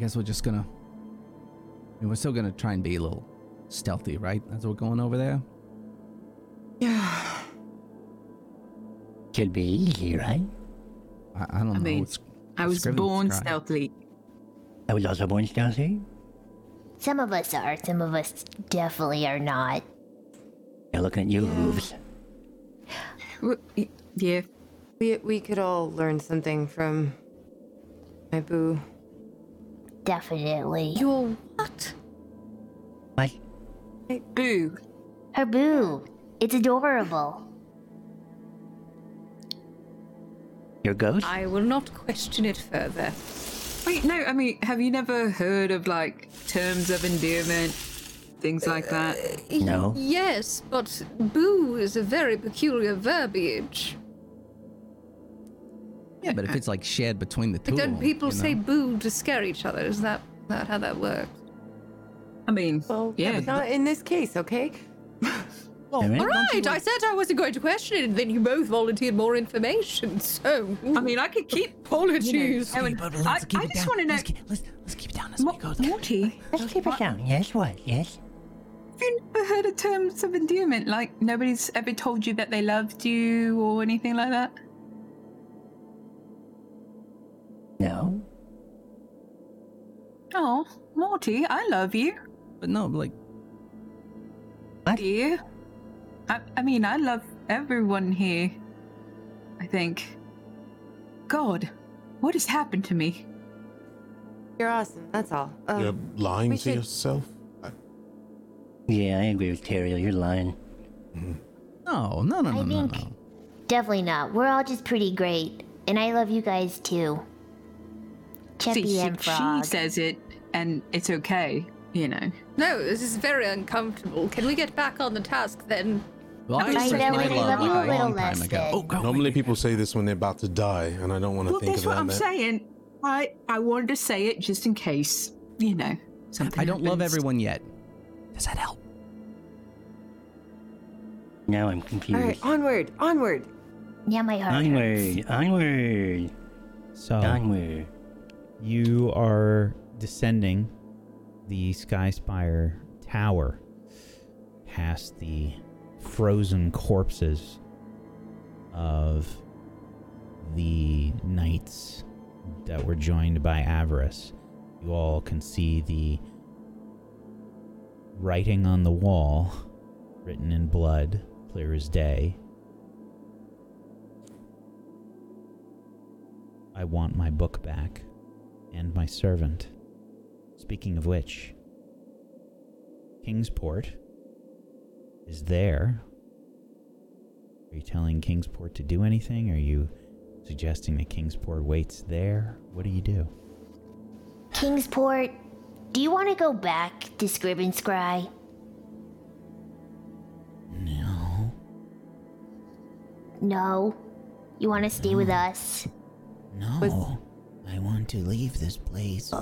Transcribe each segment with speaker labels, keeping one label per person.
Speaker 1: guess we're just gonna. I mean, we're still gonna try and be a little stealthy, right? As we're going over there.
Speaker 2: Yeah.
Speaker 3: Should be easy, right?
Speaker 1: I, I don't
Speaker 2: I
Speaker 1: know.
Speaker 2: mean,
Speaker 1: It's-
Speaker 2: I was
Speaker 1: Scriven's
Speaker 2: born
Speaker 1: cry.
Speaker 2: stealthily.
Speaker 3: I was also born stealthy.
Speaker 4: Some of us are, some of us definitely are not.
Speaker 3: Now looking at you, hooves.
Speaker 2: W- Yeah.
Speaker 5: We we could all learn something from my boo.
Speaker 4: Definitely.
Speaker 5: Your what?
Speaker 3: What?
Speaker 2: Boo.
Speaker 4: Her boo. It's adorable.
Speaker 3: Your ghost?
Speaker 6: I will not question it further.
Speaker 2: Wait, no, I mean, have you never heard of like terms of endearment? Things like that.
Speaker 3: Uh, No.
Speaker 6: Yes, but boo is a very peculiar verbiage.
Speaker 1: yeah, but if it's like shared between the two,
Speaker 6: Like,
Speaker 1: of
Speaker 6: don't
Speaker 1: 'em,
Speaker 6: people
Speaker 1: you know?
Speaker 6: say boo to scare each other? Is that that how that works?
Speaker 2: I mean,
Speaker 5: Well,
Speaker 2: yeah.
Speaker 5: Not in this case, okay?
Speaker 3: All right.
Speaker 6: All right, I said I wasn't going to question it, and then you both volunteered more information, so.
Speaker 2: I mean, I could keep.
Speaker 6: apologies.
Speaker 2: Owen, I, I just want to know.
Speaker 3: let's, let's keep it down as
Speaker 2: Mo- Morty,
Speaker 3: Let's keep it down. Yes, what? Yes.
Speaker 2: have you never heard of terms of endearment? Like, nobody's ever told you that they loved you or anything like that?
Speaker 3: No.
Speaker 2: Oh, Morty, I love you.
Speaker 1: But no, like
Speaker 2: Dear. I, I mean, I love everyone here. I think. God, what has happened to me?
Speaker 5: You're awesome. That's all. Um,
Speaker 7: You're lying
Speaker 5: we
Speaker 7: to
Speaker 5: should-
Speaker 7: yourself. I,
Speaker 3: Yeah, I agree with Terry. You're lying.
Speaker 1: no, no, no, no,
Speaker 4: I
Speaker 1: no,
Speaker 4: think-
Speaker 1: no.
Speaker 4: Definitely not. We're all just pretty great. And I love you guys too. Chippy
Speaker 2: she,
Speaker 4: and
Speaker 2: she
Speaker 4: Frog.
Speaker 2: says it, and it's okay, you know.
Speaker 6: No, this is very uncomfortable. Can we get back on the task then?
Speaker 1: Well,
Speaker 2: I
Speaker 1: expressed
Speaker 2: know,
Speaker 1: my
Speaker 2: we
Speaker 1: love
Speaker 2: love you a
Speaker 1: like a
Speaker 4: little
Speaker 1: long
Speaker 4: less
Speaker 1: time ago.
Speaker 4: than-
Speaker 1: Oh, God,
Speaker 7: normally, people say this when they're about to die, and I don't want to
Speaker 2: Well,
Speaker 7: think
Speaker 2: that's
Speaker 7: about
Speaker 2: what I'm
Speaker 7: that.
Speaker 2: saying. I I wanted to say it just in case, you know, something.
Speaker 1: I don't love
Speaker 2: happens.
Speaker 1: everyone yet. Does that help?
Speaker 3: Now I'm
Speaker 5: all
Speaker 3: confused.
Speaker 5: right, onward, onward.
Speaker 4: yeah, my heart. hurts.
Speaker 3: Onward, onward,
Speaker 8: So
Speaker 3: onward.
Speaker 8: you are descending the Sky Spire Tower past the frozen corpses of the knights that were joined by Avarice. You all can see the writing on the wall, written in blood, clear as day. I want my book back and my servant. Speaking of which, Kingsport is there. Are you telling Kingsport to do anything? Are you suggesting that Kingsport waits there? What do you do?
Speaker 4: Kingsport, do you want to go back to Scrib and Scry?
Speaker 8: No.
Speaker 4: No. You want to stay with
Speaker 1: Mm.
Speaker 4: us?
Speaker 8: No. I want to leave this place.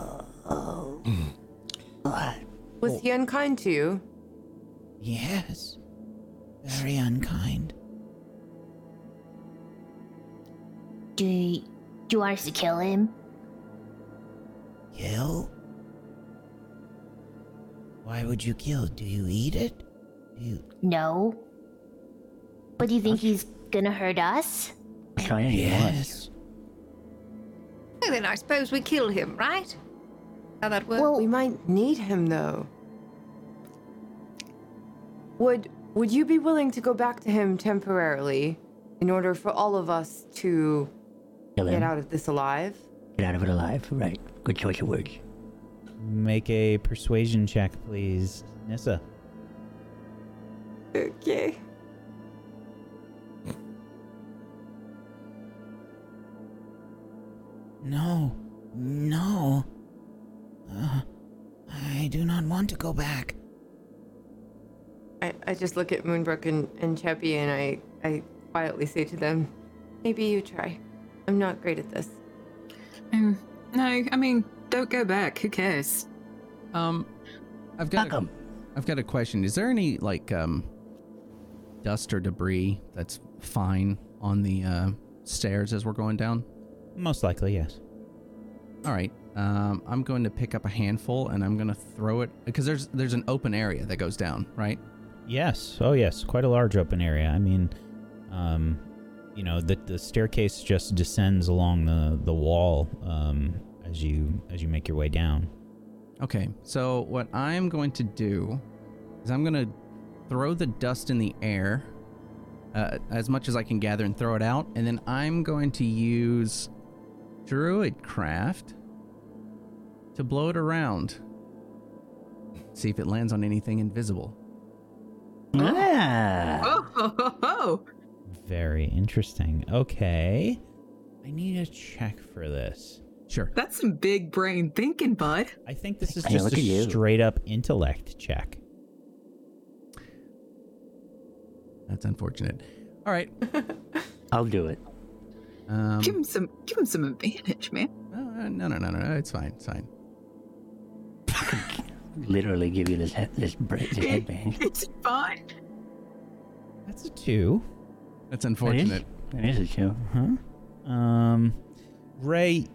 Speaker 5: Was he unkind to you?
Speaker 8: yes. Very unkind.
Speaker 4: Do you, do you want us to kill him?
Speaker 8: Kill? Why would you kill? Do you eat it? Do you
Speaker 4: No. But do you think he's gonna hurt us?
Speaker 3: I'm trying to
Speaker 6: Well, then I suppose we kill him, right? How that works?
Speaker 4: Well,
Speaker 5: We might need him though. Would would you be willing to go back to him temporarily in order for all of us to
Speaker 3: Kill him.
Speaker 5: get out of this alive?
Speaker 3: Get out of it alive. Right. Good choice of words.
Speaker 8: Make a persuasion check, please, Nissa.
Speaker 5: Okay.
Speaker 8: No, no. Uh, I do not want to go back.
Speaker 5: I, I just look at Moonbrook and, and Cheppy and I, I quietly say to them, Maybe you try. I'm not great at this.
Speaker 2: Um, no, I mean, don't go back. Who cares?
Speaker 1: Um, I've got
Speaker 3: Fuck
Speaker 1: a,
Speaker 3: 'em.
Speaker 1: I've got a question. Is there any like um dust or debris that's fine on the uh, stairs as we're going down?
Speaker 8: Most likely, yes.
Speaker 1: All right. Um, I'm going to pick up a handful and I'm going to throw it because there's there's an open area that goes down, right?
Speaker 8: Yes. Oh, yes. Quite a large open area. I mean, um, you know, the the staircase just descends along the the wall um, as you as you make your way down.
Speaker 1: Okay, so what I'm going to do is I'm going to throw the dust in the air uh, as much as I can gather and throw it out, and then I'm going to use Druid Craft to blow it around. See if it lands on anything invisible.
Speaker 3: Ah.
Speaker 2: Oh, ho, ho, ho.
Speaker 8: Very interesting. Okay. I need a check for this.
Speaker 1: Sure.
Speaker 2: that's some big brain thinking, bud.
Speaker 8: I think this is
Speaker 3: Hey,
Speaker 8: just
Speaker 3: look at
Speaker 8: a
Speaker 3: you.
Speaker 8: straight up intellect check.
Speaker 1: That's unfortunate. All right.
Speaker 3: I'll do it.
Speaker 1: Um,
Speaker 2: give him some, give him some advantage, man.
Speaker 1: uh, no, no, no, no, no. It's fine. It's fine.
Speaker 3: Literally give you this head, this, bra- this headband.
Speaker 2: It's fine.
Speaker 8: That's a two.
Speaker 1: That's unfortunate.
Speaker 3: That is a show.
Speaker 8: Huh? Um, Ray,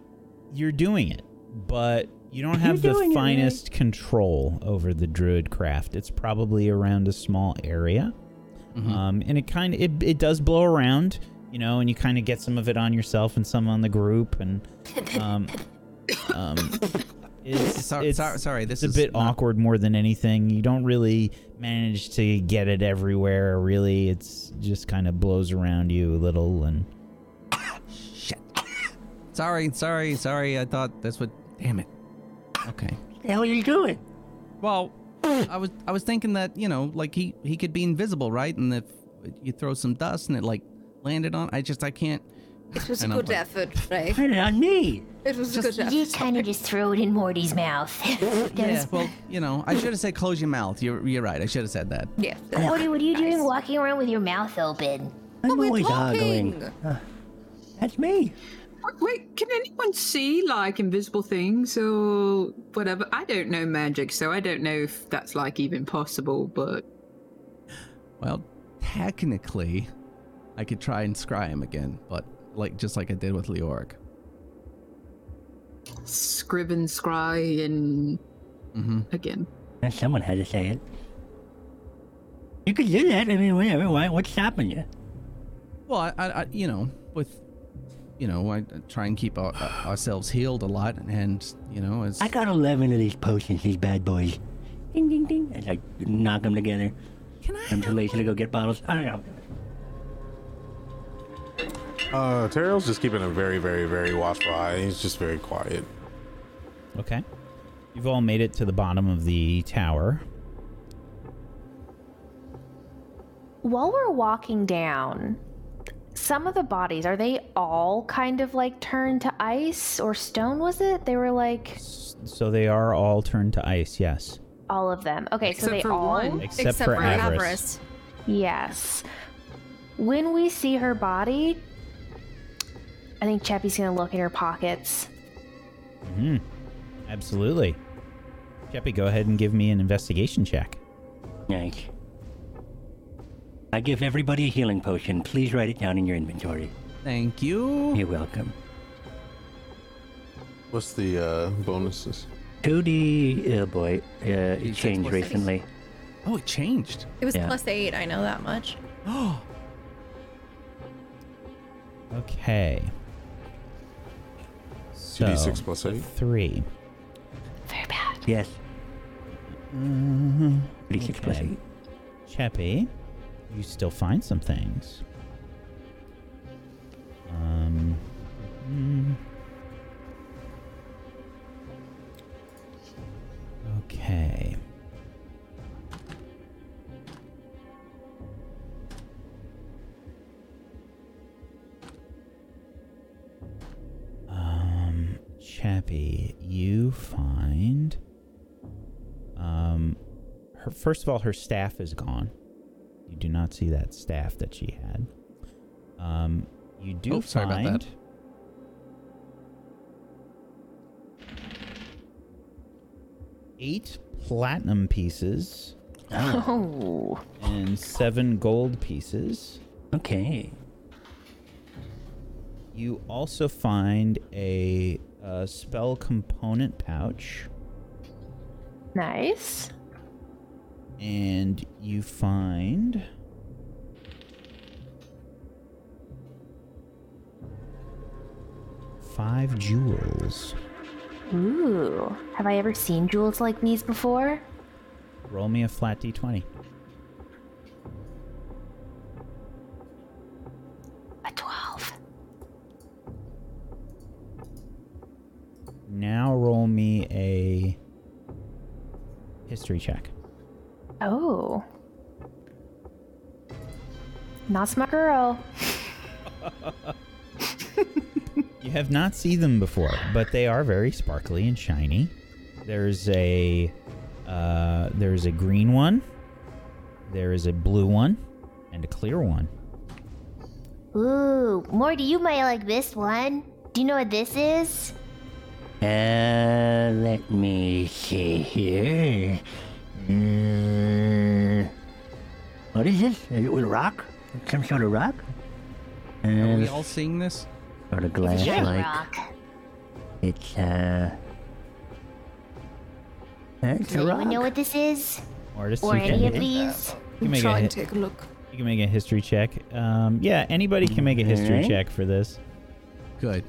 Speaker 8: you're doing it, but you don't have the finest control over the druid craft. It's probably around a small area,
Speaker 1: Mm-hmm.
Speaker 8: um, and it kind of it, it does blow around, you know, and you kind of get some of it on yourself and some on the group, and um, um, it's,
Speaker 1: So-
Speaker 8: it's-
Speaker 1: so- sorry, this
Speaker 8: it's
Speaker 1: is
Speaker 8: a bit
Speaker 1: not-
Speaker 8: awkward more than anything. You don't really manage to get it everywhere. Really, it's just kind of blows around you a little and.
Speaker 1: Sorry, sorry, sorry. I thought that's what. Damn it. Okay.
Speaker 3: The hell are you doing?
Speaker 1: Well, I was I was thinking that you know, like he he could be invisible, right? And if you throw some dust and it like landed on, I just I can't.
Speaker 6: It was a
Speaker 1: And I'm
Speaker 6: good
Speaker 1: like-
Speaker 6: effort, Ray.
Speaker 3: Put it on me.
Speaker 6: It was a good effort.
Speaker 4: You kind of just throw it in Morty's mouth.
Speaker 1: Yeah. Well, you know, I should have said close your mouth. You're you're right. I should have said that.
Speaker 6: Yes.
Speaker 4: Morty, what are you doing walking around with your mouth open?
Speaker 3: I'm
Speaker 6: we're
Speaker 3: always
Speaker 6: talking.
Speaker 3: ogling. Uh, that's me.
Speaker 2: Wait, Wait, can anyone see like invisible things or whatever? I don't know magic, so I don't know if that's like even possible. But
Speaker 1: Well, technically, I could try and scry him again, but like just like I did with Leoric.
Speaker 2: scriven, scry, and
Speaker 1: Mm-hmm.
Speaker 2: again,
Speaker 3: And someone had to say it. You could do that. I mean, whatever. Why? What's stopping you?
Speaker 1: Well, I, I, I you know with. You know, I I try and keep our, uh, ourselves healed a lot, and you know, as
Speaker 3: I got 11 of these potions, these bad boys. Ding, ding, ding. And I knock them together. Can I? I'm too lazy to go get bottles. I don't know.
Speaker 7: Uh, Terrell's just keeping a very, very, very watchful eye. He's just very quiet.
Speaker 8: Okay. You've all made it to the bottom of the tower.
Speaker 9: While we're walking down, some of the bodies are they all kind of like turned to ice or stone? Was it? They were like
Speaker 8: S- So they are all turned to ice, yes.
Speaker 9: all of them. Okay, so
Speaker 2: Except
Speaker 9: they
Speaker 2: for
Speaker 9: all.
Speaker 2: one.
Speaker 8: Except, for, Avarice.
Speaker 9: Yes. When we see her body, I think Chappie's gonna look in her pockets.
Speaker 8: Mhm. Absolutely. Jeppy, go ahead and give me an investigation check.
Speaker 3: Nice. I give everybody a healing potion. Please write it down in your inventory.
Speaker 1: thank you.
Speaker 3: You're welcome.
Speaker 7: What's the uh, bonuses?
Speaker 3: 2D, oh boy, uh, it
Speaker 1: six
Speaker 3: changed
Speaker 1: plus six.
Speaker 3: recently.
Speaker 1: Oh, it changed.
Speaker 6: It was
Speaker 3: Yeah.
Speaker 6: plus eight, I know that much.
Speaker 1: Oh,
Speaker 8: Okay. So,
Speaker 7: CD6 plus 8.
Speaker 8: Three.
Speaker 3: Yes.
Speaker 1: Mm-hmm.
Speaker 3: D6 plus
Speaker 8: okay.
Speaker 3: eight.
Speaker 8: Cheppy, you still find some things. Um. mm. Okay. Um, Chappie, you find. Um, her, first of all, her staff is gone. You do not see that staff that she had. Um, you do
Speaker 1: Oh,
Speaker 8: find.
Speaker 1: sorry about that.
Speaker 8: Eight platinum pieces
Speaker 4: Oh.
Speaker 8: and seven gold pieces.
Speaker 3: Okay.
Speaker 8: You also find a, a a spell component pouch,
Speaker 9: Nice.
Speaker 8: and you find. Five jewels.
Speaker 9: Ooh. Have I ever seen jewels like these before?
Speaker 8: Roll me a flat d20.
Speaker 9: A 12.
Speaker 8: Now roll me a history check.
Speaker 9: Oh. Not my girl.
Speaker 8: You have not seen them before, but they are very sparkly and shiny. There's a uh, there's a green one, there is a blue one, and a clear one.
Speaker 4: Ooh, Morty, you might like this one. Do you know what this is?
Speaker 3: Uh, let me see here. Mm, what is this? Is it with a rock? Some sort of rock?
Speaker 1: Are we
Speaker 3: Uh,
Speaker 1: all seeing this?
Speaker 3: sort of glass like.
Speaker 4: Rock.
Speaker 3: It's, uh. It's
Speaker 4: Does
Speaker 3: a
Speaker 4: anyone know
Speaker 3: rock.
Speaker 4: what this is?
Speaker 8: Artist,
Speaker 4: Or
Speaker 8: you can,
Speaker 4: any of
Speaker 8: hit-
Speaker 4: these?
Speaker 8: you can make a
Speaker 6: Try and
Speaker 8: hit-
Speaker 6: take a look.
Speaker 8: you can make a history check. Um, yeah, anybody can make a history
Speaker 3: Mhm.
Speaker 8: check for this.
Speaker 1: Good.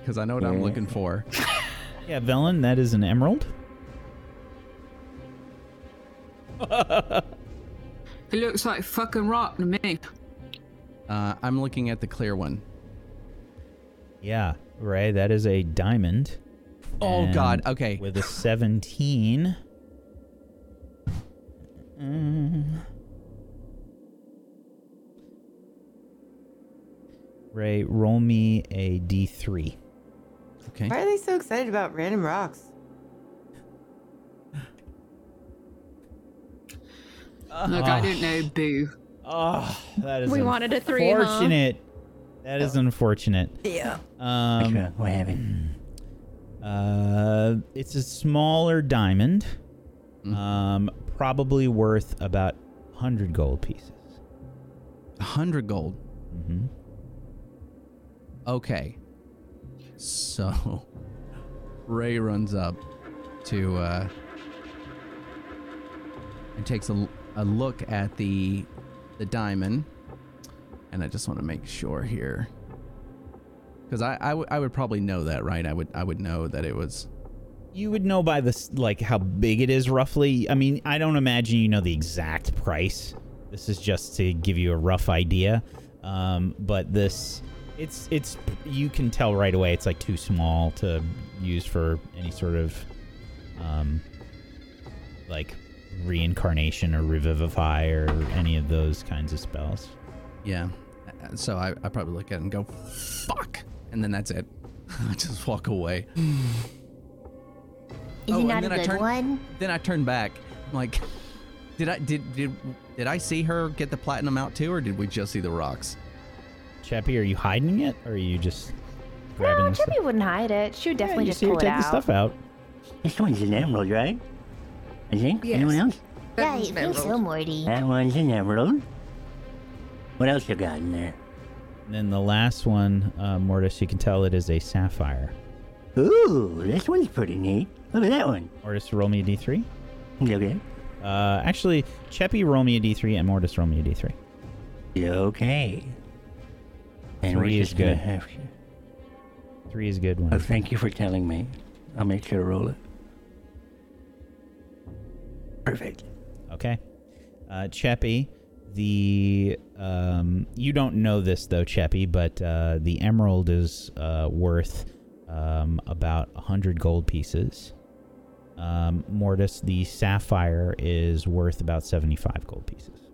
Speaker 1: Because I know what I'm
Speaker 3: Yeah.
Speaker 1: looking for.
Speaker 8: Yeah, Velen, that is an emerald.
Speaker 2: It looks like fucking rock to me.
Speaker 1: Uh, I'm looking at the clear one.
Speaker 8: Yeah, Ray, that is a diamond.
Speaker 1: Oh,
Speaker 8: And
Speaker 1: God, okay.
Speaker 8: With a 17. Mm.
Speaker 3: Uh,
Speaker 8: Ray, roll me a d3.
Speaker 1: Okay.
Speaker 5: Why are they so excited about random rocks?
Speaker 2: Look, I don't know, boo.
Speaker 8: Oh, that is
Speaker 6: We wanted a three, huh?
Speaker 8: unfortunate.
Speaker 3: Uh-huh.
Speaker 8: That is unfortunate.
Speaker 5: Yeah.
Speaker 8: Um,
Speaker 3: Uh, what happened?
Speaker 8: Uh, it's a smaller diamond,
Speaker 3: Mm-hmm.
Speaker 8: um, probably worth about 100 gold pieces.
Speaker 1: 100 gold.
Speaker 8: Mm-hmm.
Speaker 1: Okay. So Ray runs up to uh and takes a, l- a look at the the diamond. And I just want to make sure here. Cuz I I would- I would probably know that, right? I would I would know that it was
Speaker 8: You would know by this, like how big it is roughly. I mean, I don't imagine you know the exact price. This is just to give you a rough idea. Um, but this, it's it's you can tell right away. It's like too small to use for any sort of, um, like reincarnation or revivify or any of those kinds of spells.
Speaker 1: yeah. Uh, So I, I probably look at it and go, fuck. And then that's it. I just walk away.
Speaker 4: Is
Speaker 1: Oh,
Speaker 4: it
Speaker 1: and
Speaker 4: not a
Speaker 1: then I
Speaker 4: good
Speaker 1: turn-
Speaker 4: one?
Speaker 1: Then I turn back. I'm like, did I did did did I see her get the platinum out too, or did we just see the rocks?
Speaker 8: Chappie, are you hiding it or are you just grabbing
Speaker 9: No,
Speaker 8: the stuff?
Speaker 9: Chippy wouldn't hide it. She would
Speaker 8: Yeah,
Speaker 9: definitely
Speaker 8: you
Speaker 9: just
Speaker 8: see her
Speaker 9: pull it
Speaker 8: take
Speaker 9: out.
Speaker 8: the stuff out.
Speaker 3: This one's an emerald, right? I think.
Speaker 6: Yes.
Speaker 3: Anyone else?
Speaker 4: Yeah, I think so,
Speaker 6: Emerald.
Speaker 4: Morty.
Speaker 3: That one's an emerald. What else you got in there?
Speaker 8: And then the last one, uh, Mortis, you can tell it is a sapphire.
Speaker 3: Ooh, this one's pretty neat. Look at that one.
Speaker 8: Mortis, roll me a d3.
Speaker 3: Okay.
Speaker 8: Uh, actually, Cheppy, roll me a d3, and Mortis, roll me a d3.
Speaker 3: Okay. And
Speaker 8: Three
Speaker 3: we're
Speaker 8: is
Speaker 3: just gonna
Speaker 8: good.
Speaker 3: have to.
Speaker 8: Three is a good
Speaker 3: Oh,
Speaker 8: one.
Speaker 3: thank you for telling me. I'll make sure to roll it. Perfect.
Speaker 8: Okay. Uh, Cheppy, the um, you don't know this though, Cheppy, but uh, the emerald is uh, worth um, about a hundred gold pieces. Um, Mortis, the sapphire is worth about seventy-five gold pieces.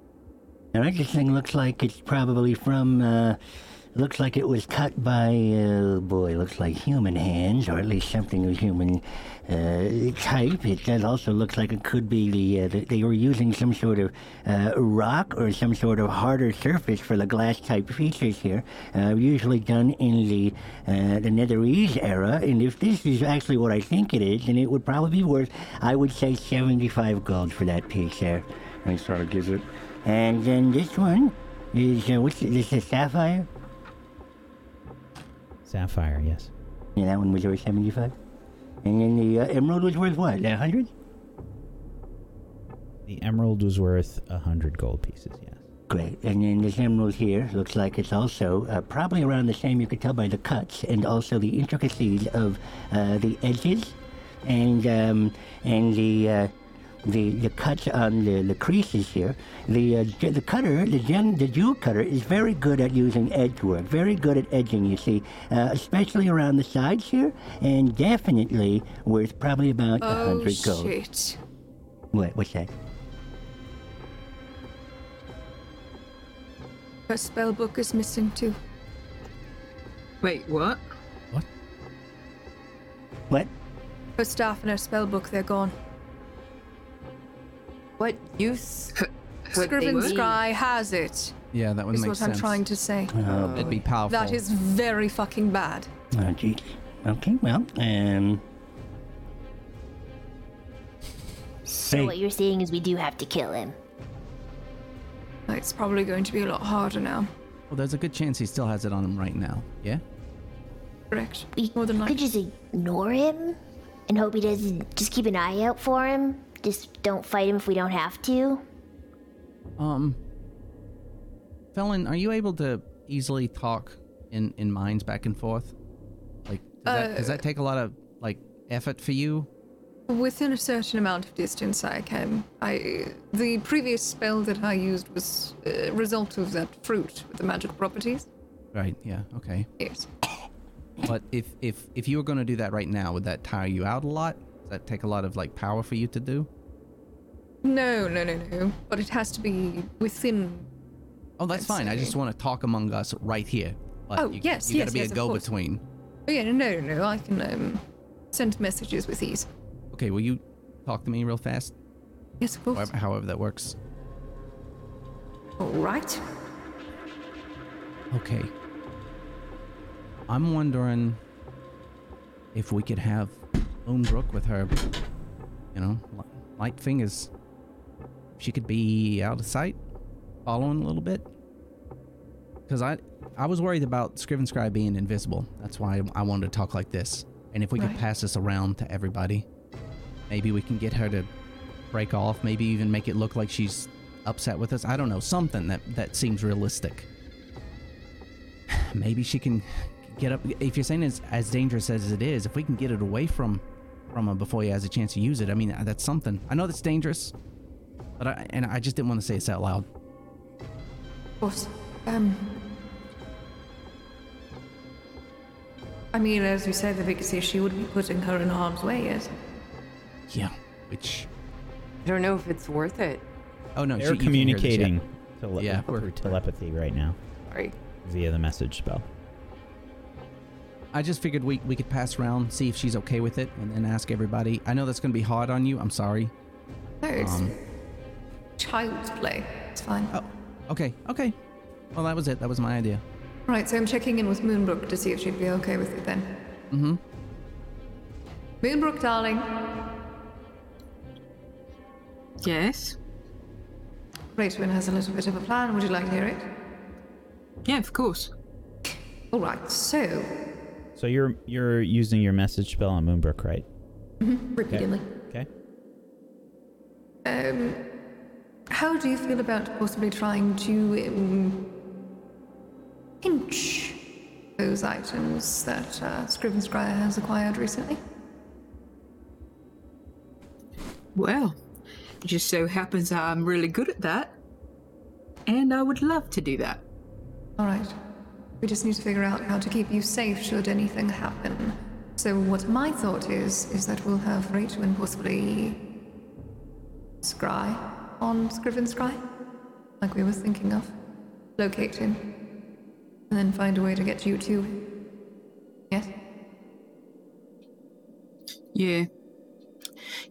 Speaker 3: All right, this thing looks like it's probably from. Uh, looks like it was cut by. Uh, boy, looks like human hands, or at least something of human uh, type. It does also looks like it could be the. Uh, the they were using some sort of uh, rock or some sort of harder surface for the glass type features here. Uh, usually done in the uh, the Netherese era, and if this is actually what I think it is, then it would probably be worth. I would say seventy-five gold for that piece there. And he sort of gives it. And then this one is uh, what's it- this? A sapphire?
Speaker 8: Sapphire, yes.
Speaker 3: And that one was worth 75. And then the uh, emerald was worth what? 100?
Speaker 8: The emerald was worth a hundred gold pieces. Yes.
Speaker 3: Great. And then this emerald here looks like it's also uh, probably around the same. You could tell by the cuts and also the intricacies of uh, the edges and um, and the. Uh, the, the cuts on the, the creases here. The uh, j- the cutter, the gen, the jewel cutter is very good at using edge work. Very good at edging. You see, uh, especially around the sides here, and definitely worth probably about a
Speaker 6: Oh
Speaker 3: hundred gold.
Speaker 6: shit.
Speaker 3: What? What's that?
Speaker 6: Her spell book is missing too.
Speaker 2: Wait, what?
Speaker 3: What?
Speaker 6: Her staff and her spell book, they're gone.
Speaker 5: What use? would they
Speaker 6: Scriven
Speaker 5: be?
Speaker 6: Scry has it,
Speaker 1: Yeah, that would
Speaker 6: is
Speaker 1: make
Speaker 6: what
Speaker 1: sense.
Speaker 6: I'm trying to say.
Speaker 1: It'd be powerful.
Speaker 6: That is very fucking bad.
Speaker 3: Oh, geez. Okay. Well, um,
Speaker 4: So
Speaker 3: Hey.
Speaker 4: what you're saying is we do have to kill him.
Speaker 6: It's probably going to be a lot harder now.
Speaker 1: Well, there's a good chance he still has it on him right now. Yeah.
Speaker 6: Correct.
Speaker 4: We
Speaker 6: More than
Speaker 4: could
Speaker 6: likely.
Speaker 4: just ignore him and hope he doesn't. Just keep an eye out for him. Just don't fight him if we don't have to.
Speaker 1: Um. Felon, are you able to easily talk in in minds back and forth? Like, does, that, does that take a lot of like effort for you?
Speaker 6: Within a certain amount of distance, I can. I the previous spell that I used was a result of that fruit with the magic properties.
Speaker 1: Right. Yeah. Okay.
Speaker 6: Yes.
Speaker 1: But if if if you were going to do that right now, would that tire you out a lot? Does that take a lot of like power for you to do?
Speaker 6: No, no, no, no. But it has to be within.
Speaker 1: Oh, that's
Speaker 6: Let's
Speaker 1: fine. I just
Speaker 6: see.
Speaker 1: want to talk among us right here. Like,
Speaker 6: Oh,
Speaker 1: you,
Speaker 6: yes,
Speaker 1: You
Speaker 6: yes,
Speaker 1: gotta be
Speaker 6: yes,
Speaker 1: a
Speaker 6: of course.
Speaker 1: go-between.
Speaker 6: Oh, yeah, no, no, no. I can um, send messages with ease.
Speaker 1: Okay. Will you talk to me real fast?
Speaker 6: Yes, of course.
Speaker 1: However, however that works.
Speaker 6: All right.
Speaker 1: Okay. I'm wondering if we could have Moon Brooke with her, you know, li- light fingers. She could be out of sight, following a little bit. Because I, I was worried about Scriven Scribe being invisible. That's why I wanted to talk like this. And if we
Speaker 6: Right.
Speaker 1: could pass this around to everybody, maybe we can get her to break off. Maybe even make it look like she's upset with us. I don't know. Something that that seems realistic maybe she can get up if you're saying it's as dangerous as it is if we can get it away from from him before he has a chance to use it i mean that's something i know that's dangerous but i and i just didn't want to say this out loud
Speaker 6: Of course. Um. I mean, as you say, the biggest issue would be putting her in harm's way, yes?
Speaker 1: yeah which
Speaker 5: I don't know if it's worth it.
Speaker 1: oh no
Speaker 8: They're
Speaker 1: she, you can hear this, yeah.
Speaker 8: communicating tele-
Speaker 1: Yeah, we're-
Speaker 8: through telepathy right now
Speaker 5: Sorry.
Speaker 8: via the message spell.
Speaker 1: i just figured we we could pass around see if she's okay with it and then ask everybody i know that's gonna be hard on you i'm sorry
Speaker 6: No, it's
Speaker 1: um
Speaker 6: child's play. It's fine.
Speaker 1: oh okay okay well that was it that was my idea
Speaker 6: Right, so I'm checking in with Moonbrook to see if she'd be okay with it then. Mm-hmm. Moonbrook, darling.
Speaker 2: Yes.
Speaker 6: Greatwin has a little bit of a plan. Would you like to hear it?
Speaker 2: Yeah, of course.
Speaker 6: All right, so
Speaker 8: So you're you're using your message spell on Moonbrook, right?
Speaker 6: repeatedly,
Speaker 8: Okay.
Speaker 6: um, how do you feel about possibly trying to um, pinch those items that uh, Scriven Scryer has acquired recently?
Speaker 2: Well, it just so happens I'm really good at that. And I would love to do that.
Speaker 6: All right. We just need to figure out how to keep you safe should anything happen. So what my thought is is that we'll have Rachel and possibly Scry on Scriven Scry, like we were thinking of. Locate him, and then find a way to get you to. him. Yes.
Speaker 2: Yeah.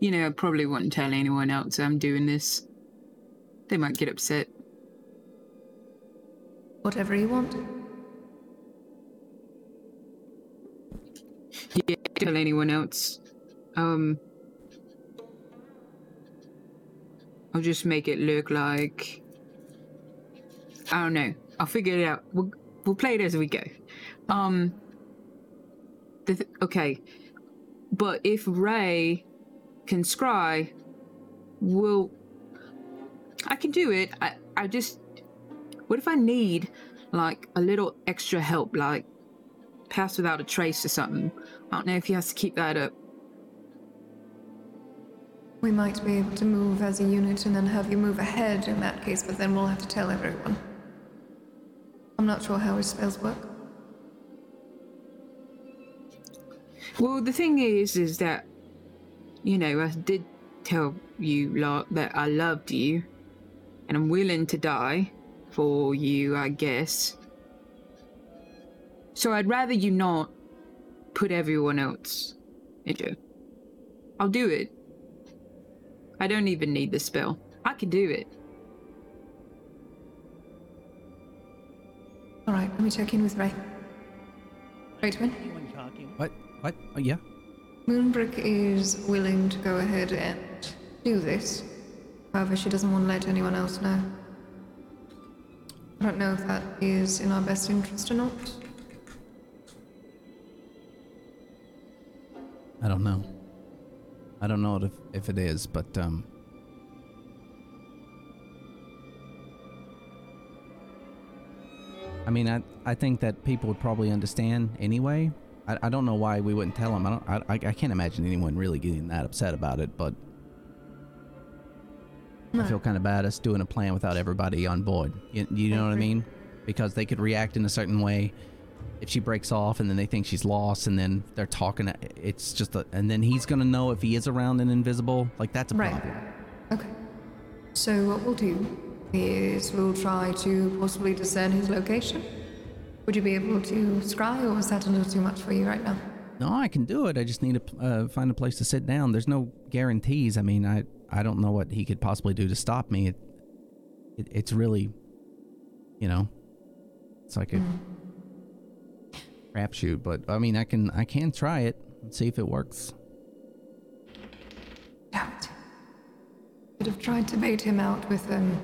Speaker 2: You know, I probably wouldn't tell anyone else I'm doing this. They might get upset.
Speaker 6: Whatever you want.
Speaker 2: Yeah, tell anyone else. Um. I'll just make it look like. I don't know. I'll figure it out. We'll, we'll play it as we go. Um. the th- okay, but if Ray can scry, will I can do it. I I just what if I need like a little extra help, like pass without a trace or something? I don't know if he has to keep that up.
Speaker 6: We might be able to move as a unit and then have you move ahead in that case, but then we'll have to tell everyone. I'm not sure how his spells work.
Speaker 2: Well, the thing is, is that you know I did tell you like that I loved you, and I'm willing to die for you, I guess. So I'd rather you not put everyone else into. I'll do it. I don't even need the spell. I can do it.
Speaker 6: All right, let me check in with Ray. Raidwin,
Speaker 1: What? What? Oh, yeah.
Speaker 6: Moonbrook is willing to go ahead and do this. However, she doesn't want to let anyone else know. I don't know if that is in our best interest or not.
Speaker 1: I don't know. I don't know if if it is, but um. I mean, I I think that people would probably understand anyway. I, I don't know why we wouldn't tell them. I don't. I, I I can't imagine anyone really getting that upset about it, but. I feel kind of bad us doing a plan without everybody on board. You, you know what I mean? Because they could react in a certain way if she breaks off and then they think she's lost and then they're talking to- it's just a, and then he's gonna know if he is around and invisible like that's a
Speaker 6: Right.
Speaker 1: problem
Speaker 6: Okay. So what we'll do is we'll try to possibly discern his location. Would you be able to scry, or is that a little too much for you right now?
Speaker 1: no i can do it i just need to p- uh, find a place to sit down there's no guarantees i mean i i don't know what he could possibly do to stop me it, it it's really you know it's like a crapshoot but i mean i can i can try it and see if it works
Speaker 6: Damn it. Should have tried to bait him out with um,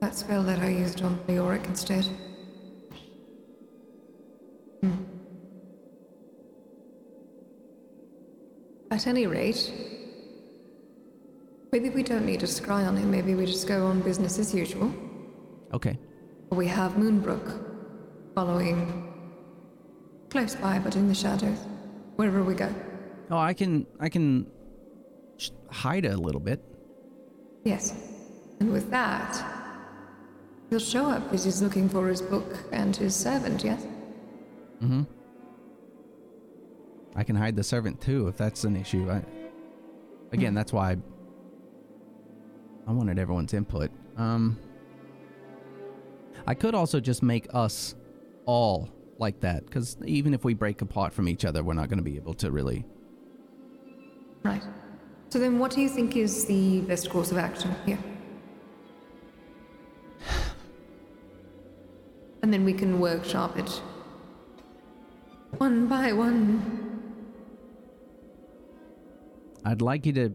Speaker 6: that spell that I used on Leoric instead. Hmm. At any rate, maybe we don't need to scry on him, maybe we just go on business as usual.
Speaker 1: okay
Speaker 6: We have Moonbrook following close by but in the shadows, wherever we go.
Speaker 1: oh i can i can sh- hide a little bit
Speaker 6: Yes. And with that, he'll show up as he's looking for his book and his servant, yes?
Speaker 1: Mm-hmm. I can hide the servant too if that's an issue. I, again, that's why I, I wanted everyone's input. Um, I could also just make us all like that because even if we break apart from each other, we're not going to be able to really.
Speaker 6: Right. So then, what do you think is the best course of action here? And then we can workshop it one by one.
Speaker 1: I'd like you to,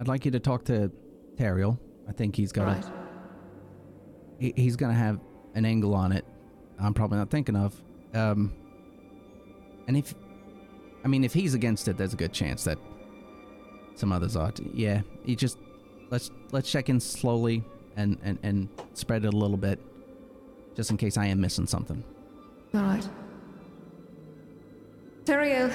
Speaker 1: I'd like you to talk to Teriel. I think he's got
Speaker 6: Right.
Speaker 1: a, he, he's gonna have an angle on it i'm probably not thinking of um and if i mean if he's against it there's a good chance that some others are too. yeah you just let's let's check in slowly and and and spread it a little bit just in case i am missing something
Speaker 6: All right. Teriel,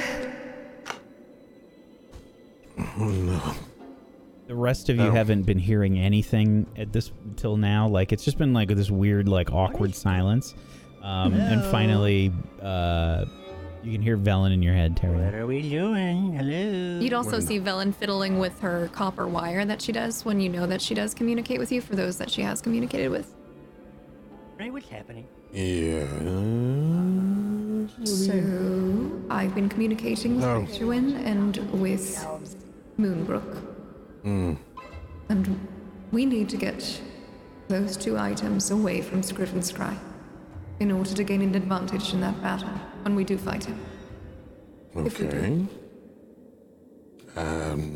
Speaker 8: The rest of you haven't been hearing anything at this till now. Like it's just been like this weird, like awkward silence. Um, And finally, uh, you can hear Velen in your head,
Speaker 3: What
Speaker 8: Terry.
Speaker 3: are we doing? Hello?
Speaker 6: You'd also see Velen fiddling with her copper wire that she does when you know that she does communicate with you for those that she has communicated with.
Speaker 3: Ray, what's happening?
Speaker 7: Yeah.
Speaker 6: So I've been communicating with
Speaker 7: No.
Speaker 6: Rituin and with Moonbrook.
Speaker 7: Mm.
Speaker 6: And we need to get those two items away from Scriven's Cry in order to gain an advantage in that battle when we do fight him. If we do.
Speaker 7: Okay. Um,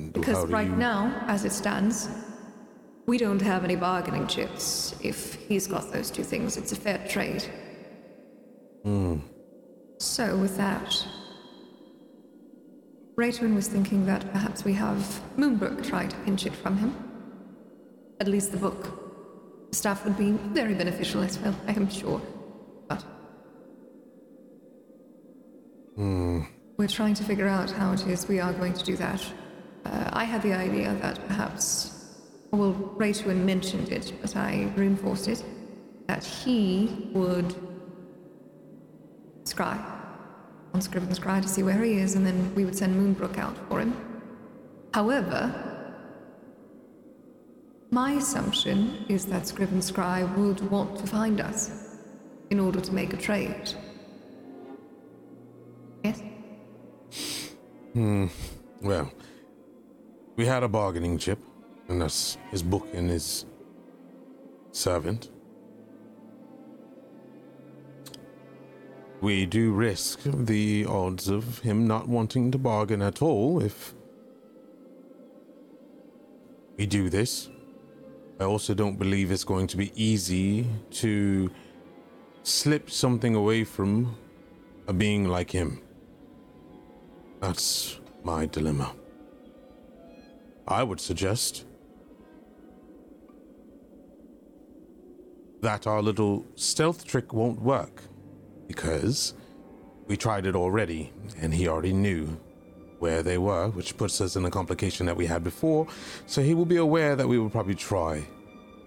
Speaker 7: how
Speaker 6: Because
Speaker 7: do
Speaker 6: right
Speaker 7: you-
Speaker 6: now, as it stands, we don't have any bargaining chips. If he's got those two
Speaker 7: Hmm,
Speaker 6: things, it's a fair trade. So with that, Raytwin was thinking that perhaps we have Moonbrook try to pinch it from him. At least the book. Staff would be very beneficial as well, I am sure. But
Speaker 7: hmm.
Speaker 6: we're trying to figure out how it is we are going to do that. Uh, I had the idea that perhaps, well, Raytwin mentioned it, but I reinforced it, that he would scry on Scriven's Cry to see where he is, and then we would send Moonbrook out for him. However, my assumption is that Scriven's Cry would want to find us in order to make a trade. Yes?
Speaker 7: Hmm, Well, we had a bargaining chip, and that's his book and his servant. We do risk the odds of him not wanting to bargain at all if we do this. I also don't believe it's going to be easy to slip something away from a being like him. That's my dilemma. I would suggest that our little stealth trick won't work because we tried it already and he already knew where they were, which puts us in a complication that we had before. So he will be aware that we will probably try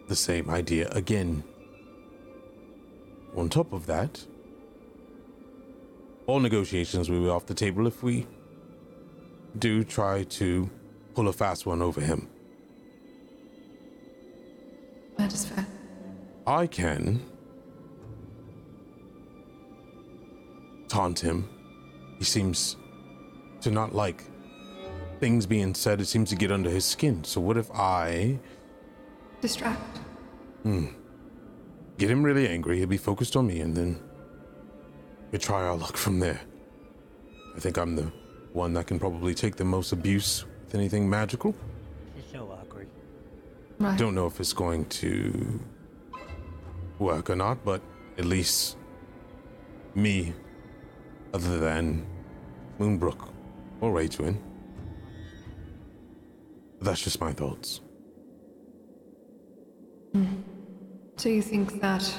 Speaker 7: the same idea again. On top of that, all negotiations will be off the table if we do try to pull a fast one over him.
Speaker 6: That is fair.
Speaker 7: I can taunt him. He seems to not like things being said. It seems to get under his skin. So what if I hmm,
Speaker 6: Distract.
Speaker 7: get him really angry? He'll be focused on me, and then we try our luck from there. I think I'm the one that can probably take the most abuse with anything magical.
Speaker 3: It's so awkward.
Speaker 6: Right.
Speaker 7: Don't know if it's going to work or not, but at least me, other than Moonbrook or Raytwin. That's just my thoughts.
Speaker 6: Mm-hmm. So you think that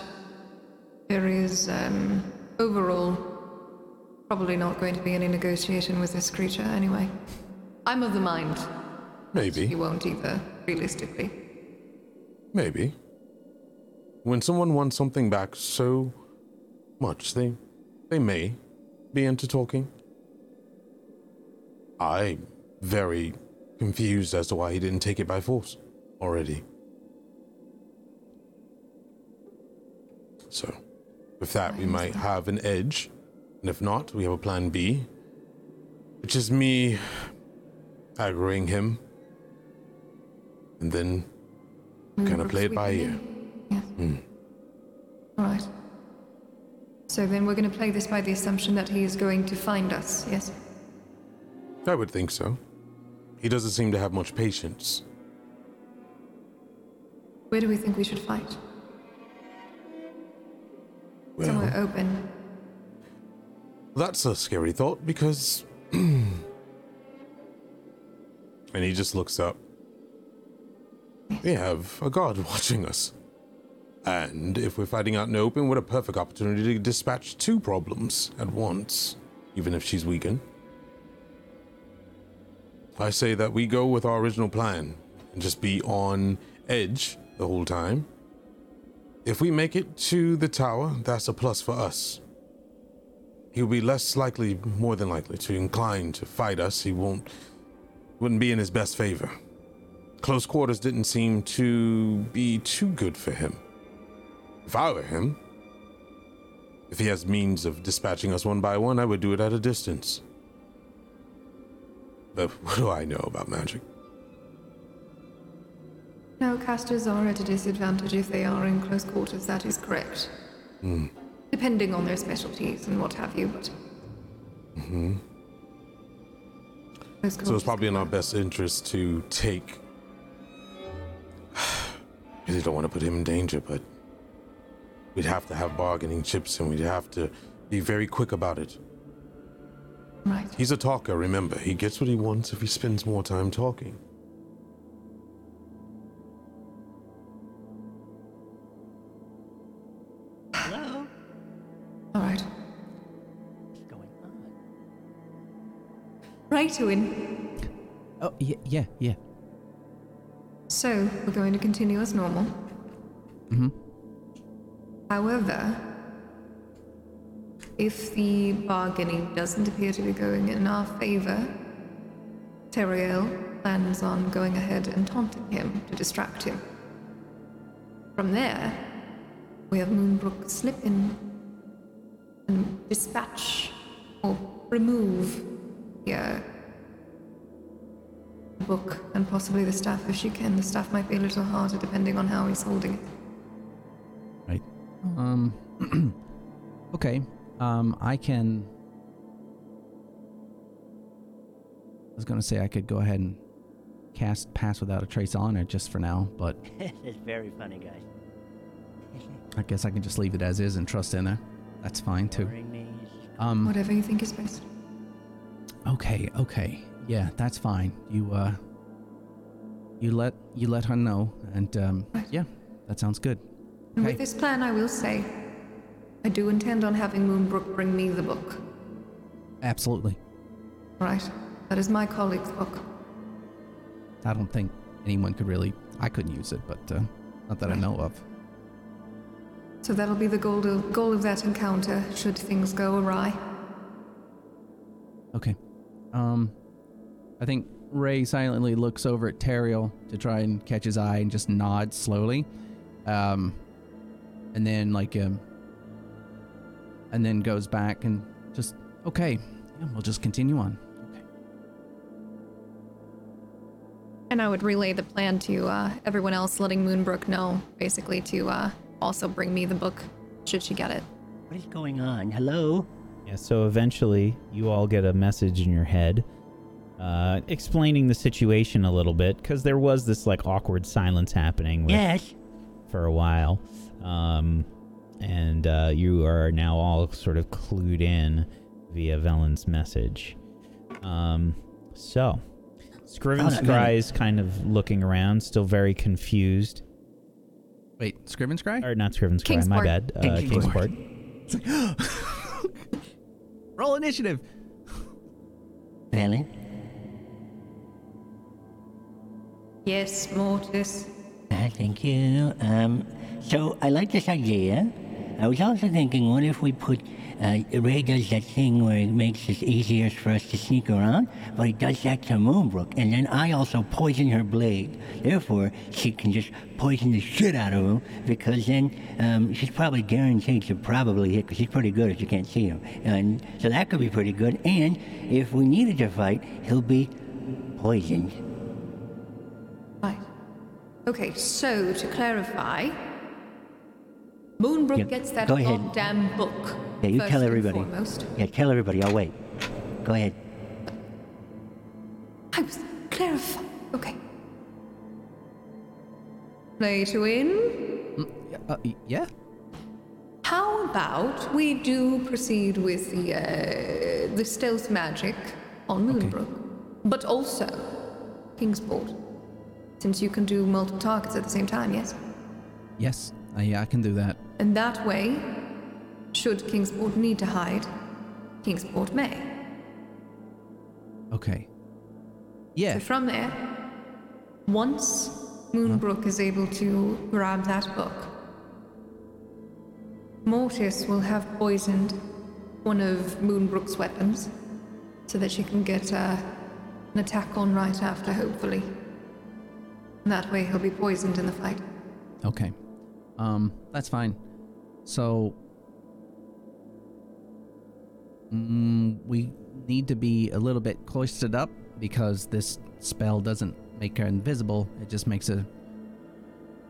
Speaker 6: there is um, overall probably not going to be any negotiation with this creature anyway? I'm of the mind he
Speaker 7: Maybe,
Speaker 6: won't either, realistically.
Speaker 7: maybe. When someone wants something back so much, they they may be into talking. I very confused as to why he didn't take it by force already. So, with that, we might have an edge, and if not, we have a plan B, which is me aggroing him, and then kind of play it by ear. Hmm.
Speaker 6: Yes. All right. So then we're going to play this by the assumption that he is going to find us, yes?
Speaker 7: I would think so. He doesn't seem to have much patience.
Speaker 6: Where do we think we should fight?
Speaker 7: Well,
Speaker 6: Somewhere open.
Speaker 7: that's a scary thought because. and he just looks up. We have a guard watching us. And if we're fighting out in the open, what a perfect opportunity to dispatch two problems at once, even if she's weakened. I say that we go with our original plan and just be on edge the whole time. If we make it to the tower, that's a plus for us. He'll be less likely, more than likely, to incline to fight us. He won't, wouldn't be in his best favor. Close quarters didn't seem to be too good for him. If I were him, if he has means of dispatching us one by one, I would do it at a distance. But what do I know about magic?
Speaker 6: No, casters are at a disadvantage if they are in close quarters, that is correct.
Speaker 7: Hmm,
Speaker 6: Depending on their specialties and what have you, but.
Speaker 7: hmm.
Speaker 6: Mm-hmm.
Speaker 7: So it's probably in our best interest to take. I really don't want to put him in danger, but we'd have to have bargaining chips and we'd have to be very quick about it.
Speaker 6: Right.
Speaker 7: He's a talker, remember. He gets what he wants if he spends more time talking.
Speaker 3: Hello?
Speaker 6: All right.
Speaker 3: What's going on?
Speaker 6: Right, Owen.
Speaker 1: Oh, yeah, yeah, yeah.
Speaker 6: So we're going to continue as normal.
Speaker 1: hmm
Speaker 6: However, if the bargaining doesn't appear to be going in our favor, Teriel plans on going ahead and taunting him to distract him. From there, we have Moonbrook slip in and dispatch or remove the uh, book and possibly the staff if she can. The staff might be a little harder depending on how he's holding it.
Speaker 8: Right.
Speaker 6: Mm.
Speaker 1: Um. okay. Um. I can. I was gonna say I could go ahead and cast pass without a trace on it just for now, but
Speaker 3: it's very funny, guys.
Speaker 1: I guess I can just leave it as is and trust in there. That's fine too.
Speaker 3: Boring me.
Speaker 1: Um.
Speaker 6: Whatever you think is best.
Speaker 1: Okay, okay. Yeah, that's fine. You uh you let you let her know and um yeah, that sounds good.
Speaker 6: And
Speaker 1: Okay.
Speaker 6: with this plan, I will say, I do intend on having Moonbrook bring me the book.
Speaker 1: Absolutely.
Speaker 6: Right. That is my colleague's book.
Speaker 1: I don't think anyone could really I couldn't use it, but uh not that I know of.
Speaker 6: So that'll be the goal of, goal of that encounter, should things go awry.
Speaker 1: Okay. Um I think Ray silently looks over at Teriel to try and catch his eye and just nods slowly. Um and then like um and then goes back and just okay, yeah, we'll just continue on. Okay.
Speaker 6: And I would relay the plan to uh, everyone else, letting Moonbrook know, basically, to uh, also bring me the book, should she get it.
Speaker 3: What is going on? Hello?
Speaker 8: Yeah, so eventually you all get a message in your head uh, explaining the situation a little bit because there was this like awkward silence happening with,
Speaker 3: Yes.
Speaker 8: for a while. Um, and uh, you are now all sort of clued in via Velen's message. Um, so, Scriven
Speaker 3: Hold on, hold on.
Speaker 8: Scry is kind of looking around, still very confused.
Speaker 1: Wait, Scriven Scry?
Speaker 8: Or not Scriven Scry, my
Speaker 6: Kingsport.
Speaker 8: bad. Uh, Kingsport.
Speaker 3: Kingsport.
Speaker 1: Roll initiative.
Speaker 3: Valen?
Speaker 6: Yes, Mortis.
Speaker 3: Uh, thank you. Um, so I like this idea. I was also thinking, what if we put uh, Ray does that thing where it makes it easier for us to sneak around, but he does that to Moonbrook, and then I also poison her blade. Therefore, she can just poison the shit out of him because then um, she's probably guaranteed to probably hit because she's pretty good if you can't see him, and so that could be pretty good. And if we needed to fight, he'll be poisoned.
Speaker 6: Right. Okay, so to clarify, Moonbrook
Speaker 3: Yeah,
Speaker 6: gets that
Speaker 3: go ahead.
Speaker 6: goddamn book.
Speaker 3: Yeah, you
Speaker 6: first
Speaker 3: tell
Speaker 6: and
Speaker 3: everybody.
Speaker 6: foremost.
Speaker 3: Yeah, tell everybody. I'll wait. Go ahead.
Speaker 6: I was clarify. Okay. Play to win.
Speaker 1: Uh, y- yeah.
Speaker 6: How about we do proceed with the uh, the stealth magic on Moonbrook, but also Kingsport, since you can do multiple targets at the same time. Yes,
Speaker 1: Yes. Uh, yeah, I can do that.
Speaker 6: and that way, should Kingsport need to hide, Kingsport may.
Speaker 1: Okay. Yeah.
Speaker 6: So from there, once Moonbrook is able to grab that book, Mortis will have poisoned one of Moonbrook's weapons so that she can get uh, an attack on right after, hopefully. And that way he'll be poisoned in the fight.
Speaker 1: Okay. Um, that's fine. So, mm, we need to be a little bit cloistered up because this spell doesn't make her invisible. It just makes her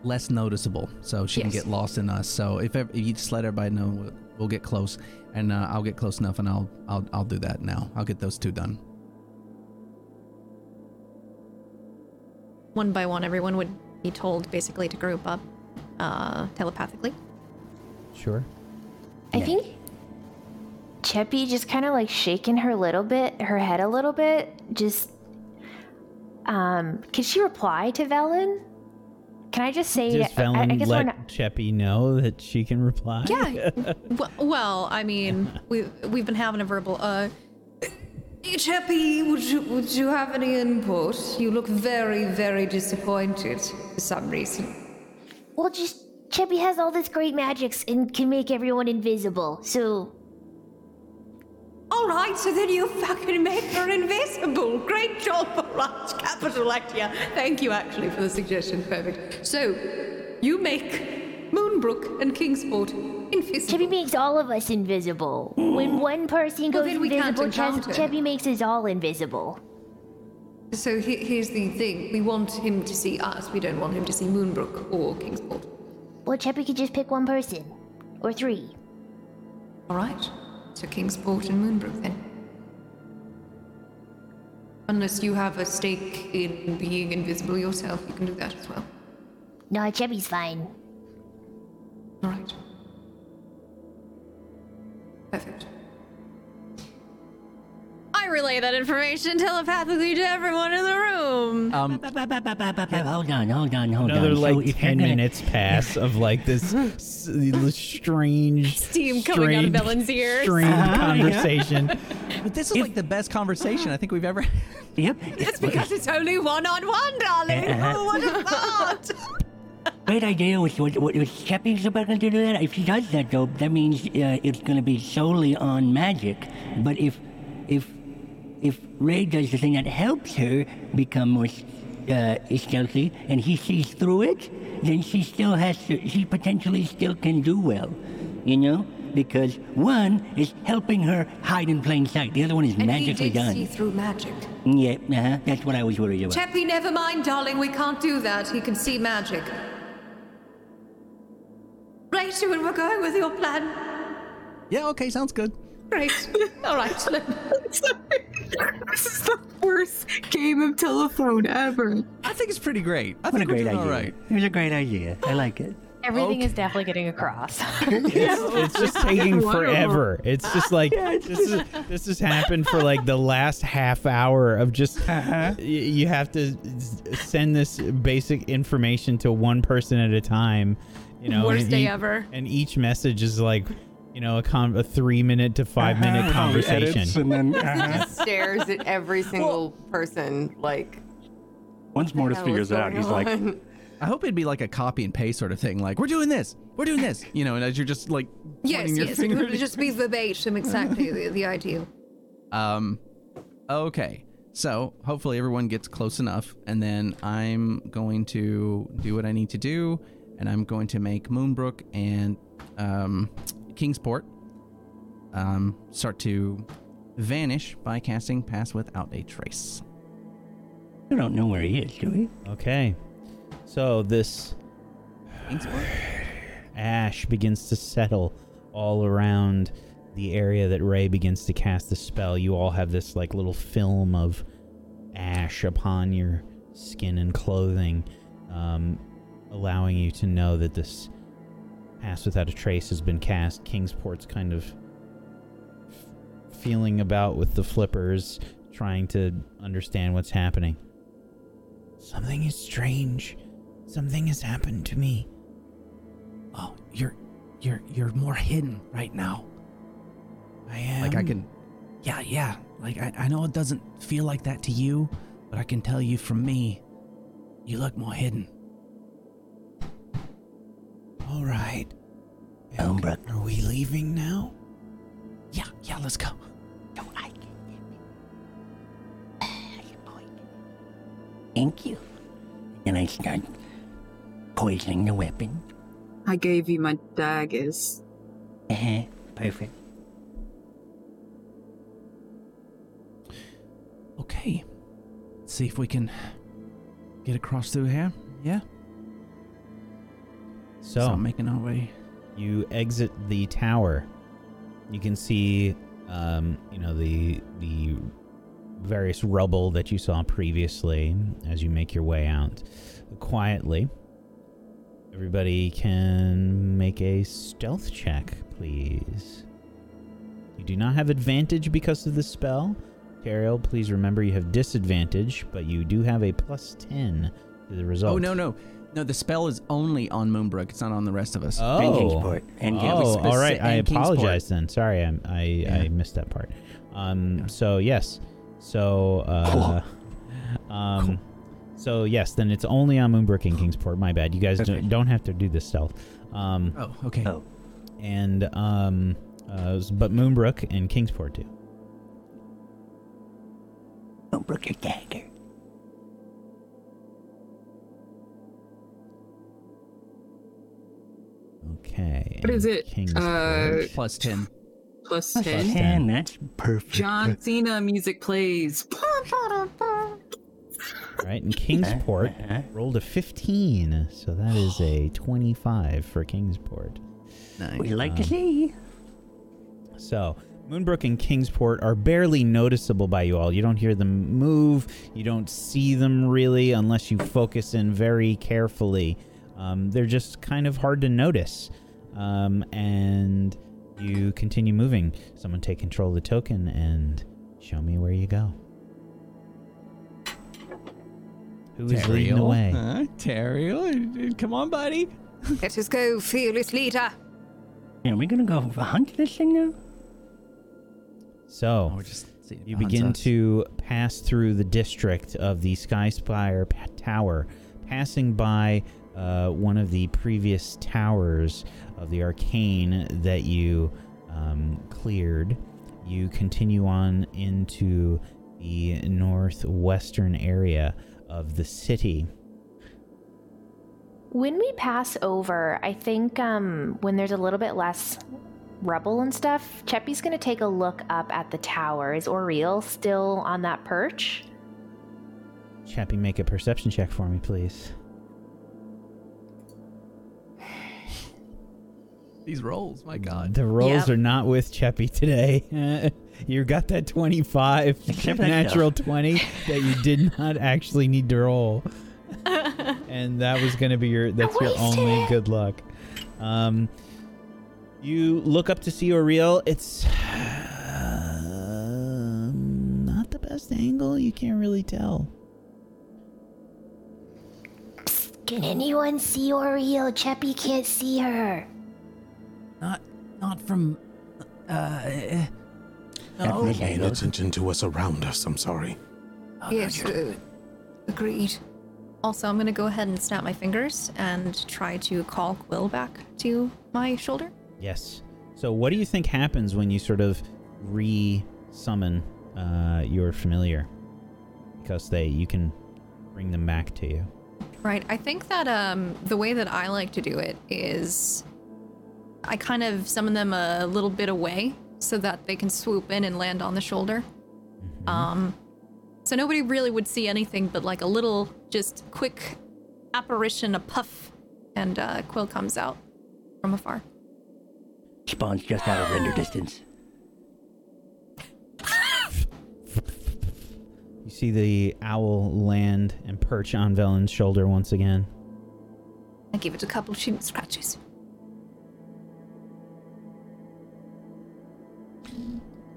Speaker 1: less noticeable, so she can
Speaker 6: Yes.
Speaker 1: get lost in us. So if, ev- if you just let everybody know, we'll, we'll get close, and uh, I'll get close enough, and I'll I'll I'll do that now. I'll get those two done.
Speaker 10: one by one, everyone would be told basically to group up uh, telepathically.
Speaker 8: Sure.
Speaker 4: I think
Speaker 9: Cheppy just kind of like shaking her little bit, her head a little bit. Just, um, can she reply to Velen? Can I just say?
Speaker 8: Does
Speaker 9: I, I
Speaker 8: Velen
Speaker 9: guess we're
Speaker 8: let
Speaker 9: not.
Speaker 8: Cheppy know that she can reply?
Speaker 10: Yeah. well, well, I mean, we we've been having a verbal. Uh,
Speaker 6: Cheppy, would you, would you have any input? You look very, very disappointed for some reason.
Speaker 4: Well, just Cheppy has all this great magics and can make everyone invisible. So
Speaker 6: All right, so then you fucking make her invisible. Great job, all right, capital idea. Thank you, actually, for the suggestion. Perfect. So, you make Moonbrook and Kingsport invisible.
Speaker 4: Cheppy makes all of us invisible. When one person
Speaker 6: Mm. Well,
Speaker 4: goes
Speaker 6: then we can't
Speaker 4: invisible, Chas-
Speaker 6: encounter.
Speaker 4: Cheppy makes us all invisible.
Speaker 6: So he- here's the thing: we want him to see us. We don't want him to see Moonbrook or Kingsport.
Speaker 4: Well, Cheppy could just pick one person or three.
Speaker 6: All right. So Kingsport and Moonbrook then. Unless you have a stake in being invisible yourself, you can do that as well.
Speaker 4: No, Cheppy's fine.
Speaker 6: All right. Perfect.
Speaker 10: I relay that information telepathically to everyone in the room.
Speaker 1: Um,
Speaker 3: Hold on, hold on, hold
Speaker 8: Another
Speaker 3: on. So
Speaker 8: like
Speaker 3: if you're
Speaker 8: 10
Speaker 3: gonna-
Speaker 8: minutes pass of like this s- strange
Speaker 10: Steam coming out of
Speaker 8: strange-
Speaker 10: Ellen's ears.
Speaker 8: strange
Speaker 3: Uh-huh, yeah.
Speaker 8: conversation.
Speaker 1: But this is like the best conversation I think we've ever.
Speaker 3: Yep.
Speaker 10: It's because it's only one on one,
Speaker 1: Eh,
Speaker 10: darling.
Speaker 3: Uh-uh.
Speaker 10: Oh, what a thought!
Speaker 3: Great idea with what, what was Sheppy's about to do that. If she does that though, that means uh, it's going to be solely on magic. But if if if Ray does the thing that helps her become more uh, stealthy, and he sees through it, then she still has to. She potentially still can do well, you know, because one is helping her hide in plain sight. The other one is
Speaker 6: And
Speaker 3: magically
Speaker 6: he did
Speaker 3: done.
Speaker 6: see through magic.
Speaker 3: Yeah, uh-huh. that's what I was worried about.
Speaker 6: Cheppy, never mind, darling. We can't do that. He can see magic. Rachel, we're going with your plan.
Speaker 1: Yeah. Okay. Sounds good.
Speaker 6: Great. All right. look,
Speaker 2: Sorry. this is the worst game of telephone ever.
Speaker 1: I think it's pretty great. I
Speaker 3: What a
Speaker 1: think we're
Speaker 3: great
Speaker 1: doing
Speaker 3: idea!
Speaker 1: all right.
Speaker 3: It was a great idea. I like it.
Speaker 9: Everything is definitely getting across.
Speaker 8: It's just taking forever. It's just like this is this has happened for like the last half hour of just
Speaker 3: Uh-huh.
Speaker 8: y- you have to s- send this basic information to one person at a time. You know,
Speaker 10: Worst
Speaker 8: and
Speaker 10: day
Speaker 8: ea-
Speaker 10: ever.
Speaker 8: And each message is like, you know, a, con- a three minute to 5 minute
Speaker 3: Uh-huh. Edits
Speaker 8: conversation.
Speaker 3: and then, uh-huh.
Speaker 5: Stares at every single person. Like,
Speaker 11: Once Mortis
Speaker 5: "Hell,
Speaker 11: figures
Speaker 5: what's
Speaker 11: it out,
Speaker 5: going
Speaker 11: he's like,
Speaker 5: on?"
Speaker 1: I hope it'd be like a copy and paste sort of thing. Like we're doing this. We're doing this. You know, and as you're just like
Speaker 6: Yes,
Speaker 1: pointing your
Speaker 6: yes. It
Speaker 1: finger.
Speaker 6: would just be verbatim, exactly the, the ideal.
Speaker 1: Um, okay. So hopefully everyone gets close enough, and then I'm going to do what I need to do, and I'm going to make Moonbrook and um, Kingsport um, start to vanish by casting Pass Without a Trace.
Speaker 3: we don't know where he is, do we?
Speaker 8: Okay. So this
Speaker 1: Kingsport.
Speaker 8: ash begins to settle all around the area that Ray begins to cast the spell. You all have this like little film of ash upon your skin and clothing, um, allowing you to know that this pass without a trace has been cast. Kingsport's kind of f- feeling about with the flippers, trying to understand what's happening. Something is strange. Something has happened to me.
Speaker 1: Oh, you're you're you're more hidden right now.
Speaker 8: I am.
Speaker 1: Like I can. Yeah, yeah. Like I, I know it doesn't feel like that to you, but I can tell you from me, you look more hidden.
Speaker 8: All right.
Speaker 3: Oh, Brooke.
Speaker 8: Are we leaving now?
Speaker 1: Yeah, yeah. Let's go.
Speaker 3: Thank you. And I start poisoning the weapon.
Speaker 2: I gave you my daggers.
Speaker 3: Uh-huh. Perfect.
Speaker 1: Okay. Let's see if we can get across through here. Yeah.
Speaker 8: So,
Speaker 1: Start making our way.
Speaker 8: you exit the tower. You can see, um, you know, the the various rubble that you saw previously as you make your way out quietly. Everybody can make a stealth check, please. You You do not have advantage because of the spell. Tariel, please remember you have disadvantage, but you do have a plus 10 to the result.
Speaker 1: Oh no no no! The spell is only on Moonbrook. It's not on the rest of us.
Speaker 8: Oh.
Speaker 3: And Kingsport. And
Speaker 8: oh,
Speaker 3: Kingsport.
Speaker 8: all right. I
Speaker 1: And Kingsport.
Speaker 8: apologize then. Sorry, I'm, I I
Speaker 1: Yeah.
Speaker 8: missed that part. Um. So yes. So uh. Um. So yes, then it's only on Moonbrook and Kingsport. My bad. You guys don't, don't have to do this stealth. Um.
Speaker 1: Oh okay.
Speaker 3: Oh,
Speaker 8: And um. Uh, but Moonbrook and Kingsport do.
Speaker 3: don't brook your dagger.
Speaker 8: Okay.
Speaker 2: What is
Speaker 8: and
Speaker 2: it?
Speaker 8: Kingsport.
Speaker 2: Uh,
Speaker 1: Plus ten.
Speaker 2: Plus
Speaker 8: Plus
Speaker 2: 10.
Speaker 8: 10.
Speaker 3: And that's perfect.
Speaker 2: John Cena music plays.
Speaker 8: right? And Kingsport
Speaker 3: Uh-huh.
Speaker 8: rolled a 15, so that is a 25 for Kingsport. Um,
Speaker 3: We like to see.
Speaker 8: So Moonbrook and Kingsport are barely noticeable by you all. You don't hear them move. You don't see them really, unless you focus in very carefully. Um, they're just kind of hard to notice. Um, and you continue moving. Someone take control of the token and show me where you go. Who is leading the
Speaker 1: Tariel?
Speaker 8: way?
Speaker 1: Huh? Tariel? Oh, Come on, buddy.
Speaker 6: Let us go, fearless leader.
Speaker 3: Are we gonna go hunt this thing now?
Speaker 8: So
Speaker 1: Oh, we're just sitting
Speaker 8: You
Speaker 1: behind
Speaker 8: begin
Speaker 1: us.
Speaker 8: to pass through the district of the Skyspire pa- Tower, passing by uh, one of the previous towers of the arcane that you um, cleared. You continue on into the northwestern area of the city.
Speaker 9: When we pass over, I think um, when there's a little bit less rubble and stuff, Cheppy's going to take a look up at the tower. Is Oriel still on that perch?
Speaker 8: Chappie, make a perception check for me, please.
Speaker 1: These rolls, my god.
Speaker 8: The rolls
Speaker 10: Yep.
Speaker 8: are not with Cheppy today. you got that 25
Speaker 3: Except that
Speaker 8: natural 20 that you did not actually need to roll. and that was going to be your that's your
Speaker 9: wasted
Speaker 8: only
Speaker 9: it.
Speaker 8: good luck. Um you look up to see Oriel. It's um, not the best angle. You can't really tell.
Speaker 4: Can anyone see Oriel? Cheppy can't see her.
Speaker 1: Not, not from. Uh,
Speaker 3: That was
Speaker 7: Paying
Speaker 3: angled.
Speaker 7: attention to what's around us, I'm sorry.
Speaker 6: yes, uh, agreed. Also, I'm gonna go ahead and snap my fingers and try to call Quill back to my shoulder.
Speaker 8: Yes. So, what do you think happens when you sort of re-summon uh, your familiar? Because they, you can bring them back to you.
Speaker 6: Right. I think that um, the way that I like to do it is I kind of summon them a little bit away so that they can swoop in and land on the shoulder. Um, so nobody really would see anything but like a little, just quick apparition, a puff, and uh, Quill comes out from afar.
Speaker 3: Spawns just out of render distance.
Speaker 8: You see the owl land and perch on Velen's shoulder once again.
Speaker 6: I give it a couple of shooting scratches.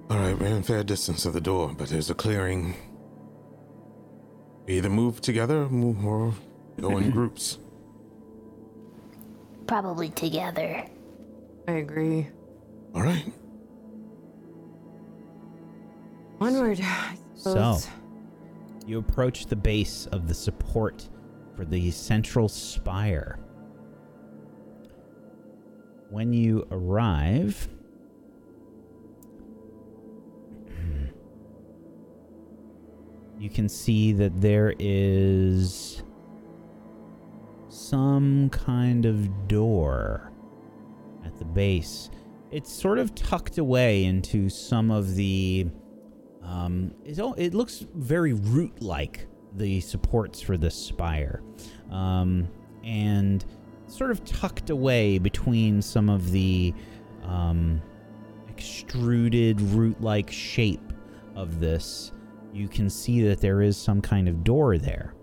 Speaker 7: All right, we're in fair distance of the door, but there's a clearing. We either move together move or go in groups.
Speaker 4: Probably together.
Speaker 5: I agree.
Speaker 7: All right.
Speaker 5: Onward, I
Speaker 8: So,
Speaker 5: suppose.
Speaker 8: you approach the base of the support for the central spire. When you arrive, you can see that there is some kind of door at the base. It's sort of tucked away into some of the um, it's all, it looks very root like, the supports for this spire. Um, and sort of tucked away between some of the um, extruded root like shape of this, you can see that there is some kind of door there.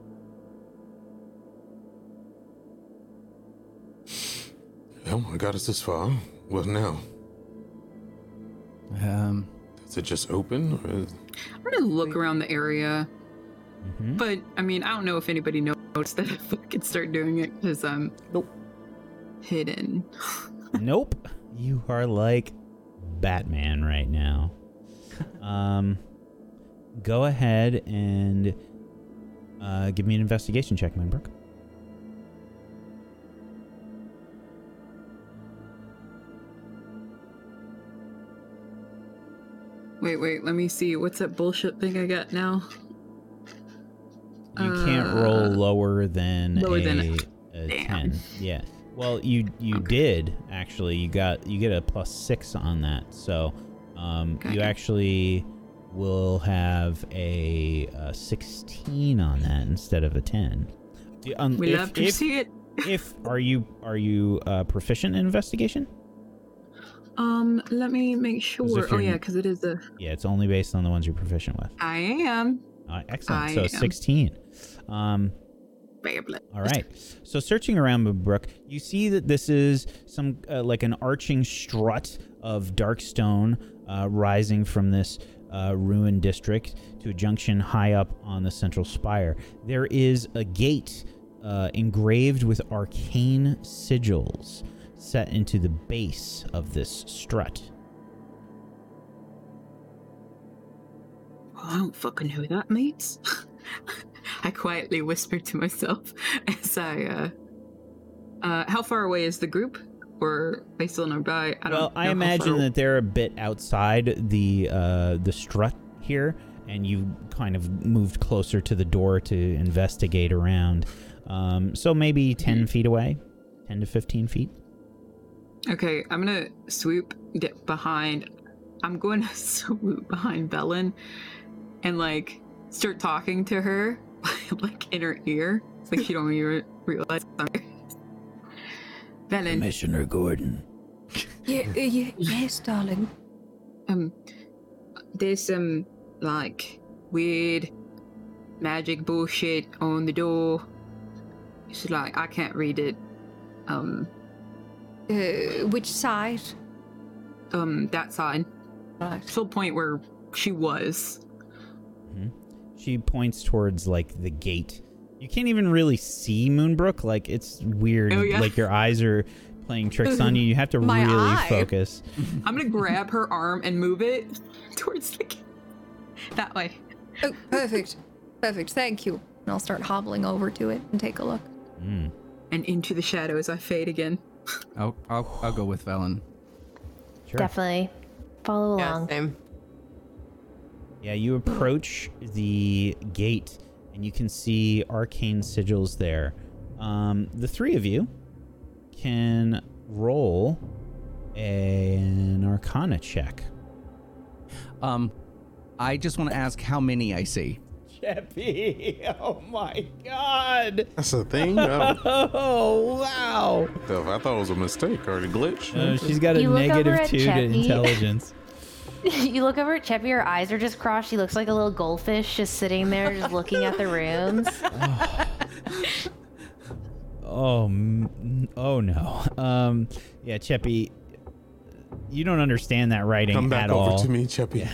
Speaker 7: Well, we got us this far. Well, now?
Speaker 1: Um,
Speaker 7: Is it just open? Or is...
Speaker 2: I'm gonna look around the area, but I mean, I don't know if anybody noticed that if I could start doing it because I'm
Speaker 7: Nope.
Speaker 2: hidden.
Speaker 8: nope. You are like Batman right now. Um, go ahead and uh, give me an investigation check, Moonbrook.
Speaker 2: Wait, wait, let me see. What's that bullshit thing I got now?
Speaker 8: You can't roll lower than
Speaker 2: Uh, lower
Speaker 8: a,
Speaker 2: than a-
Speaker 8: a
Speaker 2: Damn.
Speaker 8: ten. Yeah. Well, you you did actually. You got you get a plus six on that. So, um, you actually will have a, uh sixteen on that instead of a ten. Do- um,
Speaker 2: We
Speaker 8: if-
Speaker 2: love to
Speaker 8: if-
Speaker 2: see it.
Speaker 8: if are you are you uh, proficient in investigation?
Speaker 2: Um, let me make sure.
Speaker 8: if
Speaker 2: Oh
Speaker 8: you're-
Speaker 2: yeah, because it is a.
Speaker 8: Yeah, it's only based on the ones you're proficient with.
Speaker 2: I am.
Speaker 8: Uh, excellent.
Speaker 2: I
Speaker 8: so
Speaker 2: am.
Speaker 8: sixteen. Um,
Speaker 2: Bablet.
Speaker 8: All right. So searching around Moonbrook, you see that this is some uh, like an arching strut of dark stone uh, rising from this uh, ruined district to a junction high up on the central spire. There is a gate uh, engraved with arcane sigils set into the base of this strut.
Speaker 2: Well, I don't fucking know who that means. I quietly whispered to myself as I. Uh, uh, how far away is the group? Or are they still nearby? I don't
Speaker 8: well, I
Speaker 2: know how
Speaker 8: imagine
Speaker 2: far-
Speaker 8: that they're a bit outside the uh, the strut here, and you kind of moved closer to the door to investigate around. Um, so maybe ten feet away, ten to fifteen feet.
Speaker 2: Okay, I'm gonna swoop get behind. I'm going to swoop behind Belen and like start talking to her, like in her ear. It's like she don't even realize I'm here. Belen,
Speaker 3: Commissioner Gordon.
Speaker 6: Yeah, uh, ye- yes, darling.
Speaker 2: um, there's some like weird magic bullshit on the door. It's like I can't read it. Um,
Speaker 6: Uh, which side?
Speaker 2: um, that side.
Speaker 6: Right.
Speaker 2: Still point where she was.
Speaker 8: She points towards like the gate. You can't even really see Moonbrook. Like it's weird.
Speaker 2: Oh, yeah.
Speaker 8: Like your eyes are playing tricks on you. You have to
Speaker 6: My
Speaker 8: really
Speaker 6: eye.
Speaker 8: focus.
Speaker 2: I'm gonna grab her arm and move it towards the ca- that way.
Speaker 6: Oh, perfect. Perfect. Thank you. And I'll start hobbling over to it and take a look.
Speaker 8: Mm.
Speaker 2: And into the shadows, I fade again.
Speaker 1: I'll, I'll, I'll go with Velen.
Speaker 8: Sure.
Speaker 9: Definitely follow
Speaker 5: Yeah,
Speaker 9: along.
Speaker 5: same.
Speaker 8: Yeah, you approach the gate and you can see arcane sigils there. Um, the three of you can roll an arcana check.
Speaker 1: Um, I just want to ask how many I see.
Speaker 8: Jeppy! Oh my god!
Speaker 7: That's a thing. I, don't
Speaker 8: Oh wow!
Speaker 7: know. I thought it was a mistake or a glitch.
Speaker 8: Uh, she's got a
Speaker 9: You look over
Speaker 8: negative
Speaker 9: at
Speaker 8: two to
Speaker 9: Jeppy.
Speaker 8: intelligence.
Speaker 9: you look over at Cheppy, her eyes are just crossed. She looks like a little goldfish just sitting there, just looking at the rooms.
Speaker 8: Oh, m- oh no. Um, yeah, Cheppy, you don't understand that writing
Speaker 7: Come
Speaker 8: at
Speaker 7: back
Speaker 8: all. Uh,
Speaker 7: over to me, Cheppy.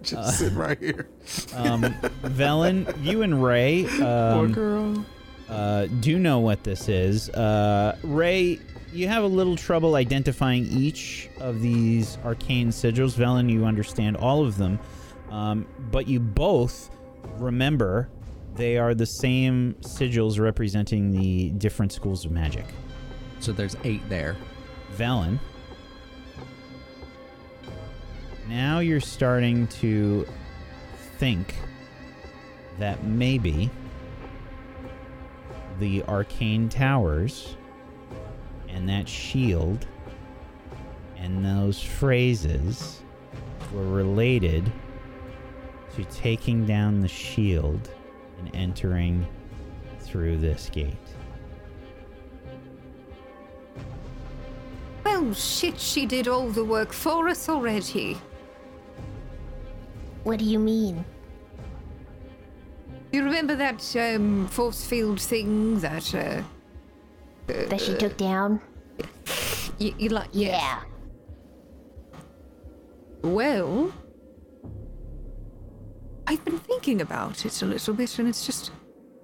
Speaker 7: Just sit right here.
Speaker 8: Um, Velen, you and Ray um,
Speaker 7: girl.
Speaker 8: uh, do know what this is. Uh, Ray, you have a little trouble identifying each of these arcane sigils. Velen, you understand all of them, um, but you both remember they are the same sigils representing the different schools of magic.
Speaker 1: So there's eight there.
Speaker 8: Velen. Now you're starting to think that maybe the arcane towers and that shield and those phrases were related to taking down the shield and entering through this gate.
Speaker 6: Well, shit, she did all the work for us already.
Speaker 4: What do you mean?
Speaker 6: You remember that um, force field thing that uh,
Speaker 4: That she took down?
Speaker 6: you, you like?
Speaker 4: Yeah.
Speaker 6: Well, I've been thinking about it a little bit, and it's just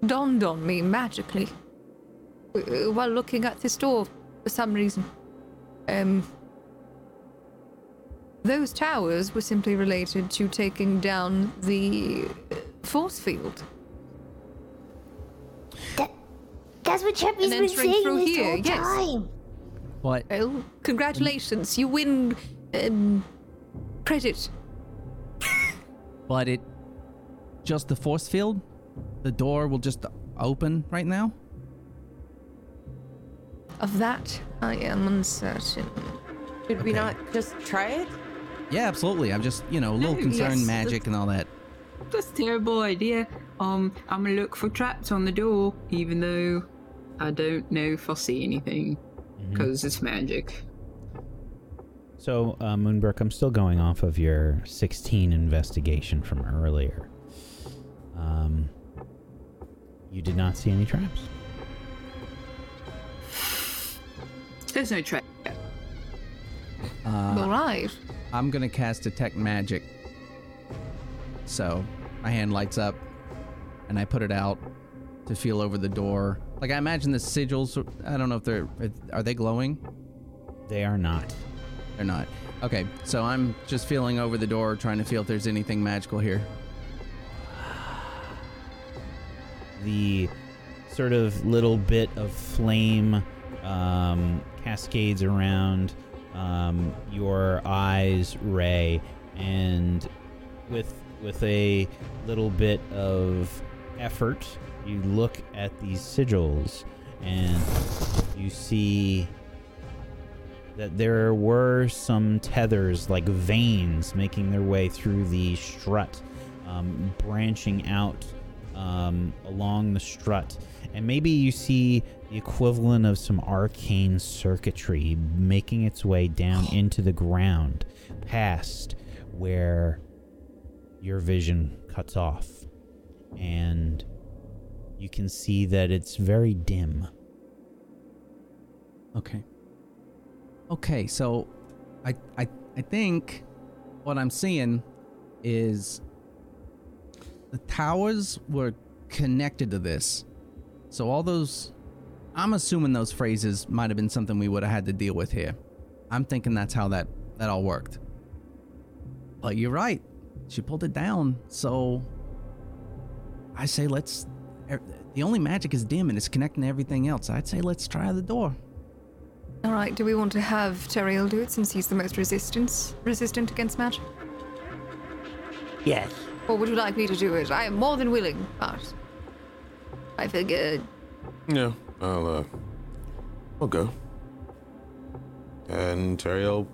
Speaker 6: dawned on me magically uh, while looking at this door for some reason. Um, those towers were simply related to taking down the uh, force field.
Speaker 4: That's what Cheppy's been
Speaker 6: entering
Speaker 4: saying
Speaker 6: through
Speaker 4: this
Speaker 6: here,
Speaker 4: whole
Speaker 6: yes.
Speaker 4: time.
Speaker 1: What?
Speaker 6: Well, congratulations, you win um, credit.
Speaker 1: But it. Just the force field? The door will just open right now?
Speaker 6: Of that, I am uncertain.
Speaker 5: Should we
Speaker 1: Okay.
Speaker 5: not just try it?
Speaker 1: Yeah, absolutely. I'm just, you know, a little
Speaker 2: No,
Speaker 1: concerned
Speaker 2: yes,
Speaker 1: magic and all that.
Speaker 2: That's a terrible idea. Um, I'm gonna look for traps on the door, even though I don't know if I'll see anything because it's magic.
Speaker 8: So, uh, Moonbrook, I'm still going off of your 16 investigation from earlier. Um, you did not see any traps.
Speaker 2: There's no trap.
Speaker 6: All right.
Speaker 1: Uh, I'm gonna cast detect magic. So my hand lights up, and I put it out to feel over the door. Like I imagine the sigils. I don't know if they're are they glowing?
Speaker 8: They are not.
Speaker 1: They're not. Okay, so I'm just feeling over the door, trying to feel if there's anything magical here.
Speaker 8: the sort of little bit of flame um, cascades around um, your eyes, Ray, and with with a little bit of effort, you look at these sigils and you see that there were some tethers like veins making their way through the strut, um, branching out um, along the strut. And maybe you see the equivalent of some arcane circuitry making its way down into the ground, past where your vision cuts off. And you can see that it's very dim.
Speaker 1: Okay. Okay, so I I I think what I'm seeing is the towers were connected to this. So all those I'm assuming those phrases might have been something we would have had to deal with here. I'm thinking that's how that that all worked. But you're right. She pulled it down. So I say let's er, the only magic is dim and it's connecting to everything else. I'd say let's try the door.
Speaker 6: All right, do we want to have Teriel do it since he's the most resistance resistant against magic?
Speaker 3: Yes.
Speaker 6: Or would you like me to do it? I am more than willing, but I figured
Speaker 7: Yeah, I'll uh, I'll go. And Teriel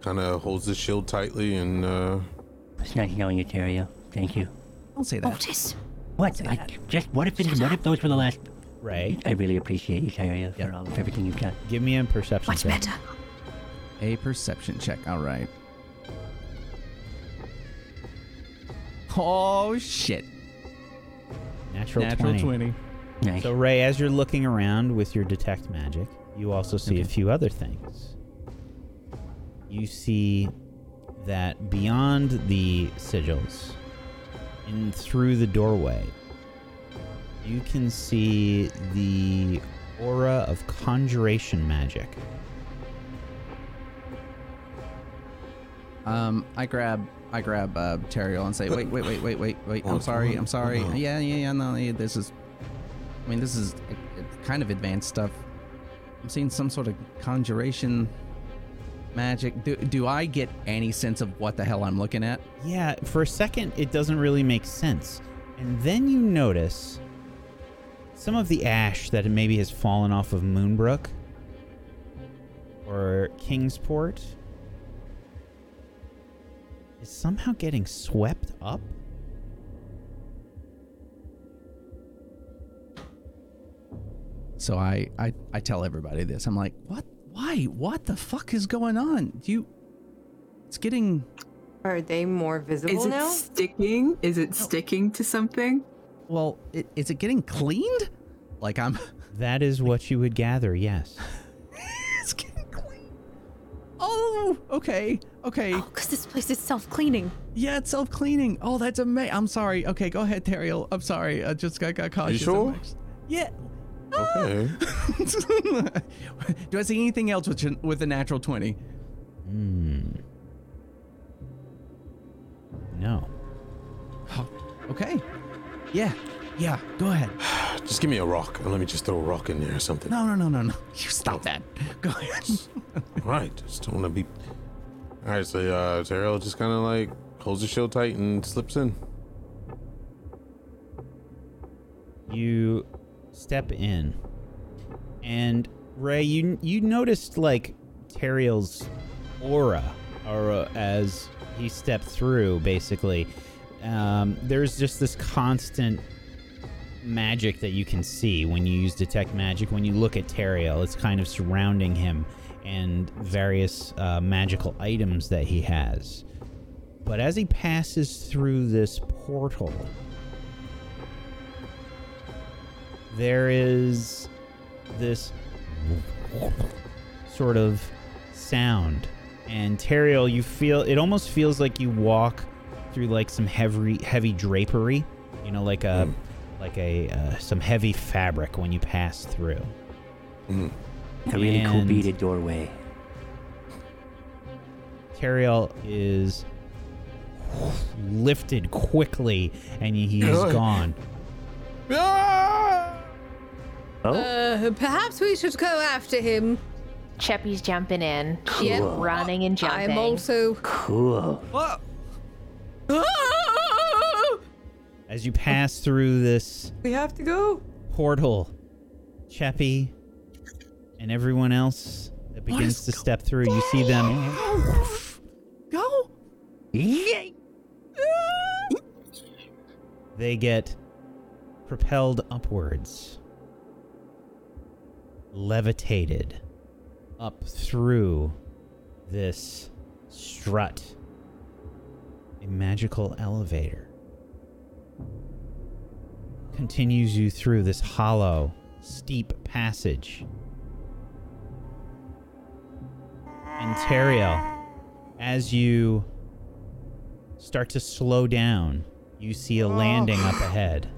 Speaker 7: kind of holds his shield tightly and uh,
Speaker 3: It's nice knowing you, Terrio. Thank you.
Speaker 1: Don't say that.
Speaker 6: Otis.
Speaker 3: What? I, just what if it, what if those were the last?
Speaker 8: Ray,
Speaker 3: I really appreciate you, Terrio,
Speaker 8: Yep.
Speaker 3: for all of everything you've done.
Speaker 8: give me a perception
Speaker 6: Much
Speaker 8: check.
Speaker 6: better.
Speaker 1: A perception check. All right. Oh shit!
Speaker 8: Natural,
Speaker 1: Natural
Speaker 8: 20.
Speaker 1: twenty.
Speaker 3: Nice.
Speaker 8: So, Ray, as you're looking around with your detect magic, you also see a few other things. You see that beyond the sigils and through the doorway, you can see the aura of conjuration magic.
Speaker 1: Um, I grab, I grab uh, Teriel and say, wait, wait, wait, wait, wait, wait.
Speaker 7: Oh,
Speaker 1: I'm sorry, I'm sorry.
Speaker 7: oh, no.
Speaker 1: Yeah, yeah, yeah. No, yeah, this is. I mean, this is uh, uh, kind of advanced stuff. I'm seeing some sort of conjuration magic. Do, do I get any sense of what the hell I'm looking at?
Speaker 8: Yeah, for a second, it doesn't really make sense. And then you notice some of the ash that maybe has fallen off of Moonbrook or Kingsport is somehow getting swept up.
Speaker 1: So I, I, I tell everybody this. I'm like, what? Why? What the fuck is going on? Do you? It's getting.
Speaker 5: Are they more
Speaker 2: Is
Speaker 5: visible
Speaker 2: it
Speaker 5: now?
Speaker 2: sticking? Is it sticking to something?
Speaker 1: Well, i- is it getting cleaned? Like I'm.
Speaker 8: That is what you would gather, yes.
Speaker 1: it's getting cleaned. Oh, okay. Okay.
Speaker 10: Because this place is self cleaning.
Speaker 1: Yeah, it's self cleaning. Oh, that's amazing. I'm sorry. Okay, go ahead, Teriel. I'm sorry. I just got, got cautious.
Speaker 7: sure?
Speaker 1: Yeah. Ah.
Speaker 7: Okay.
Speaker 1: Do I see anything else with, an- with a natural 20?
Speaker 8: Hmm. No.
Speaker 1: Oh, Okay. Yeah. Yeah. Go ahead.
Speaker 7: Just give me a rock and let me just throw a rock in there or something.
Speaker 1: No, no, no, no, no. You stop that. Go ahead.
Speaker 7: Right. Just don't want to be. All right. So uh, Terrell just kind of like holds his shield tight and slips in.
Speaker 8: you step in and ray you you noticed like Teriel's aura aura as he stepped through basically um, there's just this constant magic that you can see when you use detect magic when you look at Teriel it's kind of surrounding him and various uh, magical items that he has but as he passes through this portal there is this sort of sound and Teriel you feel it almost feels like you walk through like some heavy heavy drapery you know like a like a uh, some heavy fabric when you pass through
Speaker 3: A really cool
Speaker 8: And-
Speaker 3: beaded doorway.
Speaker 8: Teriel is lifted quickly and he's
Speaker 7: Ugh.
Speaker 8: gone
Speaker 3: Oh,
Speaker 10: Ah! Uh, perhaps we should go after him.
Speaker 9: Cheppy's jumping in. She's
Speaker 10: Yeah.
Speaker 3: Cool.
Speaker 9: running and jumping.
Speaker 10: I'm also.
Speaker 3: cool.
Speaker 1: Whoa.
Speaker 10: Ah!
Speaker 8: as you pass through this
Speaker 5: We have to go.
Speaker 8: portal, Chappie, and everyone else that begins to step through. You see them.
Speaker 1: Go.
Speaker 3: Yay!
Speaker 8: They get propelled upwards, levitated up through this strut, a magical elevator. Continues you through this hollow, steep passage. And Teriel, as you start to slow down, you see a landing up ahead.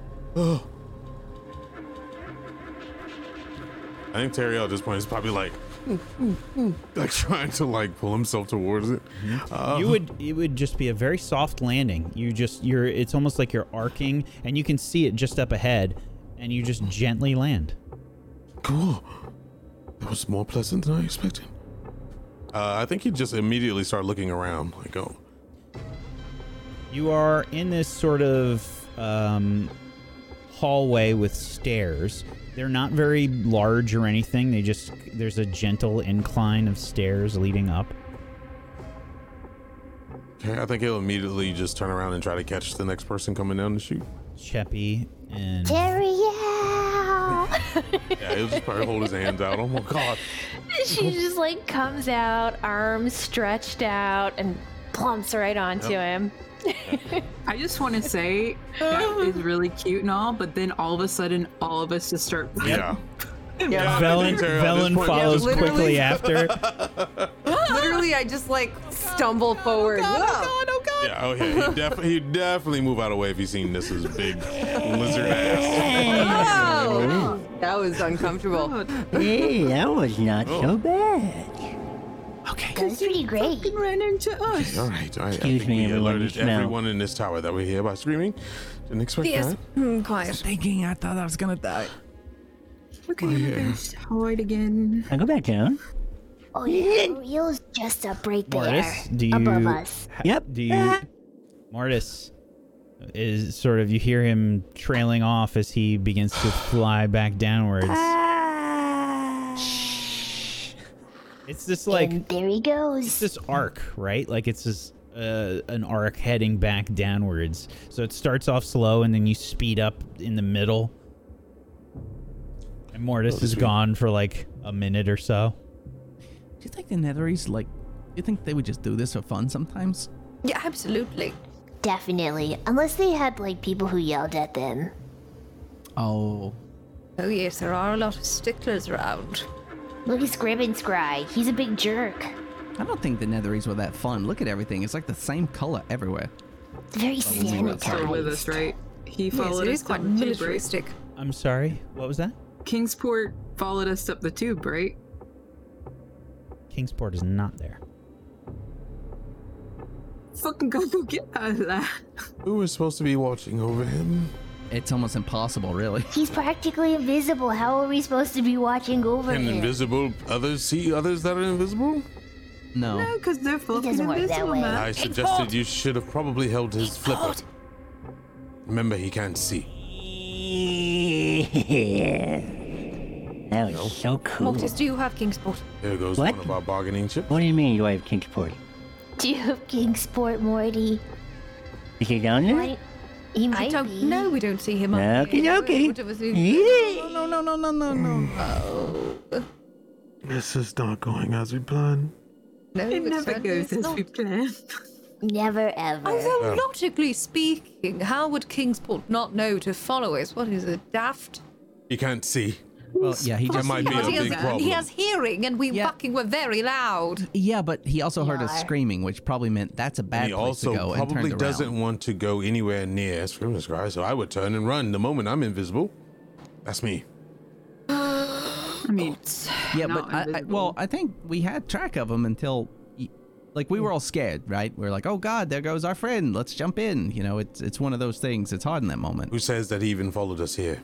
Speaker 7: I think Terrell at this point is probably like, like trying to like pull himself towards it. Uh,
Speaker 8: Mm-hmm. you would it would just be a very soft landing. You just you're it's almost like you're arcing and you can see it just up ahead and you just gently land.
Speaker 7: Cool. That was more pleasant than I expected. Uh, I think he just immediately started looking around, like, oh,
Speaker 8: You are in this sort of um, hallway with stairs. They're not very large or anything. They just there's a gentle incline of stairs leading up.
Speaker 7: okay. I think he'll immediately just turn around and try to catch the next person coming down the chute.
Speaker 8: Cheppy and
Speaker 4: Terry, yeah.
Speaker 7: Yeah, he'll just probably hold his hands out. Oh my god.
Speaker 9: she just like comes out, arms stretched out, and plumps right onto him.
Speaker 2: I just want to say that is really cute and all, but then all of a sudden, all of us just start.
Speaker 7: Yeah.
Speaker 5: Yeah.
Speaker 8: Velen,
Speaker 7: Terrell, at this
Speaker 8: Velen
Speaker 7: point-
Speaker 8: follows
Speaker 5: Yeah, literally.
Speaker 8: quickly after.
Speaker 5: Literally, I just like stumble forward. Whoa.
Speaker 7: Yeah, oh yeah, he'd, def- he'd definitely move out of the way if he's seen this as big lizard ass.
Speaker 5: oh, Whoa. That was uncomfortable.
Speaker 3: hey, that was not
Speaker 7: Oh.
Speaker 3: so bad.
Speaker 4: That's pretty great.
Speaker 2: ran into us.
Speaker 7: All right, all right.
Speaker 3: Excuse
Speaker 7: I think
Speaker 3: me,
Speaker 7: we
Speaker 3: everyone,
Speaker 7: alerted
Speaker 3: you smell.
Speaker 7: everyone in this tower that we're here by screaming. Didn't expect
Speaker 6: Yes.
Speaker 7: that.
Speaker 6: Hmm, quiet.
Speaker 1: Thinking I thought I was gonna die.
Speaker 2: Okay,
Speaker 7: Oh,
Speaker 2: we're gonna hide again.
Speaker 3: I go back down.
Speaker 4: Oh yeah, Ariel's just up right there,
Speaker 8: Mortis, do you
Speaker 4: above us.
Speaker 8: ha-
Speaker 3: Yep.
Speaker 8: Do you Mortis is sort of you hear him trailing off as he begins to fly back downwards.
Speaker 4: Ah,
Speaker 8: It's this like
Speaker 4: and there he
Speaker 8: it's
Speaker 4: goes.
Speaker 8: this arc, right? Like it's this uh, an arc heading back downwards. So it starts off slow and then you speed up in the middle. And Mortis is gone for like a minute or so.
Speaker 1: Do you think the Netheries like? You think they would just do this for fun sometimes?
Speaker 6: Yeah, absolutely.
Speaker 4: Definitely, unless they had like people who yelled at them.
Speaker 1: Oh.
Speaker 6: Oh yes, there are a lot of sticklers around.
Speaker 4: Look at Scrib and Scry. He's a big jerk.
Speaker 1: I don't think the Netheries were that fun. Look at everything; it's like the same color everywhere.
Speaker 4: It's very
Speaker 2: Still with us,
Speaker 4: sanitized.
Speaker 2: right? He
Speaker 6: Yes,
Speaker 2: followed
Speaker 6: it
Speaker 2: us
Speaker 6: is quite
Speaker 2: down the tube, right?
Speaker 6: militaristic.
Speaker 8: I'm sorry. What was that?
Speaker 2: Kingsport followed us up the tube, right?
Speaker 8: Kingsport is not there.
Speaker 2: Fucking go go get out of that.
Speaker 7: Who is supposed to be watching over him?
Speaker 1: It's almost impossible, really.
Speaker 4: He's practically invisible. How are we supposed to be watching over
Speaker 7: Can
Speaker 4: him?
Speaker 7: invisible others see others that are invisible?
Speaker 1: No,
Speaker 2: No, because they're fucking
Speaker 4: doesn't work that
Speaker 2: invisible,
Speaker 4: way.
Speaker 2: man.
Speaker 7: I suggested you should have probably held his flipper. Remember, he can't see.
Speaker 3: That was so cool.
Speaker 5: Moctis, do you have Kingsport?
Speaker 7: There goes
Speaker 3: What?
Speaker 7: one of our bargaining chips.
Speaker 3: What do you mean, do I have Kingsport?
Speaker 4: Do you have Kingsport Morty?
Speaker 3: Is he down there?
Speaker 4: Why- He
Speaker 5: I
Speaker 4: might
Speaker 5: don't.
Speaker 4: be.
Speaker 5: No, we don't see him. up
Speaker 3: Okay,
Speaker 5: here.
Speaker 3: okay.
Speaker 5: Would have assumed-
Speaker 3: Yeah.
Speaker 1: no, no, no, no, no, no.
Speaker 11: This is not going as we planned.
Speaker 6: No,
Speaker 2: It never
Speaker 6: certainly
Speaker 2: goes
Speaker 6: is
Speaker 2: as
Speaker 6: not.
Speaker 2: we planned.
Speaker 4: Never ever.
Speaker 6: Although,
Speaker 7: Yeah.
Speaker 6: logically speaking, how would Kingsport not know to follow us? What is it, daft?
Speaker 7: He can't see.
Speaker 1: Well, yeah, he just
Speaker 7: might be
Speaker 6: Because
Speaker 7: a
Speaker 6: he,
Speaker 7: big
Speaker 6: has,
Speaker 7: problem.
Speaker 6: he has hearing, and we
Speaker 1: Yeah.
Speaker 6: fucking were very loud.
Speaker 1: Yeah, but he also heard us
Speaker 4: Yeah.
Speaker 1: screaming, which probably meant that's a bad
Speaker 7: he
Speaker 1: place to go.
Speaker 7: also
Speaker 1: and
Speaker 7: probably
Speaker 1: turned
Speaker 7: doesn't
Speaker 1: Around.
Speaker 7: want to go anywhere near Screamers Cry, so I would turn and run the moment I'm invisible. That's me.
Speaker 2: I mean,
Speaker 1: Yeah,
Speaker 2: not
Speaker 1: but I, I,
Speaker 2: invisible.
Speaker 1: well, I think we had track of him until, y- like, we were all scared, right? We are like, oh God, there goes our friend. Let's jump in. You know, it's it's one of those things. It's hard in that moment.
Speaker 7: Who says that he even followed us here?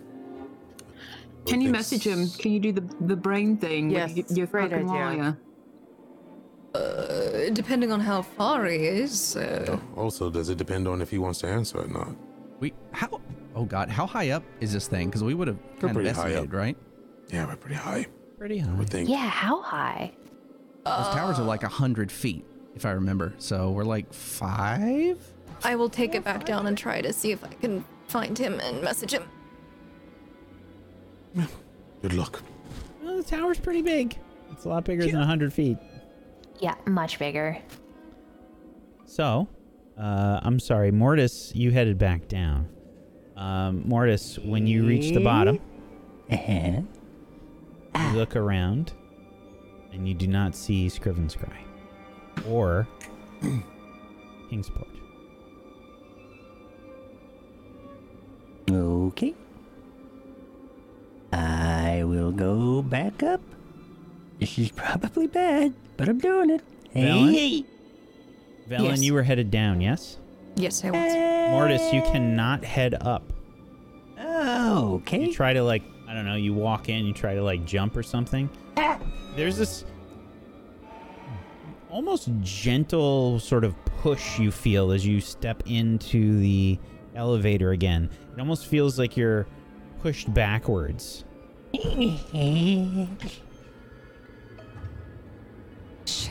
Speaker 2: can you
Speaker 7: Thinks-
Speaker 2: message him? Can you do the the brain thing?
Speaker 5: Yes,
Speaker 2: with y- your
Speaker 5: great
Speaker 2: fucking
Speaker 5: idea.
Speaker 2: wire?
Speaker 6: Uh, depending on how far he is, uh,
Speaker 7: Also, does it depend on if he wants to answer or not?
Speaker 1: We how? Oh God, how high up is this thing? Because we would have
Speaker 7: We're
Speaker 1: kind of
Speaker 7: pretty high
Speaker 1: estimated,
Speaker 7: up.
Speaker 1: right?
Speaker 7: Yeah, we're pretty high.
Speaker 8: Pretty
Speaker 7: I
Speaker 8: high.
Speaker 7: would think.
Speaker 9: Yeah, how high?
Speaker 1: Those towers are like a hundred feet, if I remember. So we're like five.
Speaker 6: I will take it back down and try to see if I can find him and message him.
Speaker 7: Good luck.
Speaker 8: Well, the tower's pretty big. It's a lot bigger than than 100 feet.
Speaker 9: Yeah, much bigger.
Speaker 8: So, uh, I'm sorry, Mortis, you headed back down. Um, Mortis, when you reach the bottom,
Speaker 3: Uh-huh.
Speaker 8: you look around and you do not see Scriven's Cry or Kingsport.
Speaker 3: Okay. I will go back up. This is probably bad, but I'm doing it.
Speaker 8: Valen?
Speaker 3: Hey!
Speaker 8: Velen,
Speaker 6: Yes.
Speaker 8: you were headed down, yes?
Speaker 6: Yes, I was.
Speaker 8: Mortis, you cannot head up. You
Speaker 3: Oh, Okay.
Speaker 8: try to, like, I don't know, you walk in, you try to, like, jump or something. There's this almost gentle sort of push you feel as you step into the elevator again. It almost feels like you're pushed backwards.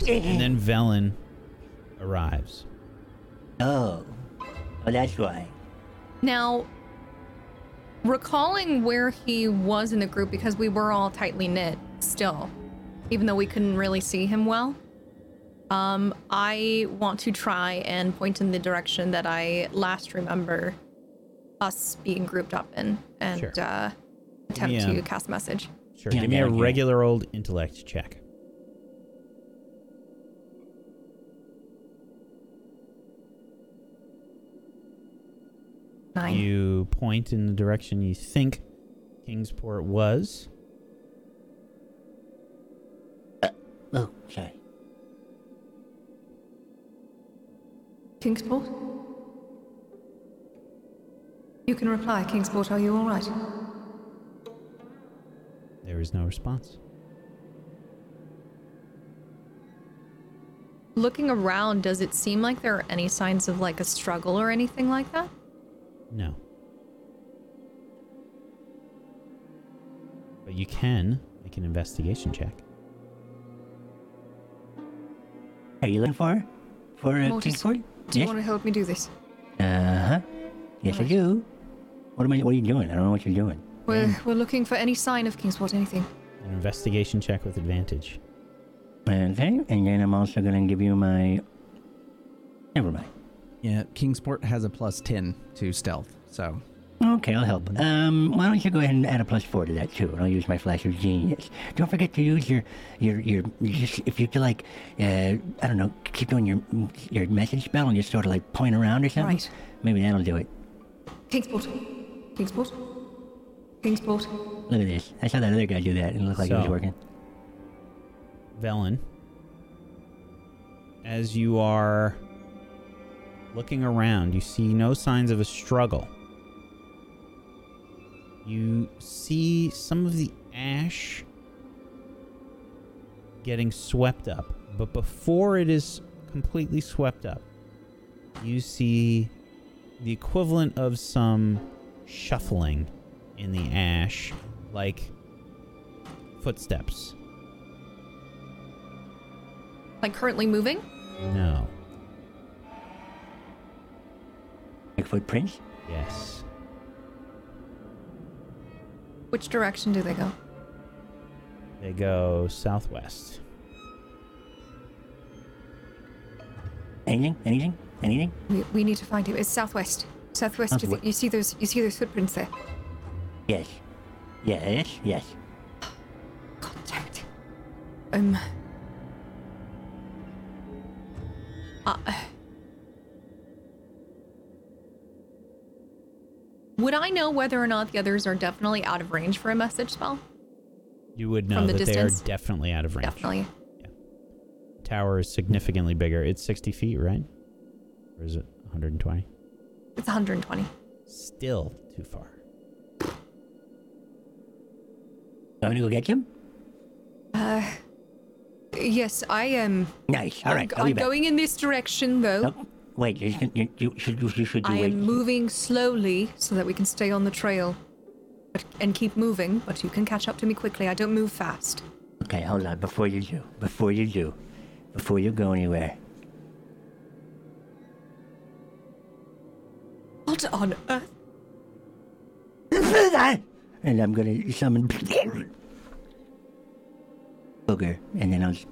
Speaker 8: And then Velen arrives.
Speaker 3: oh. Oh, that's why.
Speaker 6: Now, recalling where he was in the group because we were all tightly knit still, even though we couldn't really see him well. Um, I want to try and point in the direction that I last remember us being grouped up in and
Speaker 8: Sure.
Speaker 6: uh, attempt
Speaker 8: Yeah.
Speaker 6: to cast a message.
Speaker 8: Sure.
Speaker 3: Yeah,
Speaker 8: Give me a
Speaker 3: yeah, yeah.
Speaker 8: regular old intellect check.
Speaker 6: Nine.
Speaker 8: You point in the direction you think Kingsport was.
Speaker 3: Oh, sorry.
Speaker 6: Kingsport? You can reply, Kingsport, are you alright?
Speaker 8: There is no response.
Speaker 6: Looking around, does it seem like there are any signs of like a struggle or anything like that?
Speaker 8: No. But you can make an investigation check.
Speaker 3: Are you looking for? For uh,
Speaker 6: Mortis,
Speaker 3: Kingsport?
Speaker 6: Do you
Speaker 3: yes?
Speaker 6: want to help me do this?
Speaker 3: Uh huh. Yes, I do. What am I? What are you doing? I don't know what you're doing.
Speaker 6: We're, we're looking for any sign of Kingsport, anything.
Speaker 8: An investigation check with advantage.
Speaker 3: Okay, and then I'm also gonna give you my. Never mind.
Speaker 1: Yeah, Kingsport has a plus ten to stealth, so
Speaker 3: Okay, I'll help. Um, why don't you go ahead and add a plus four to that too, and I'll use my flash of genius. Don't forget to use your your your you just if you feel like uh, I don't know, keep doing your your message spell and just sort of like point around or something.
Speaker 6: Right.
Speaker 3: Maybe that'll do it.
Speaker 6: Kingsport. Kingsport. Kingsport.
Speaker 3: Look at this. I saw that other guy do that and it looked like it was
Speaker 8: So-
Speaker 3: working.
Speaker 8: Velen, as you are looking around, you see no signs of a struggle. You see some of the ash getting swept up, but before it is completely swept up, you see the equivalent of some shuffling in the ash, like footsteps.
Speaker 6: Like currently moving?
Speaker 8: No.
Speaker 3: Like footprints?
Speaker 8: Yes.
Speaker 6: Which direction do they go?
Speaker 8: They go southwest.
Speaker 3: Anything? Anything? Anything?
Speaker 6: We, we need to find you. It's southwest. Southwest. You,
Speaker 3: Southwest.
Speaker 6: th- you see those? You see those footprints there?
Speaker 3: Yes. Yes. Yes.
Speaker 6: God damn it. Um. Uh, would I know whether or not the others are definitely out of range for a message spell?
Speaker 8: You would know
Speaker 6: From the
Speaker 8: that
Speaker 6: distance?
Speaker 8: they are definitely out of range.
Speaker 6: Definitely.
Speaker 8: Tower is significantly bigger. It's 60 feet, right? Or is it 120?
Speaker 6: It's 120.
Speaker 8: Still too far.
Speaker 3: Want me to go get him?
Speaker 6: Uh, yes, I am.
Speaker 3: Nice. All right.
Speaker 6: I'm,
Speaker 3: I'll be
Speaker 6: I'm
Speaker 3: back.
Speaker 6: going in this direction, though.
Speaker 3: Wait. You, should- you, you should. You should. You should
Speaker 6: I
Speaker 3: wait.
Speaker 6: am moving slowly so that we can stay on the trail but, and keep moving, but you can catch up to me quickly. I don't move fast.
Speaker 3: Okay, hold on. Before you do, before you do, before you go anywhere,
Speaker 6: What on earth?
Speaker 3: and I'm gonna summon Booger, and then I'll just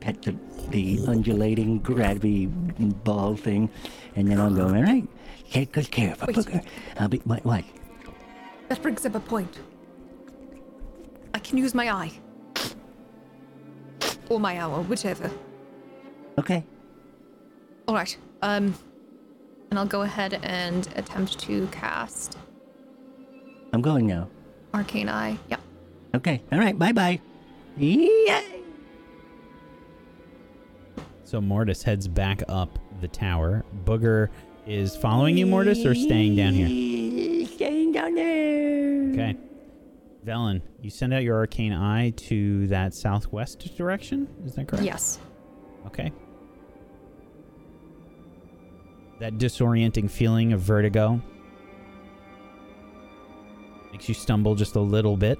Speaker 3: pet the, the undulating, grabby ball thing, and then I'll go. All right, take good care of a
Speaker 6: Wait.
Speaker 3: Booger. I'll be what? What?
Speaker 6: That brings up a point. I can use my eye. Or my hour, whichever.
Speaker 3: Okay.
Speaker 6: All right. Um, and I'll go ahead and attempt to cast
Speaker 3: I'm going now.
Speaker 6: Arcane Eye. Yep.
Speaker 3: Okay. All right. Bye bye. Yeah.
Speaker 8: So Mortis heads back up the tower. Booger is following you, Mortis, or staying down here?
Speaker 3: Staying down there.
Speaker 8: Okay. Velen, you send out your arcane eye to that southwest direction. Is that correct?
Speaker 6: Yes.
Speaker 8: Okay. That disorienting feeling of vertigo makes you stumble just a little bit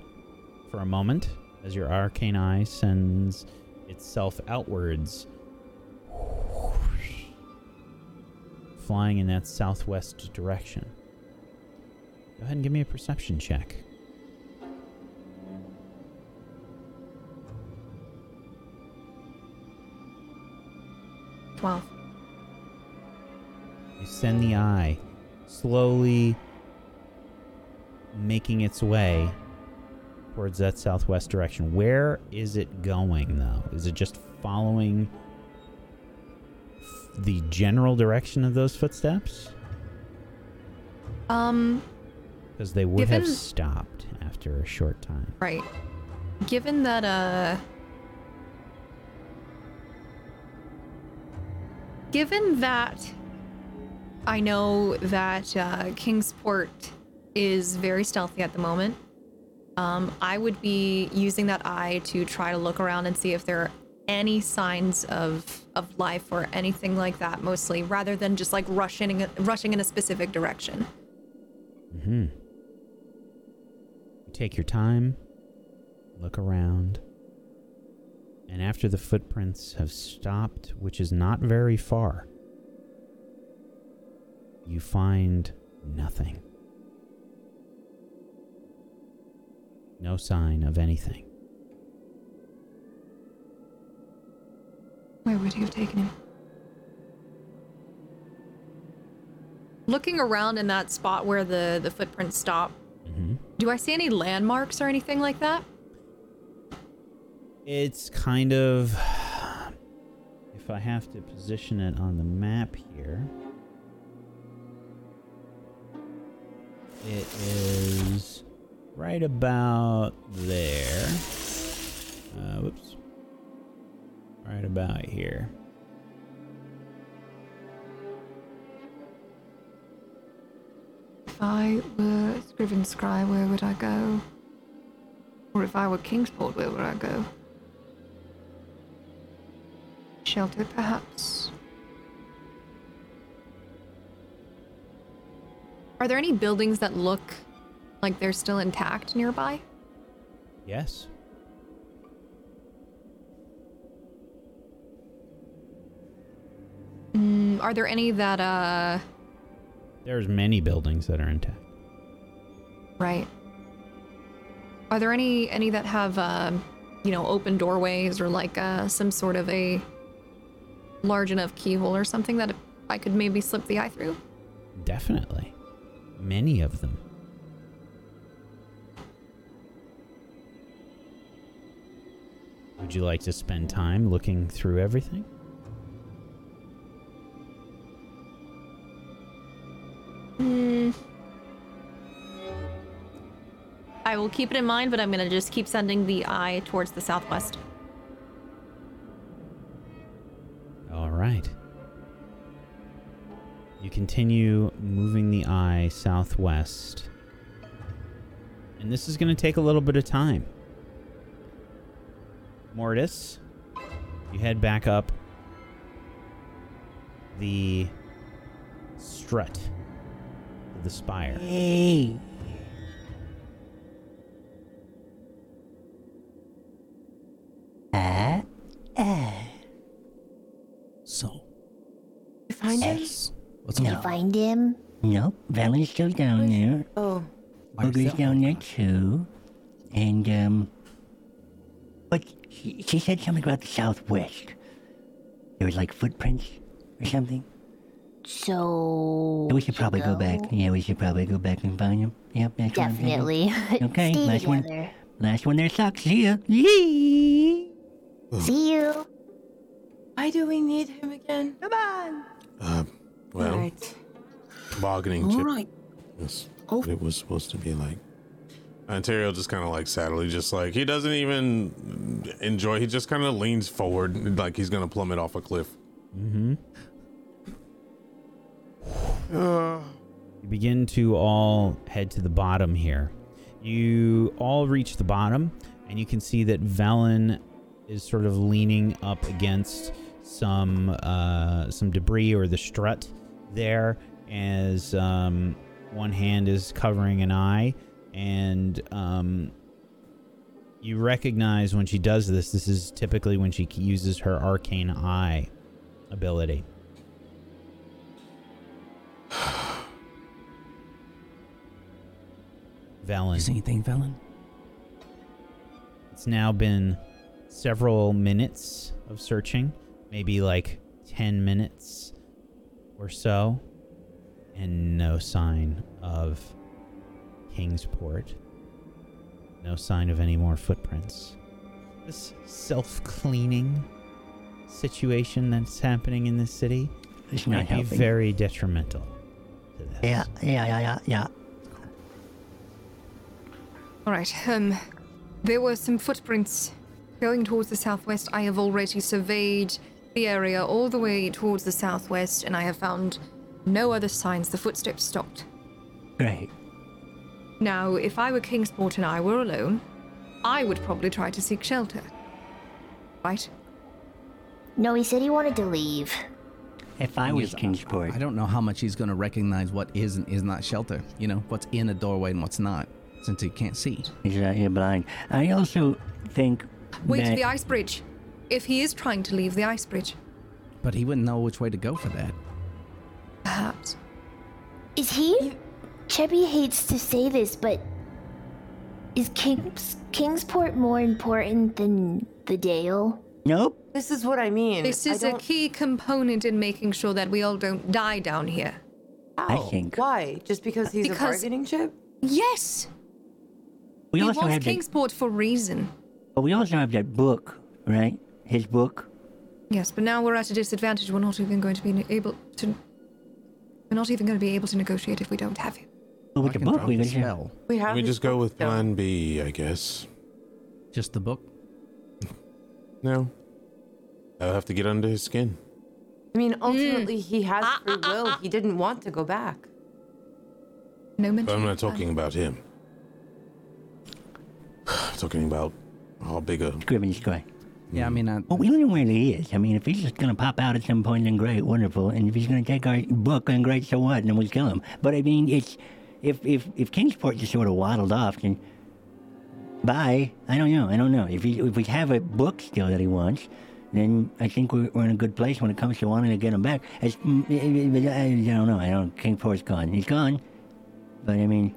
Speaker 8: for a moment as your arcane eye sends itself outwards, flying in that southwest direction. Go ahead and give me a perception check.
Speaker 6: Twelve.
Speaker 8: You send the eye slowly making its way towards that southwest direction. Where is it going, though? Is it just following f- the general direction of those footsteps?
Speaker 6: Um,
Speaker 8: Because they would have
Speaker 6: Given-
Speaker 8: stopped after a short time.
Speaker 6: Right. Given that, uh. Given that I know that uh, Kingsport is very stealthy at the moment, um, I would be using that eye to try to look around and see if there are any signs of of life or anything like that mostly rather than just like rushing rushing in a specific direction
Speaker 8: Mm-hmm. You take your time, look around, and after the footprints have stopped, which is not very far, you find nothing. No sign of anything.
Speaker 6: where would you have taken him
Speaker 12: Looking around in that spot where the, the footprints stop, do I see any landmarks or anything like that?
Speaker 8: It's kind of. If I have to position it on the map here, it is right about there. Uh, whoops. Right about here.
Speaker 6: If I were Scriven Scry, where would I go? Or if I were Kingsport, where would I go? Shelter, perhaps.
Speaker 12: Are there any buildings that look like they're still intact nearby?
Speaker 8: Yes.
Speaker 12: Mm, are there any that, uh,
Speaker 8: There's many buildings that are intact.
Speaker 12: right? Are there any any that have, um, you know, open doorways or like uh, some sort of a large enough keyhole or something that I could maybe slip the eye through?
Speaker 8: Definitely. Many of them. Would you like to spend time looking through everything?
Speaker 12: Hmm. I will keep it in mind, but I'm gonna just keep sending the eye towards the southwest.
Speaker 8: All right. You continue moving the eye southwest. And this is going to take a little bit of time. Mortis, you head back up the strut of the spire.
Speaker 3: Hey. Ah, ah.
Speaker 1: So.
Speaker 5: You find him?
Speaker 1: What's
Speaker 3: no.
Speaker 4: You find him?
Speaker 3: Nope, Valen's still down there.
Speaker 5: Oh.
Speaker 3: Boogie's down there too. And, um. But she, she said something about the southwest. There was like footprints or something.
Speaker 4: So.
Speaker 3: we should probably go back. Yeah, we should probably go back and find him. Yep, that's what I'm thinking.
Speaker 4: Definitely.
Speaker 3: Okay,
Speaker 4: Stay
Speaker 3: last one.
Speaker 4: together.
Speaker 3: Last one there sucks. See ya. Yee.
Speaker 4: See you.
Speaker 5: Why do we need him again? Come on.
Speaker 7: Uh, well,
Speaker 5: Alright.
Speaker 7: bargaining
Speaker 5: All
Speaker 7: chip.
Speaker 5: right. Oh.
Speaker 7: Yes. What it was supposed to be like. Ontario just kind of like sadly, just like he doesn't even enjoy. He just kind of leans forward, like he's gonna plummet off a cliff.
Speaker 8: Mm-hmm.
Speaker 7: Uh,
Speaker 8: You begin to all head to the bottom here. You all reach the bottom, and you can see that Valen is sort of leaning up against some uh, some debris or the strut there, as um, one hand is covering an eye, and um, you recognize when she does this. This is typically when she uses her arcane eye ability. Valen.
Speaker 1: anything, Velen?
Speaker 8: It's now been several minutes of searching, maybe like 10 minutes or so, and no sign of Kingsport. No sign of any more footprints. This self cleaning situation that's happening in this city
Speaker 3: It's not
Speaker 8: might be
Speaker 3: helping.
Speaker 8: very detrimental.
Speaker 3: Yeah, yeah, yeah, yeah, yeah.
Speaker 6: All right. Um, there were some footprints going towards the southwest. I have already surveyed the area all the way towards the southwest, and I have found no other signs. The footsteps stopped.
Speaker 3: Great.
Speaker 6: Now, if I were Kingsport and I were alone, I would probably try to seek shelter. Right?
Speaker 4: No, he said he wanted to leave.
Speaker 3: If I
Speaker 1: Thing
Speaker 3: was
Speaker 1: is,
Speaker 3: Kingsport,
Speaker 1: I don't know how much he's going to recognize what is and is not shelter. You know, what's in a doorway and what's not, since he can't see.
Speaker 3: he's out here blind. I also think
Speaker 6: Wait
Speaker 3: that
Speaker 6: to the ice bridge. If he is trying to leave the ice bridge,
Speaker 1: But he wouldn't know which way to go for that.
Speaker 6: perhaps.
Speaker 4: Is he? Chebby hates to say this, but is Kings Kingsport more important than the Dale?
Speaker 3: Nope.
Speaker 5: This is what I mean.
Speaker 6: This
Speaker 5: I
Speaker 6: is a
Speaker 5: don't-
Speaker 6: key component in making sure that we all don't die down here.
Speaker 4: Oh.
Speaker 5: How?
Speaker 3: think.
Speaker 5: Why? Just because he's a
Speaker 12: Because-
Speaker 5: bargaining chip?
Speaker 12: Yes.
Speaker 3: We
Speaker 12: he
Speaker 3: also
Speaker 12: wants
Speaker 3: have that-
Speaker 12: Kingsport for reason.
Speaker 3: But we also have that book, right? His book.
Speaker 12: Yes, but now we're at a disadvantage. We're not even going to be able to. We're not even going to be able to negotiate if we don't have him.
Speaker 3: But with the book,
Speaker 7: drop
Speaker 3: we
Speaker 7: the
Speaker 3: could
Speaker 7: spell.
Speaker 5: We
Speaker 7: Can
Speaker 5: have.
Speaker 7: we
Speaker 5: his
Speaker 7: just go with
Speaker 5: though.
Speaker 7: Plan B, I guess.
Speaker 1: Just the book.
Speaker 7: No, I'll have to get under his skin.
Speaker 5: I mean, ultimately, he has free will. He didn't want to go back.
Speaker 12: No mention.
Speaker 7: But I'm not talking about him. I'm talking about how big a
Speaker 3: Scribbin' Sky.
Speaker 1: Yeah, I mean, I,
Speaker 3: Mm. Well, we don't know where he is. I mean, if he's just going to pop out at some point, then great, wonderful. And if he's going to take our book, then great, so what? Then we kill him. But I mean, it's if if if Kingsport just sort of waddled off, then bye. I don't know. I don't know. If he, if we have a book still that he wants, then I think we're, we're in a good place when it comes to wanting to get him back. It's, mm, I I- I don't know. I don't. Kingsport's gone. He's gone. But I mean,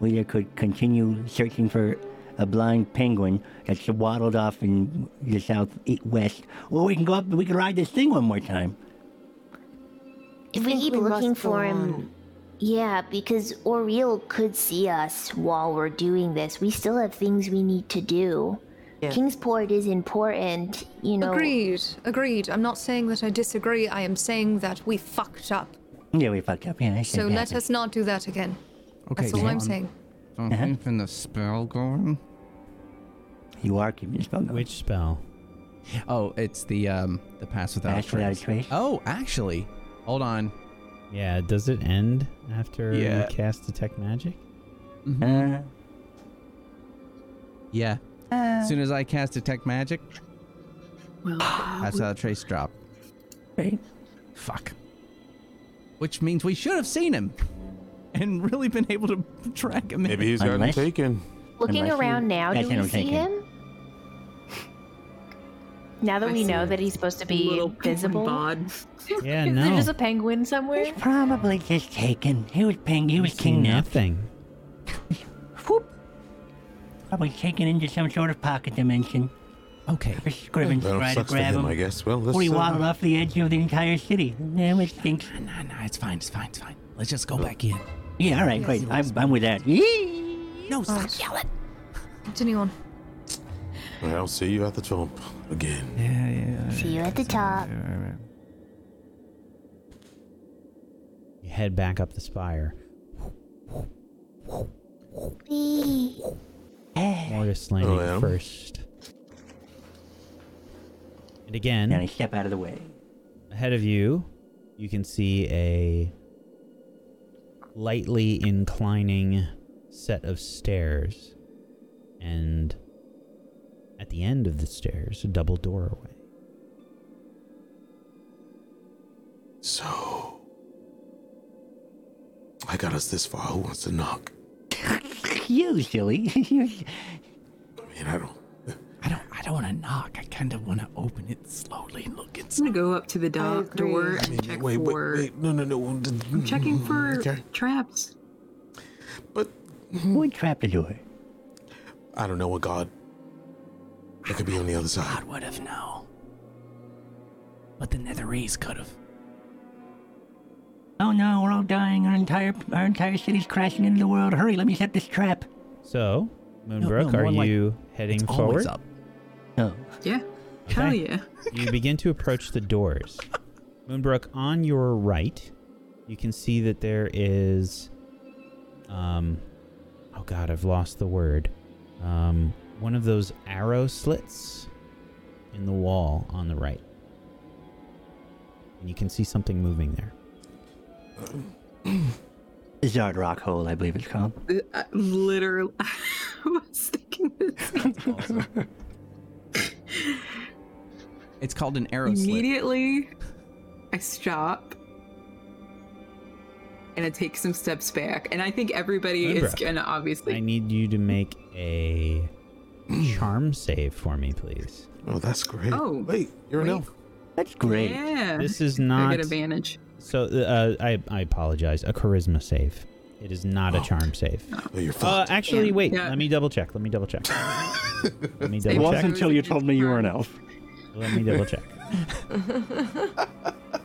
Speaker 3: we either could continue searching for a blind penguin that's waddled off in the southwest, or we can go up. We can ride this thing one more time.
Speaker 4: If we
Speaker 5: think
Speaker 4: keep
Speaker 5: we must
Speaker 4: looking for
Speaker 5: go
Speaker 4: him,
Speaker 5: on.
Speaker 4: yeah, because Oriel could see us while we're doing this. We still have things we need to do.
Speaker 5: Yeah.
Speaker 4: Kingsport is important, you know.
Speaker 12: Agreed. Agreed. I'm not saying that I disagree. I am saying that we fucked up.
Speaker 3: Yeah, we fucked up. Yeah, that
Speaker 12: So
Speaker 3: shit
Speaker 12: let
Speaker 3: happened.
Speaker 12: us not do that again.
Speaker 1: okay.
Speaker 12: That's all
Speaker 1: so
Speaker 12: I'm saying.
Speaker 1: So
Speaker 3: Uh-huh.
Speaker 1: I'm keeping the spell going.
Speaker 3: You are keeping this going.
Speaker 8: Which spell?
Speaker 1: Oh, it's the um the pass without
Speaker 3: Pass without a trace.
Speaker 1: Oh, actually, hold on.
Speaker 8: Yeah, does it end after
Speaker 1: Yeah.
Speaker 8: you cast detect magic?
Speaker 3: Uh,
Speaker 1: Yeah.
Speaker 9: Uh,
Speaker 1: as soon as I cast detect magic,
Speaker 2: Well,
Speaker 1: Ah,
Speaker 8: uh,
Speaker 1: that's how the trace drop.
Speaker 3: right.
Speaker 1: Fuck. Which means we should have seen him, and really been able to track him. in.
Speaker 7: Maybe he's gotten
Speaker 3: Unless-
Speaker 7: taken.
Speaker 9: Looking
Speaker 3: Unless you-
Speaker 9: around now,
Speaker 3: That's
Speaker 9: do
Speaker 3: what
Speaker 9: we
Speaker 3: I'm
Speaker 9: see
Speaker 3: thinking.
Speaker 9: him? Now that
Speaker 2: I
Speaker 9: we
Speaker 2: see
Speaker 9: know
Speaker 2: him.
Speaker 9: that he's supposed to
Speaker 2: little
Speaker 9: be
Speaker 2: penguin
Speaker 9: visible,
Speaker 2: bod.
Speaker 8: Yeah,
Speaker 9: is
Speaker 8: no.
Speaker 9: there just a penguin somewhere?
Speaker 3: Probably just taken. He was ping. He was
Speaker 8: See
Speaker 3: kidnapped.
Speaker 8: nothing.
Speaker 3: Whoop. Probably taken into some sort of pocket dimension.
Speaker 1: Okay.
Speaker 3: Or Scriven
Speaker 7: Well,
Speaker 3: tried to
Speaker 7: sucks for
Speaker 3: grab
Speaker 7: him,
Speaker 3: him.
Speaker 7: I guess. Well, let's.
Speaker 3: Or he
Speaker 7: uh,
Speaker 3: waddled off the edge of the entire city. Yeah, it stinks.
Speaker 1: Nah, nah, it's fine. It's fine. It's fine. Let's just go back in.
Speaker 3: Yeah, all right, great. I'm, I'm with that.
Speaker 1: No, stop
Speaker 12: Alright.
Speaker 1: yelling.
Speaker 12: Continue on.
Speaker 7: well, I'll see you at the top again.
Speaker 1: Yeah, yeah.
Speaker 4: See you at the top.
Speaker 8: You head back up the spire.
Speaker 4: Wee.
Speaker 1: Eh.
Speaker 8: Mortis landing
Speaker 7: Hello.
Speaker 8: first. And again,
Speaker 3: Now I step out of the way.
Speaker 8: ahead of you, you can see a lightly inclining set of stairs. And at the end of the stairs, a double doorway.
Speaker 7: So, I got us this far. Who wants to knock?
Speaker 3: You silly. You-
Speaker 7: I mean, I don't.
Speaker 1: I don't. I don't want to knock. I kind of want to open it slowly and look
Speaker 2: I'm
Speaker 1: inside.
Speaker 2: gonna go up to the do-
Speaker 5: agree.
Speaker 2: door
Speaker 7: I
Speaker 2: and
Speaker 7: mean,
Speaker 2: check
Speaker 7: wait, wait,
Speaker 2: for.
Speaker 7: wait, no, no, no.
Speaker 2: I'm checking for
Speaker 7: Okay,
Speaker 2: traps.
Speaker 7: but hmm.
Speaker 3: Who would trap the door?
Speaker 7: I don't know what god. It could be on the other side.
Speaker 1: God would have known. But the Netherese could have.
Speaker 3: Oh no, we're all dying. Our entire our entire city's crashing into the world. Hurry, let me set this trap.
Speaker 8: So,
Speaker 1: no,
Speaker 8: Moonbrook,
Speaker 1: more
Speaker 8: are
Speaker 1: like-
Speaker 8: you
Speaker 1: It's
Speaker 8: heading forward?
Speaker 1: always up.
Speaker 3: Oh,
Speaker 2: Yeah. Hell
Speaker 8: Okay.
Speaker 2: yeah.
Speaker 8: you begin to approach the doors. Moonbrook, on your right, you can see that there is, um, oh god, I've lost the word. Um, one of those arrow slits in the wall on the right, and you can see something moving there.
Speaker 2: Uh,
Speaker 3: Zard Rock Hole, I believe it's called.
Speaker 2: I literally, I was thinking this
Speaker 1: It's called an arrow slit.
Speaker 2: immediately. I stop and I take some steps back, and I think everybody is
Speaker 8: Moonbrook.
Speaker 2: gonna
Speaker 8: I
Speaker 2: obviously.
Speaker 8: need you to make a charm save for me, please.
Speaker 7: Oh, that's great.
Speaker 2: Oh,
Speaker 7: wait, you're an
Speaker 2: wait.
Speaker 7: elf.
Speaker 3: That's great.
Speaker 2: Yeah.
Speaker 8: This is
Speaker 2: I
Speaker 8: not
Speaker 2: get advantage.
Speaker 8: so. Uh, I I apologize. A charisma save. It is not a charm save.
Speaker 7: Oh, you're
Speaker 8: Uh,
Speaker 7: fucked.
Speaker 8: actually,
Speaker 2: Yeah.
Speaker 8: wait.
Speaker 2: Yeah.
Speaker 8: Let me double check. Let me double check. let me
Speaker 3: It
Speaker 8: double
Speaker 3: wasn't
Speaker 8: check.
Speaker 3: until you told me you were an elf.
Speaker 8: Let me double check.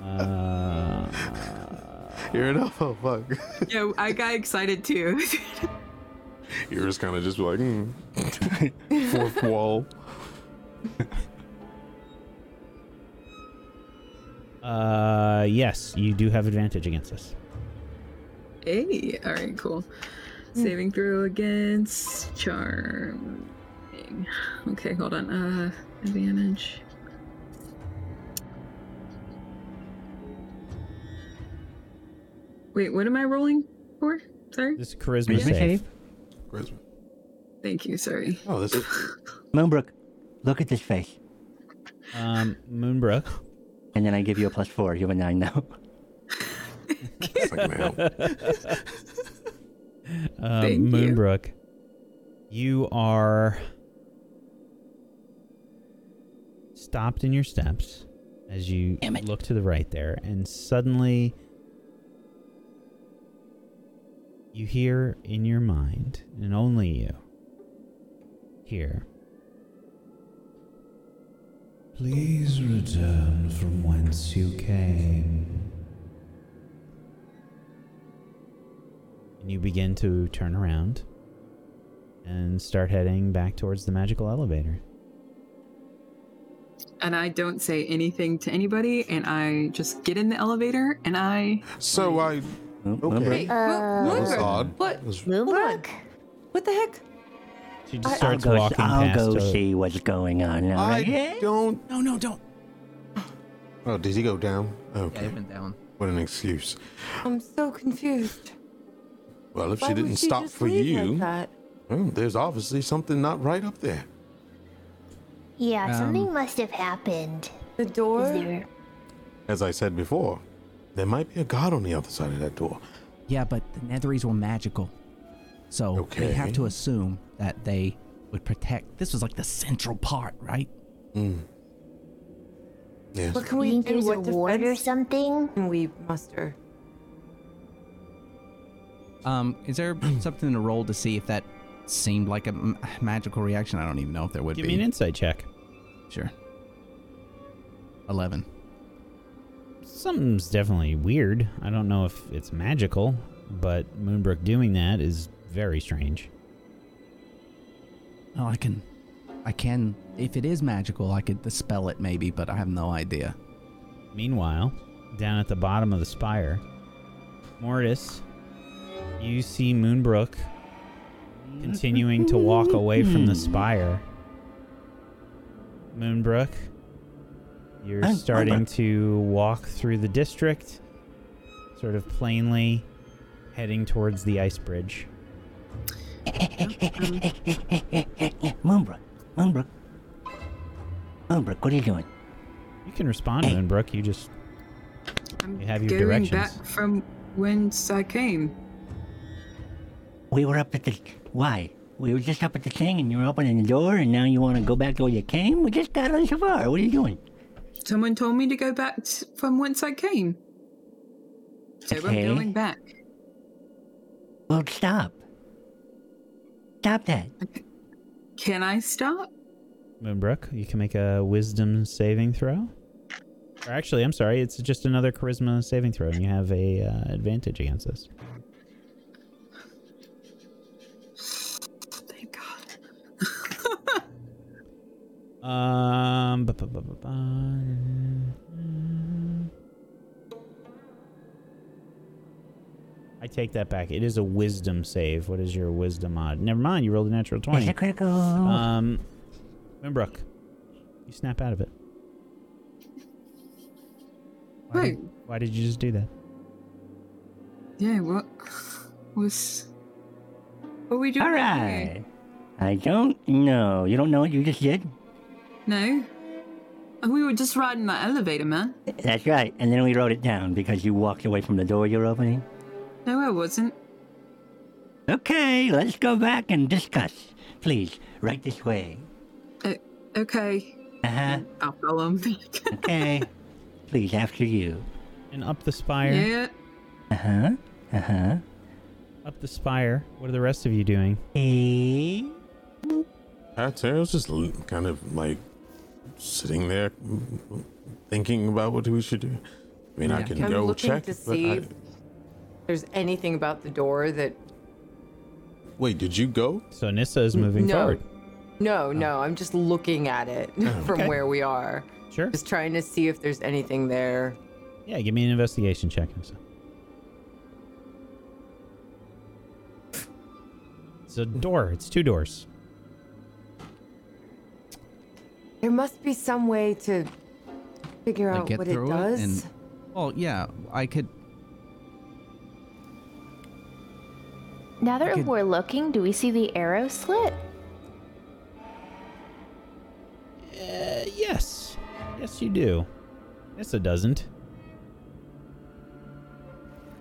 Speaker 8: Uh,
Speaker 7: You're an oh fuck.
Speaker 2: yeah, I got excited too.
Speaker 7: You're just kind of just like mm. fourth wall.
Speaker 8: Uh, yes, you do have advantage against us.
Speaker 2: hey, all right, cool.
Speaker 8: Hmm.
Speaker 2: Saving throw against charm. Okay, hold on. Uh, advantage. Wait, what am I rolling for? Sorry.
Speaker 8: This is charisma save.
Speaker 2: Thank you. Sorry.
Speaker 7: Oh, this is.
Speaker 3: Moonbrook, look at this face.
Speaker 8: Um, Moonbrook.
Speaker 3: And then I give you a plus four. You have a nine now.
Speaker 8: Um,
Speaker 3: Thank you.
Speaker 8: Moonbrook, you. are stopped in your steps as you look to the right there, and suddenly you hear in your mind, and only you hear. Please return from whence you came. And you begin to turn around and start heading back towards the magical elevator.
Speaker 2: And I don't say anything to anybody, and I just get in the elevator, and I.
Speaker 7: So I.
Speaker 2: Moonbrook.
Speaker 7: Okay.
Speaker 2: Wait, Uh,
Speaker 7: that was
Speaker 2: Moonbrook.
Speaker 7: odd.
Speaker 2: What?
Speaker 5: Moonbrook? What the heck?
Speaker 8: She
Speaker 3: I-
Speaker 8: just starts
Speaker 3: I'll go,
Speaker 8: walking
Speaker 3: I'll
Speaker 8: past.
Speaker 3: go
Speaker 8: a-
Speaker 3: see what's going on. all right?
Speaker 7: I don't.
Speaker 1: No, no, don't.
Speaker 7: Oh, did he go down? Okay.
Speaker 1: Yeah, he went down.
Speaker 7: What an excuse.
Speaker 5: I'm so confused.
Speaker 7: Well, if
Speaker 5: Why
Speaker 7: she
Speaker 5: would
Speaker 7: didn't
Speaker 5: she
Speaker 7: stop
Speaker 5: just
Speaker 7: for
Speaker 5: leave
Speaker 7: you,
Speaker 5: like that?
Speaker 7: well, there's obviously something not right up there.
Speaker 4: Yeah, something
Speaker 7: Um,
Speaker 4: must have happened.
Speaker 5: The door?
Speaker 7: As I said before, there might be a god on the other side of that door.
Speaker 1: Yeah, but the Netherese were magical. So we have to
Speaker 7: Okay.
Speaker 1: assume that they would protect. This was like the central part, right?
Speaker 7: Mm. Yes.
Speaker 5: What can we
Speaker 4: think
Speaker 5: do?
Speaker 4: there's
Speaker 5: What
Speaker 4: a ward or
Speaker 5: defense
Speaker 4: something?
Speaker 5: Can we muster?
Speaker 1: Um, is there something to roll to see if that seemed like a m- magical reaction? I don't even know if there would
Speaker 8: Give
Speaker 1: be.
Speaker 8: me an insight check.
Speaker 1: Sure. Eleven.
Speaker 8: Something's definitely weird. I don't know if it's magical, but Moonbrook doing that is very strange.
Speaker 1: Oh, I can, I can. If it is magical, I could dispel it maybe, but I have no idea.
Speaker 8: Meanwhile, down at the bottom of the spire, Mortis, you see Moonbrook continuing to walk away from the spire. Moonbrook, you're
Speaker 3: I'm- I'm
Speaker 8: starting
Speaker 3: back.
Speaker 8: to walk through the district, sort of plainly heading towards the ice bridge.
Speaker 3: Moonbrook, Moonbrook, Moonbrook, Oh, what are you doing?
Speaker 8: You can respond, Moonbrook. You just
Speaker 2: I'm
Speaker 8: you have your
Speaker 2: Going
Speaker 8: directions.
Speaker 2: back from whence I came.
Speaker 3: We were up at the. Why? We were just up at the thing, and you were opening the door, and now you want to go back to where you came? We just got on so far. What are you doing?
Speaker 2: Someone told me to go back t- from whence I came. So
Speaker 3: Okay.
Speaker 2: I'm going back.
Speaker 3: Well, stop. Stop that.
Speaker 2: Can I stop?
Speaker 8: Moonbrook, you can make a wisdom saving throw. Or actually, I'm sorry, it's just another charisma saving throw, and you have a uh, advantage against this. Thank God. um. bu- bu- bu- bu- bu- I take that back. It is a wisdom save. What is your wisdom mod? Never mind. You rolled a natural twenty.
Speaker 3: It's a critical.
Speaker 8: Um, Moonbrook, you snap out of it. Why
Speaker 3: Mm.
Speaker 8: did, why did you just do that?
Speaker 2: Yeah, what was. What are we doing?
Speaker 3: All
Speaker 2: here?
Speaker 3: right. I don't know. You don't know what you just did?
Speaker 2: No. Oh, We were just riding the elevator, man.
Speaker 3: That's right. And then we wrote it down because you walked away from the door you were opening.
Speaker 2: No, I wasn't.
Speaker 3: Okay, let's go back and discuss. Please, right this way.
Speaker 2: Okay.
Speaker 3: Uh huh.
Speaker 2: I'll follow him.
Speaker 3: Okay. Please, after you.
Speaker 8: And up the spire.
Speaker 2: Yeah.
Speaker 3: Uh huh. Uh huh.
Speaker 8: Up the spire. What are the rest of you doing?
Speaker 3: Hey.
Speaker 7: Tails just l- kind of like sitting there, mm, thinking about what we should do. I mean, I
Speaker 5: Yeah.
Speaker 7: can
Speaker 5: I'm
Speaker 7: go
Speaker 5: looking
Speaker 7: check,
Speaker 5: to
Speaker 7: but
Speaker 5: see
Speaker 7: I,
Speaker 5: if there's anything about the door that
Speaker 7: Wait, did you go?
Speaker 8: So Nissa is moving
Speaker 5: no.
Speaker 8: forward.
Speaker 7: Oh.
Speaker 5: No, no, I'm just looking at it from
Speaker 8: Okay.
Speaker 5: where we are.
Speaker 8: Sure.
Speaker 5: Just trying to see if there's anything there.
Speaker 8: Yeah, give me an investigation check. Nissa. It's a door. It's two doors.
Speaker 5: There must be some way to figure
Speaker 1: Like,
Speaker 5: out what it does.
Speaker 1: and well, yeah, I could.
Speaker 9: Now that
Speaker 1: Could-
Speaker 9: we're looking, do we see the arrow slit?
Speaker 8: Uh, yes. Yes, you do. Nissa doesn't.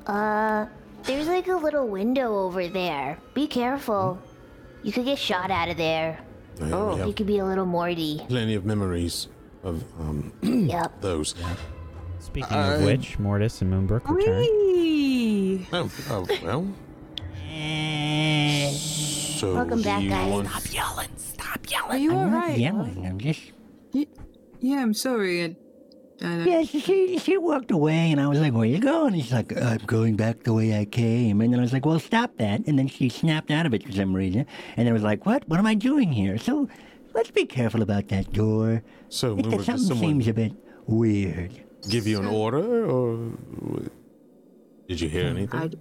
Speaker 4: Uh, there's like a little window over there. Be careful.
Speaker 8: Hmm?
Speaker 4: You could get shot out of there.
Speaker 7: Yeah, we Oh. have-
Speaker 4: You could be a little Morty.
Speaker 7: Plenty of memories of um
Speaker 4: Yep.
Speaker 7: those.
Speaker 8: Speaking
Speaker 5: Uh,
Speaker 8: of which, Mortis and Moonbrook return.
Speaker 7: Oh, oh well. So
Speaker 4: Welcome back,
Speaker 3: Oh,
Speaker 7: you
Speaker 4: guys.
Speaker 7: want-
Speaker 4: yelling. Stop yelling.
Speaker 2: Are you
Speaker 3: I'm not
Speaker 2: alright?
Speaker 3: yelling. I'm just.
Speaker 2: Yeah, I'm sorry. I, I
Speaker 3: Yeah, she, she, she walked away, and I was like, "Where you going?" And she's like, "I'm going back the way I came." And then I was like, "Well, stop that!" And then she snapped out of it for some reason, and I was like, "What? What am I doing here?" So let's be careful about that door.
Speaker 7: So
Speaker 3: it,
Speaker 7: Moonbrook,
Speaker 3: it,
Speaker 7: does
Speaker 3: something
Speaker 7: someone-
Speaker 3: seems a bit weird.
Speaker 7: give you an order or what? did you
Speaker 5: Hmm,
Speaker 7: hear anything?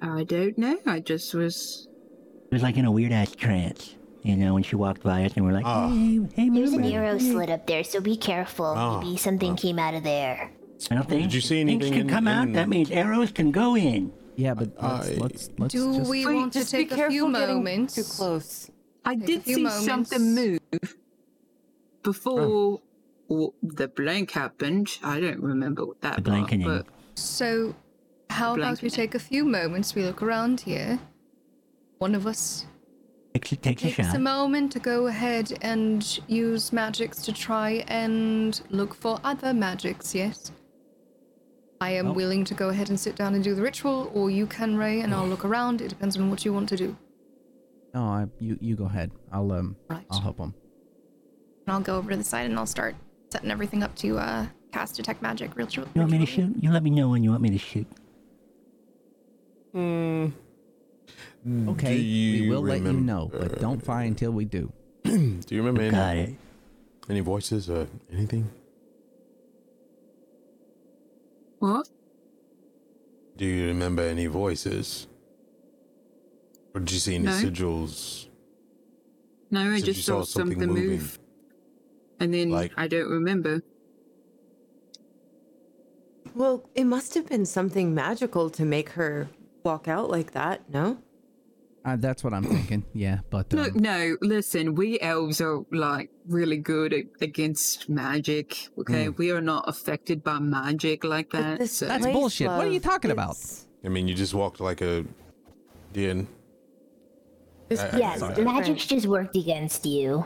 Speaker 2: I, I don't know. I just was.
Speaker 3: It was like in a weird ass trance, you know, when she walked by us, and we're like,
Speaker 7: Ah.
Speaker 3: "Hey, hey,
Speaker 4: There's an
Speaker 3: Moonbrook."
Speaker 4: arrow slit up there, so be careful.
Speaker 3: Ah,
Speaker 4: Maybe something came out of there.
Speaker 3: I don't think
Speaker 7: Did you see
Speaker 3: things
Speaker 7: anything
Speaker 3: can
Speaker 7: in-
Speaker 3: come out.
Speaker 7: in-
Speaker 3: That means arrows can go in.
Speaker 1: Yeah, but let's let's, let's
Speaker 12: Do we
Speaker 2: Wait,
Speaker 12: want to
Speaker 2: just be
Speaker 12: take a few
Speaker 2: careful getting
Speaker 12: moments?
Speaker 5: Too close.
Speaker 2: I
Speaker 12: Take a
Speaker 2: did
Speaker 12: few
Speaker 2: see
Speaker 12: moments.
Speaker 2: something move before w- the blank happened. I don't remember what that
Speaker 3: The
Speaker 2: part,
Speaker 3: blanketing.
Speaker 2: but
Speaker 12: So, how about we
Speaker 2: Blanket.
Speaker 12: take a few moments? We look around here. One of us
Speaker 3: Takes, takes a
Speaker 12: takes
Speaker 3: shot.
Speaker 12: a moment to go ahead and use magics to try and look for other magics. Yes. I am
Speaker 8: Oh.
Speaker 12: willing to go ahead and sit down and do the ritual, or you can, Ray, and I'll look around. It depends on what you want to do.
Speaker 1: No, oh, I, you you go ahead. I'll um
Speaker 12: Right.
Speaker 1: I'll help him.
Speaker 12: And I'll go over to the side and I'll start setting everything up to uh, cast detect magic ritual.
Speaker 3: You want me to shoot? You let me know when you want me to shoot.
Speaker 1: Okay, we
Speaker 7: you
Speaker 1: will let you know, but don't fire until we do.
Speaker 7: Do you remember any,
Speaker 3: Got it.
Speaker 7: any voices or anything?
Speaker 2: what?
Speaker 7: Do you remember any voices? Or did you see any
Speaker 2: No.
Speaker 7: sigils?
Speaker 2: No, I
Speaker 7: Said you
Speaker 2: just saw,
Speaker 7: saw something
Speaker 2: something,
Speaker 7: moving.
Speaker 2: move, and then
Speaker 7: Like-
Speaker 2: I don't remember.
Speaker 5: Well, it must have been something magical to make her walk out like that, no?
Speaker 1: Uh, that's what I'm thinking. Yeah, but
Speaker 2: Look,
Speaker 1: um,
Speaker 2: no, listen, we elves are like really good a- against magic. Okay, we are not affected by magic like that.
Speaker 5: this
Speaker 2: so-
Speaker 1: Hmm. that's
Speaker 5: place,
Speaker 1: bullshit. What are you
Speaker 5: love,
Speaker 1: talking about?
Speaker 5: it's-
Speaker 7: I mean, you just walked like a deer.
Speaker 5: This
Speaker 7: I- I-
Speaker 4: Yeah,
Speaker 7: Sorry.
Speaker 4: magic's just worked against you.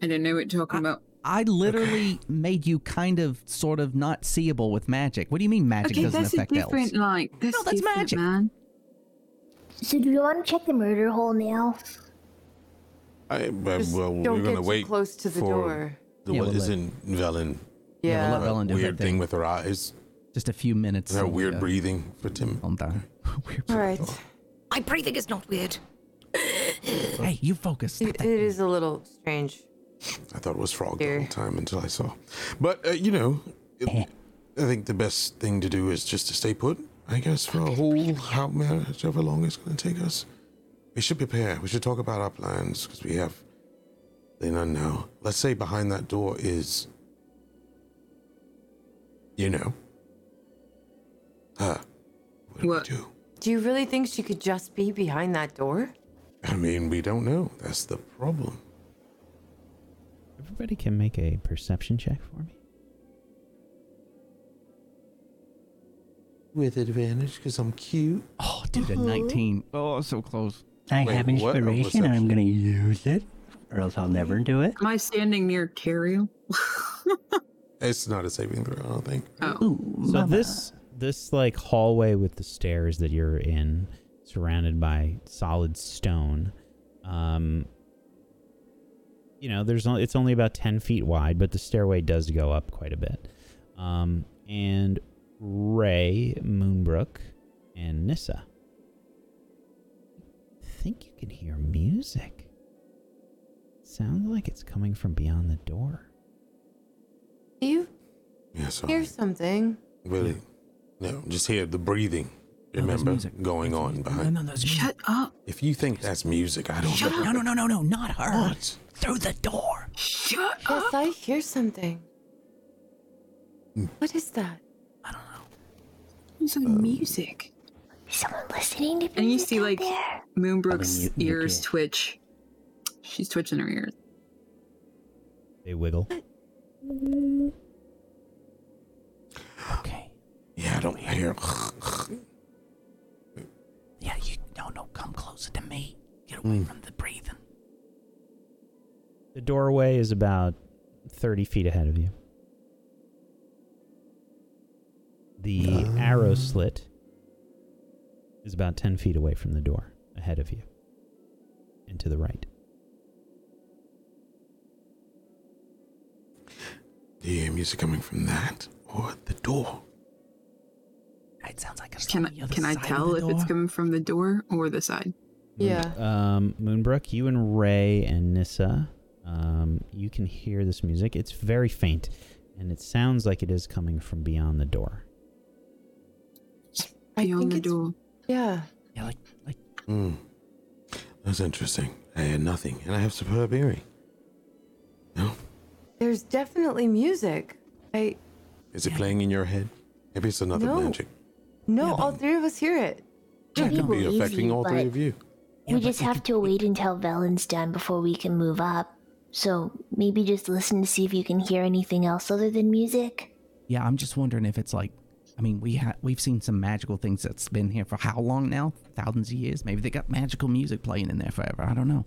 Speaker 2: I don't know what you're talking about.
Speaker 1: I literally made you kind of, sort of, not seeable with magic. What do you mean magic
Speaker 2: Okay,
Speaker 1: doesn't
Speaker 2: that's a
Speaker 1: affect elves?
Speaker 2: different like that's,
Speaker 1: No, that's
Speaker 2: different,
Speaker 1: magic.
Speaker 2: man.
Speaker 4: So do you want to check the murder hole now?
Speaker 7: I, uh, well,
Speaker 5: Just
Speaker 7: well, we're
Speaker 5: don't get
Speaker 7: gonna
Speaker 5: too
Speaker 7: wait
Speaker 5: close to the
Speaker 7: for
Speaker 5: door.
Speaker 7: The
Speaker 1: Yeah,
Speaker 7: what
Speaker 1: we'll
Speaker 7: is
Speaker 1: let-
Speaker 7: in Velen?
Speaker 1: Yeah,
Speaker 5: Yeah.
Speaker 1: we'll let Velen
Speaker 7: That
Speaker 1: do her
Speaker 7: weird
Speaker 1: thing.
Speaker 7: thing with her eyes.
Speaker 1: Just a few minutes.
Speaker 7: That
Speaker 1: and,
Speaker 7: weird
Speaker 1: uh,
Speaker 7: breathing for Tim.
Speaker 1: calm down. Weird breathing.
Speaker 5: All right.
Speaker 10: My breathing is not weird.
Speaker 1: Hey, you focus. Stop
Speaker 5: It,
Speaker 1: that.
Speaker 5: it is a little strange.
Speaker 7: I thought it was frog the
Speaker 5: Deer.
Speaker 7: whole time until I saw. But uh, you know, it, I think the best thing to do is just to stay put. I guess for a whole how however long it's going to take us, we should prepare. We should talk about our plans because we have they none now. Let's say behind that door is, you know, huh? What do
Speaker 2: What?
Speaker 7: we do?
Speaker 5: Do you really think she could just be behind that door?
Speaker 7: I mean, we don't know. Oh, That's the problem.
Speaker 8: Everybody can make a perception check for me.
Speaker 7: With advantage because I'm cute.
Speaker 1: Oh, dude, a 19. Oh, so close.
Speaker 3: I
Speaker 7: Wait,
Speaker 3: have
Speaker 7: what? Oh,
Speaker 3: inspiration, and
Speaker 7: perception.
Speaker 3: I'm gonna use it, or else I'll never do it.
Speaker 2: Am I standing near Teriel?
Speaker 7: It's not a saving throw. I don't think.
Speaker 3: Ooh,
Speaker 8: So
Speaker 3: mama.
Speaker 8: this this like hallway with the stairs that you're in, surrounded by solid stone. Um, you know, there's only, it's only about ten feet wide, but the stairway does go up quite a bit. Um, and Ray, Moonbrook, and Nissa. I think you can hear music. Sounds like it's coming from beyond the door.
Speaker 5: Do you
Speaker 7: Yes,
Speaker 5: hear something?
Speaker 7: Really? No, just hear the breathing. Remember going on behind.
Speaker 1: Oh, No, no, that's Shut up.
Speaker 7: If you think that's music, I don't know.
Speaker 1: No, no, no, no, no, not her.
Speaker 7: What?
Speaker 1: Through the door.
Speaker 5: Shut yes, I hear something.
Speaker 7: Hmm.
Speaker 5: What is that?
Speaker 2: It's
Speaker 7: Um,
Speaker 2: like music.
Speaker 4: Someone listening to
Speaker 2: And you see like
Speaker 8: I
Speaker 2: Moonbrook's
Speaker 8: mean, you- you
Speaker 2: ears
Speaker 8: can't.
Speaker 2: twitch. She's twitching her ears.
Speaker 8: They wiggle.
Speaker 7: Yeah, I don't hear.
Speaker 1: Yeah, you. No, no, come closer to me. Get
Speaker 7: Hmm.
Speaker 1: away from the breathing.
Speaker 8: The doorway is about 30 feet ahead of you. The
Speaker 7: Ah.
Speaker 8: arrow slit is about 10 feet away from the door, ahead of you, and to the right.
Speaker 7: Do you hear music coming from that or the door?
Speaker 1: It sounds like
Speaker 2: Can I can I tell if it's coming from the door or the side?
Speaker 1: Hmm.
Speaker 5: Yeah.
Speaker 8: Um, Moonbrook, you and Ray and Nissa, um, you can hear this music. It's very faint, and it sounds like it is coming from beyond the door.
Speaker 2: Beyond the door.
Speaker 5: Yeah.
Speaker 1: Yeah, like like
Speaker 7: Hmm. That's interesting. I hear nothing, and I have superb hearing.
Speaker 5: There's definitely music. I
Speaker 7: Is it playing in your head? Maybe it's another
Speaker 5: No.
Speaker 7: magic.
Speaker 5: no, all three of us hear it.
Speaker 7: Yeah, it could be
Speaker 4: believe
Speaker 7: affecting
Speaker 4: you,
Speaker 7: all three
Speaker 4: but-
Speaker 7: of you.
Speaker 4: we just have to wait until Velen's done before we can move up. So maybe just listen to see if you can hear anything else other than music.
Speaker 1: Yeah, I'm just wondering if it's like. I mean, we ha- we've seen some magical things that's been here for how long now? Thousands of years. Maybe they got magical music playing in there forever. I don't know.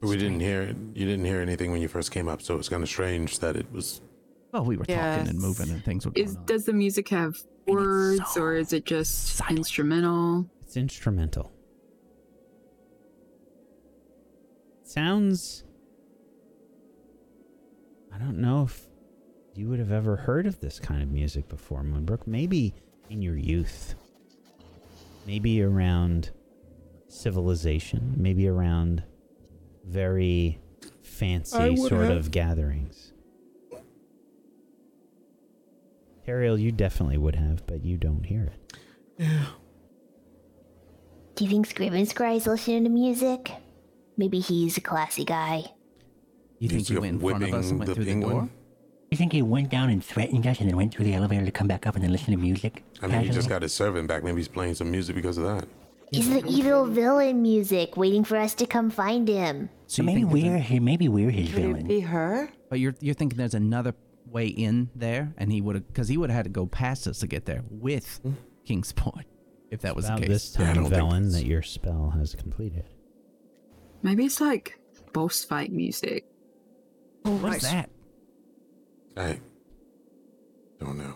Speaker 7: But we didn't hear it. You didn't hear anything when you first came up, so it's kind of strange that it was.
Speaker 1: Well, we were
Speaker 2: Yes.
Speaker 1: talking and moving and things were going
Speaker 2: Is
Speaker 1: on.
Speaker 2: does the music have words or is it just instrumental?
Speaker 8: It's instrumental. Sounds. I don't know if you would have ever heard of this kind of music before, Moonbrook. Maybe in your youth. Maybe around civilization. Maybe around very
Speaker 13: I
Speaker 8: fancy
Speaker 13: would
Speaker 8: sort
Speaker 13: have.
Speaker 8: of gatherings. Ariel, you definitely would have, but you don't hear it.
Speaker 4: Do you think Scriven Scry's listening to music? Maybe he's a classy guy.
Speaker 1: You think he went in front of us and went through the door?
Speaker 3: You think he went down and threatened us and then went through the elevator to come back up and then listen to music?
Speaker 7: I mean, he just
Speaker 3: Casually?
Speaker 7: got his servant back. Maybe he's playing some music because of that.
Speaker 4: He's the evil villain music waiting for us to come find him.
Speaker 3: So maybe we're his, maybe we're his villain.
Speaker 5: Be her?
Speaker 1: But you're you're thinking there's another way in there, and he would have because he would have had to go past us to get there with Kingsport, if that was the
Speaker 8: About
Speaker 1: case.
Speaker 8: this
Speaker 1: Yeah, I
Speaker 8: time,
Speaker 1: don't think
Speaker 8: Velen,
Speaker 1: that's-
Speaker 8: that your spell has completed.
Speaker 2: Maybe it's like boss fight music.
Speaker 12: Oh,
Speaker 1: What's
Speaker 12: right.
Speaker 1: that?
Speaker 7: I don't know.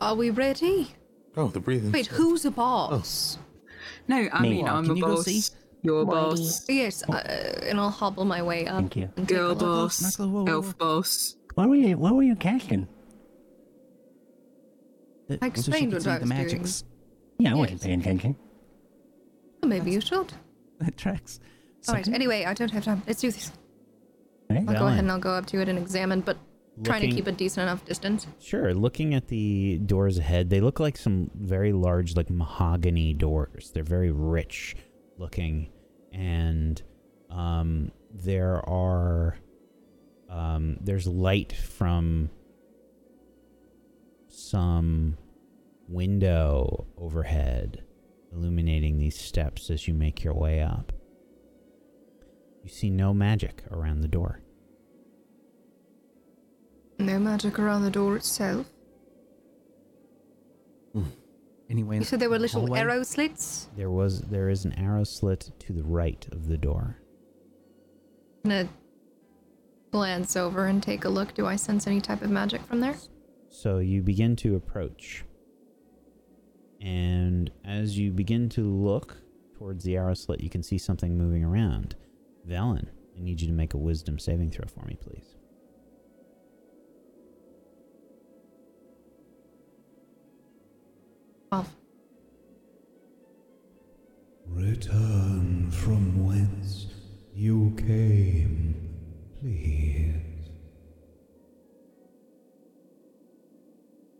Speaker 12: Are we ready?
Speaker 7: Oh, the breathing. Oh.
Speaker 12: Wait, who's a boss?
Speaker 2: No, I
Speaker 7: Me.
Speaker 2: mean
Speaker 7: Well,
Speaker 2: I'm
Speaker 7: can
Speaker 2: a
Speaker 7: you go
Speaker 2: boss.
Speaker 7: see?
Speaker 2: You're a boss.
Speaker 12: Yes, uh, and I'll hobble my way up.
Speaker 3: Thank you.
Speaker 12: and take a
Speaker 2: Girl
Speaker 12: look.
Speaker 2: boss. Elf boss.
Speaker 3: What were you What were you casting?
Speaker 12: I explained what I was doing.
Speaker 3: Yeah, I wasn't paying attention.
Speaker 12: Oh, Maybe you should.
Speaker 1: That tracks.
Speaker 12: All right. Anyway, I don't have time. Let's do this.
Speaker 3: I'll
Speaker 12: go ahead and I'll go up to it and examine, but trying to
Speaker 8: Looking-
Speaker 12: keep a decent enough distance.
Speaker 8: Sure. Looking at the doors ahead, they look like some very large, like mahogany doors. They're very rich looking, and um, there are um, there's light from some window overhead, illuminating these steps as you make your way up. You see no magic around the door.
Speaker 12: No magic around the door itself.
Speaker 1: Anyway,
Speaker 12: You said there were little
Speaker 8: hallway?
Speaker 12: arrow slits.
Speaker 8: There was there is an arrow slit to the right of the door.
Speaker 12: I'm gonna glance over and take a look. Do I sense any type of magic from there?
Speaker 8: So you begin to approach. And as you begin to look towards the arrow slit, you can see something moving around. Valen, I need you to make a wisdom saving throw for me, please.
Speaker 12: Twelve.
Speaker 13: Return from whence you came, please.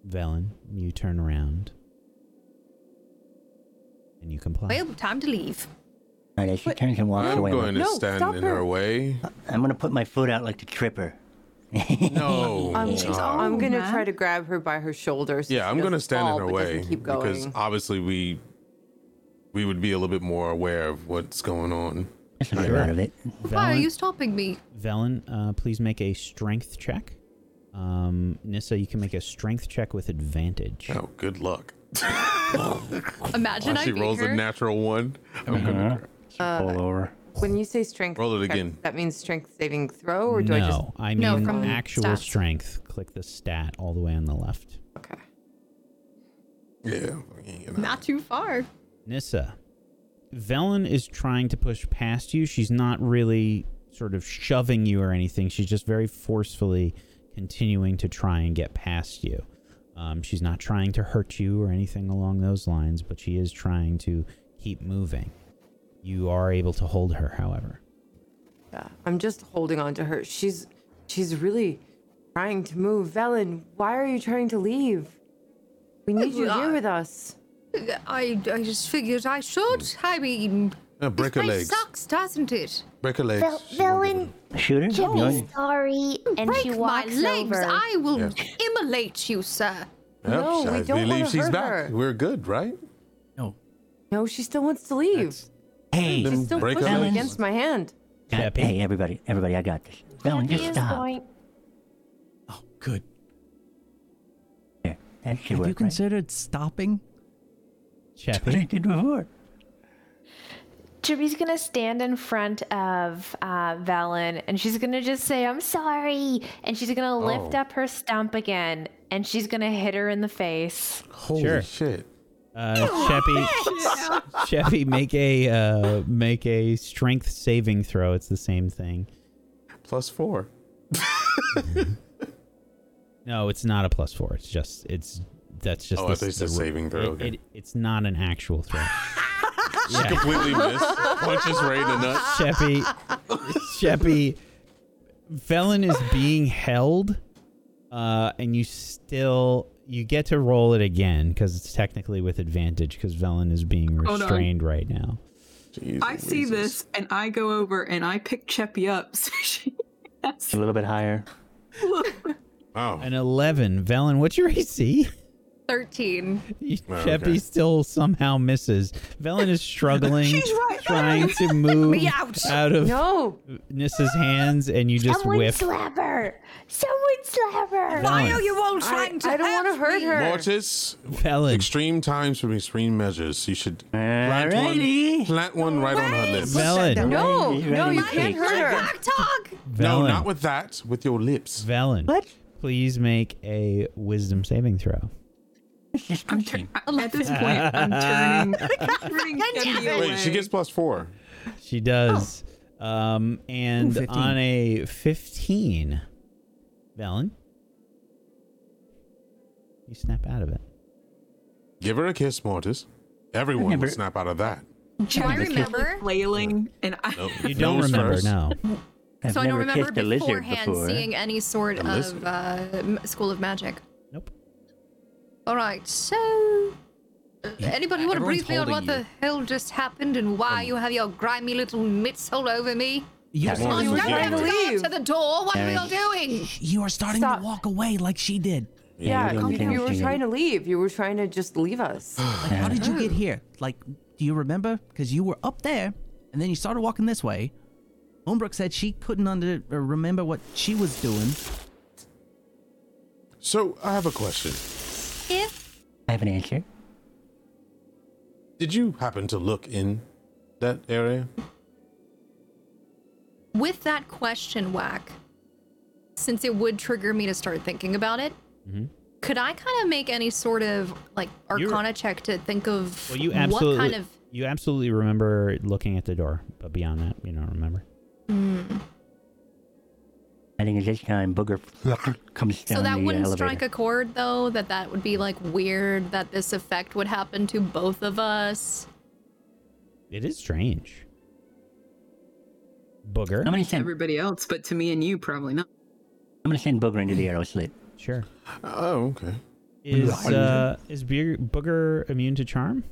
Speaker 8: Velen, you turn around. And you comply.
Speaker 12: Well, time to leave.
Speaker 3: All right, as she turns and walks
Speaker 7: I'm
Speaker 3: away.
Speaker 7: going to stand in her. way.
Speaker 3: I'm going to put my foot out like to trip her.
Speaker 7: No.
Speaker 5: I'm,
Speaker 12: Oh,
Speaker 5: I'm
Speaker 7: not.
Speaker 5: gonna try to grab her by her shoulders.
Speaker 7: Yeah, I'm gonna stand in her way
Speaker 5: Keep going.
Speaker 7: because obviously we we would be a little bit more aware of what's going on.
Speaker 3: out of it.
Speaker 12: Why are
Speaker 8: Valen-
Speaker 12: you stopping me?
Speaker 8: Velen, uh, please make a strength check. Um, Nissa, you can make a strength check with advantage.
Speaker 7: Oh, good luck. Oh,
Speaker 12: Imagine I
Speaker 7: she
Speaker 12: beat
Speaker 7: rolls
Speaker 12: her.
Speaker 7: a natural one. I'm gonna
Speaker 5: Uh,
Speaker 3: over.
Speaker 8: Oh.
Speaker 5: When you say strength,
Speaker 7: Roll it
Speaker 5: check,
Speaker 7: again.
Speaker 5: That means strength saving throw, or do
Speaker 8: no,
Speaker 5: I just?
Speaker 8: I mean actual strength. Click the stat all the way on the left.
Speaker 7: Yeah.
Speaker 12: Not too far.
Speaker 8: Nissa, Velen is trying to push past you. She's not really sort of shoving you or anything. She's just very forcefully continuing to try and get past you. Um, she's not trying to hurt you or anything along those lines, but she is trying to keep moving. You are able to hold her, however.
Speaker 5: Yeah, I'm just holding on to her. She's she's really trying to move. Velen, why are you trying to leave? We need you here with us.
Speaker 12: I, I just figured I should. I mean,
Speaker 7: Uh, break her
Speaker 12: this place
Speaker 7: legs.
Speaker 12: sucks, doesn't it?
Speaker 7: Break her legs.
Speaker 4: Vel- Velen,
Speaker 3: Shoot her.
Speaker 4: Chippy's sorry, and
Speaker 12: Break
Speaker 4: she
Speaker 12: my
Speaker 4: walks
Speaker 12: legs.
Speaker 4: over.
Speaker 12: I will
Speaker 7: Yeah.
Speaker 12: immolate you, sir.
Speaker 7: Yep,
Speaker 5: No, we
Speaker 7: I
Speaker 5: don't
Speaker 7: believe
Speaker 5: wanna
Speaker 7: she's
Speaker 5: hurt
Speaker 7: back.
Speaker 5: her.
Speaker 7: We're good, right?
Speaker 5: No, she still wants to leave.
Speaker 3: Hey,
Speaker 5: She's still
Speaker 7: break her
Speaker 5: pushing
Speaker 7: legs.
Speaker 5: against my hand.
Speaker 3: Hey, everybody, everybody, I got this. Velen, just stop.
Speaker 1: Good.
Speaker 3: That should
Speaker 1: Have
Speaker 3: work,
Speaker 1: you considered stopping?
Speaker 3: That's what I did before.
Speaker 9: Chibi's gonna stand in front of uh, Valen and she's gonna just say, I'm sorry. And she's gonna lift
Speaker 7: Oh.
Speaker 9: up her stump again and she's gonna hit her in the face.
Speaker 7: Holy
Speaker 8: Sure.
Speaker 7: shit.
Speaker 8: Uh, Sheppy, Sheppy, make a uh, make a strength saving throw. It's the same thing.
Speaker 7: Plus four.
Speaker 8: No, it's not a plus four. It's just it's that's just
Speaker 7: Oh, I
Speaker 8: this-
Speaker 7: thought you
Speaker 8: the
Speaker 7: said
Speaker 8: ru-
Speaker 7: saving throw,
Speaker 8: it-
Speaker 7: okay.
Speaker 8: it- it's not an actual throw.
Speaker 7: She completely missed. Punches Ray in the nuts.
Speaker 8: Sheppy, Sheppy, Felon is being held, uh, and you still you get to roll it again because it's technically with advantage because Velen is being
Speaker 2: Hold on.
Speaker 8: restrained right now.
Speaker 2: I see this and I go over and I pick Cheppy up. So she has
Speaker 8: a little bit higher.
Speaker 7: Wow.
Speaker 8: An eleven, Velen. What's your AC?
Speaker 12: Thirteen.
Speaker 7: Oh,
Speaker 8: Sheppy still somehow misses. Velen is struggling, trying to move
Speaker 4: me out.
Speaker 8: of
Speaker 4: No.
Speaker 8: Nissa's hands, and you just
Speaker 4: Someone
Speaker 8: whiff.
Speaker 4: slap her. Someone slap her.
Speaker 8: Why are you
Speaker 4: all
Speaker 5: trying to I don't help wanna hurt me? her.
Speaker 7: Mortis, extreme times from extreme measures. You should plant one,
Speaker 3: Alrighty.
Speaker 7: plant one right on her lips.
Speaker 8: Velen.
Speaker 5: No,
Speaker 7: Ready,
Speaker 5: no,
Speaker 7: ready,
Speaker 5: you
Speaker 7: ready.
Speaker 5: can't hurt her.
Speaker 7: No,
Speaker 8: Velen.
Speaker 7: not with that. With your lips.
Speaker 8: Velen, please make a wisdom saving throw.
Speaker 2: I'm tur- at this point, I'm turning. turning Cheppy away.
Speaker 7: Wait, she gets plus four.
Speaker 8: She does.
Speaker 12: Oh.
Speaker 8: Um, and
Speaker 7: Ooh, 15.
Speaker 8: on a 15, Velen, you snap out of it.
Speaker 7: Give her a kiss, Mortis. Everyone
Speaker 8: Never-
Speaker 7: would snap out of that.
Speaker 2: Do I remember flailing? And I
Speaker 8: You don't remember, no.
Speaker 7: I've
Speaker 12: so I
Speaker 7: never
Speaker 12: don't remember
Speaker 7: kissed a lizard
Speaker 12: beforehand
Speaker 7: before.
Speaker 12: seeing any sort
Speaker 7: A
Speaker 12: of
Speaker 7: lizard.
Speaker 12: uh, m- school of magic.
Speaker 8: Nope.
Speaker 12: All right. So, uh,
Speaker 8: Yeah,
Speaker 12: anybody want to
Speaker 8: everyone's
Speaker 12: brief me on what
Speaker 8: holding
Speaker 12: the hell just happened and why you have your grimy little mitts all over me?
Speaker 1: You
Speaker 12: I'm going to have to go out to the door. What are we all
Speaker 1: Karen.
Speaker 12: doing?
Speaker 1: You are starting to walk away like she did.
Speaker 5: Yeah,
Speaker 1: Calm
Speaker 5: you,
Speaker 1: down.
Speaker 5: you were trying to leave. You were trying to just leave us.
Speaker 1: Like, how did you get here? Like, do you remember? Because you were up there, and then you started walking this way. Moonbrook said she couldn't under uh, remember what she was doing.
Speaker 7: So I have a question.
Speaker 3: I have an answer.
Speaker 7: Did you happen to look in that area?
Speaker 12: With that question, Whack, since it would trigger me to start thinking about it,
Speaker 8: Mm-hmm.
Speaker 12: could I kind of make any sort of like arcana check to think of
Speaker 8: Well, you absolutely,
Speaker 12: what kind of.
Speaker 8: you absolutely remember looking at the door, but beyond that, you don't remember.
Speaker 12: Hmm.
Speaker 3: I think it's this time Booger comes down
Speaker 12: So that
Speaker 3: the
Speaker 12: wouldn't
Speaker 3: elevator.
Speaker 12: strike a chord, though. That that would be like weird. That this effect would happen to both of us.
Speaker 8: It is strange. Booger.
Speaker 3: I'm
Speaker 2: To
Speaker 3: gonna send
Speaker 2: everybody else, but to me and you, probably not.
Speaker 3: I'm gonna send Booger into the arrow slit.
Speaker 8: Sure.
Speaker 7: Oh, okay.
Speaker 8: Is uh, is Booger, Booger immune to charm?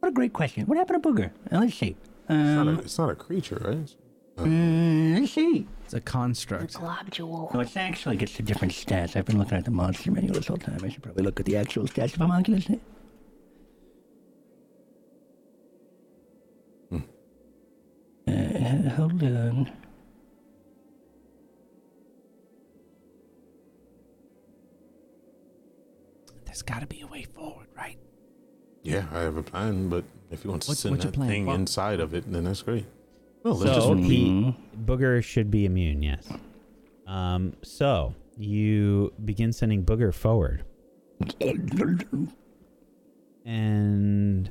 Speaker 3: What a great question. What happened to Booger? Uh, let's see.
Speaker 7: It's not
Speaker 3: Um,
Speaker 7: a, it's not a creature, right?
Speaker 3: mm, let's see.
Speaker 1: It's a construct.
Speaker 4: Globule.
Speaker 3: No, it's actually gets the different stats. I've been looking at the monster manual this whole time. I should probably look at the actual stats if I'm calculating it. Hmm. Uh, hold on.
Speaker 1: There's got to be a way forward, right?
Speaker 7: Yeah, I have a plan, but if he wants
Speaker 1: What's-
Speaker 7: to send
Speaker 1: what's your
Speaker 7: that
Speaker 1: plan?
Speaker 7: thing
Speaker 1: Well-
Speaker 7: inside of it, then that's great.
Speaker 3: Oh,
Speaker 7: Well, let's
Speaker 8: so
Speaker 7: just
Speaker 8: he, Booger should be immune, yes. Um, so you begin sending Booger forward. And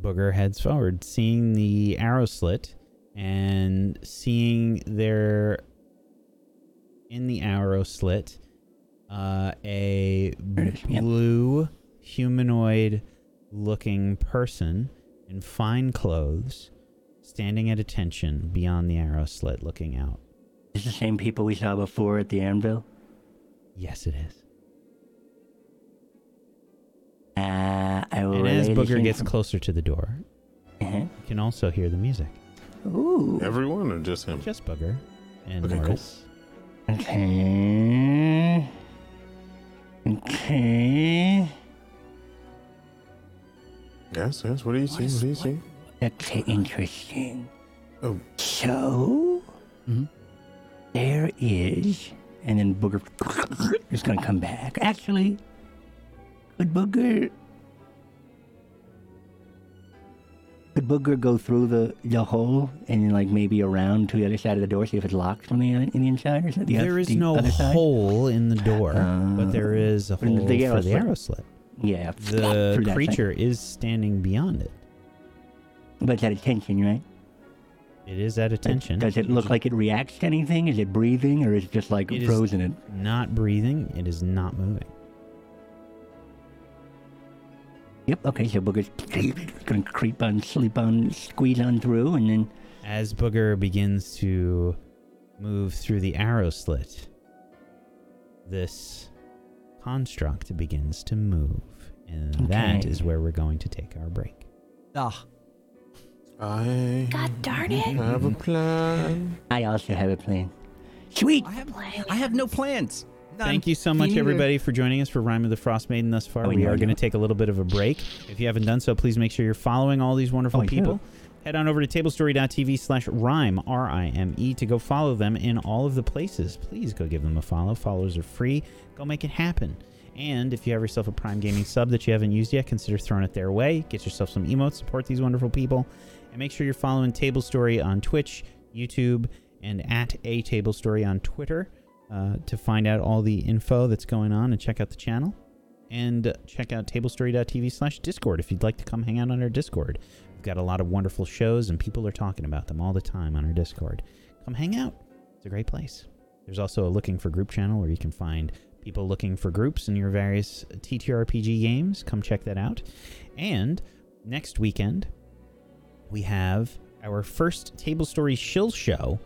Speaker 8: Booger heads forward, seeing the arrow slit and seeing there in the arrow slit uh, a blue humanoid looking person in fine clothes standing at attention beyond the arrow slit looking out.
Speaker 3: Is the same people we saw before at the anvil?
Speaker 8: Yes, it is.
Speaker 3: Uh, I will
Speaker 8: And as
Speaker 3: relay this
Speaker 8: Booger gets
Speaker 3: info-
Speaker 8: closer to the door,
Speaker 3: Uh-huh.
Speaker 8: you can also hear the music.
Speaker 3: Ooh.
Speaker 7: Everyone or just him?
Speaker 8: Just Booger and
Speaker 7: Okay, cool.
Speaker 8: Morris.
Speaker 3: Okay. Uh, Okay.
Speaker 7: Yes, yes. What do you see? What do you see?
Speaker 3: Okay, interesting.
Speaker 7: Oh.
Speaker 3: So, there is, and then Booger is going to come back. Actually, could Booger, could Booger go through the the hole and like maybe around to the other side of the door, see if it's locked from the, in the inside or something?
Speaker 8: there is
Speaker 3: the
Speaker 8: no
Speaker 3: other side? Uh,
Speaker 8: hole in the door, but there is a
Speaker 3: But in
Speaker 8: hole
Speaker 3: the
Speaker 8: for
Speaker 3: arrow
Speaker 8: the
Speaker 3: slit.
Speaker 8: arrow slit.
Speaker 3: Yeah,
Speaker 8: The
Speaker 3: through that thing.
Speaker 8: creature is standing beyond it.
Speaker 3: But it's at attention, right?
Speaker 8: It is at attention.
Speaker 3: Does it look like it reacts to anything? Is it breathing or is it just like
Speaker 8: It is
Speaker 3: frozen? It.
Speaker 8: Not breathing. It is not moving.
Speaker 3: Yep. Okay. So Booger's gonna creep on, sleep on, squeeze on through, and then
Speaker 8: As Booger begins to move through the arrow slit, this construct begins to move. And that
Speaker 1: Okay.
Speaker 8: is where we're going to take our break.
Speaker 1: Ah,
Speaker 7: I
Speaker 4: God darn it.
Speaker 7: have a plan.
Speaker 3: I also have a plan. Sweet.
Speaker 1: I have, I have no plans. None.
Speaker 8: Thank you so much,
Speaker 1: neither.
Speaker 8: everybody, for joining us for Rhyme of the Frost Maiden thus far.
Speaker 3: Oh,
Speaker 8: we
Speaker 3: yeah,
Speaker 8: are
Speaker 3: I
Speaker 8: going to
Speaker 3: do.
Speaker 8: take a little bit of a break. If you haven't done so, please make sure you're following all these wonderful
Speaker 3: Oh, I do.
Speaker 8: people. Head on over to tablestory.tv slash rhyme, R I M E, to go follow them in all of the places. Please go give them a follow. Followers are free. Go make it happen. And if you have yourself a Prime Gaming sub that you haven't used yet, consider throwing it their way. Get yourself some emotes, support these wonderful people, and make sure you're following Table Story on Twitch, YouTube, and at A Table Story on Twitter uh, to find out all the info that's going on and check out the channel. And check out tablestory.tv slash Discord if you'd like to come hang out on our Discord. We've got a lot of wonderful shows and people are talking about them all the time on our Discord. Come hang out. It's a great place. There's also a looking for group channel where you can find people looking for groups in your various TTRPG games. Come check that out. And next weekend, we have our first Table Story Shill Show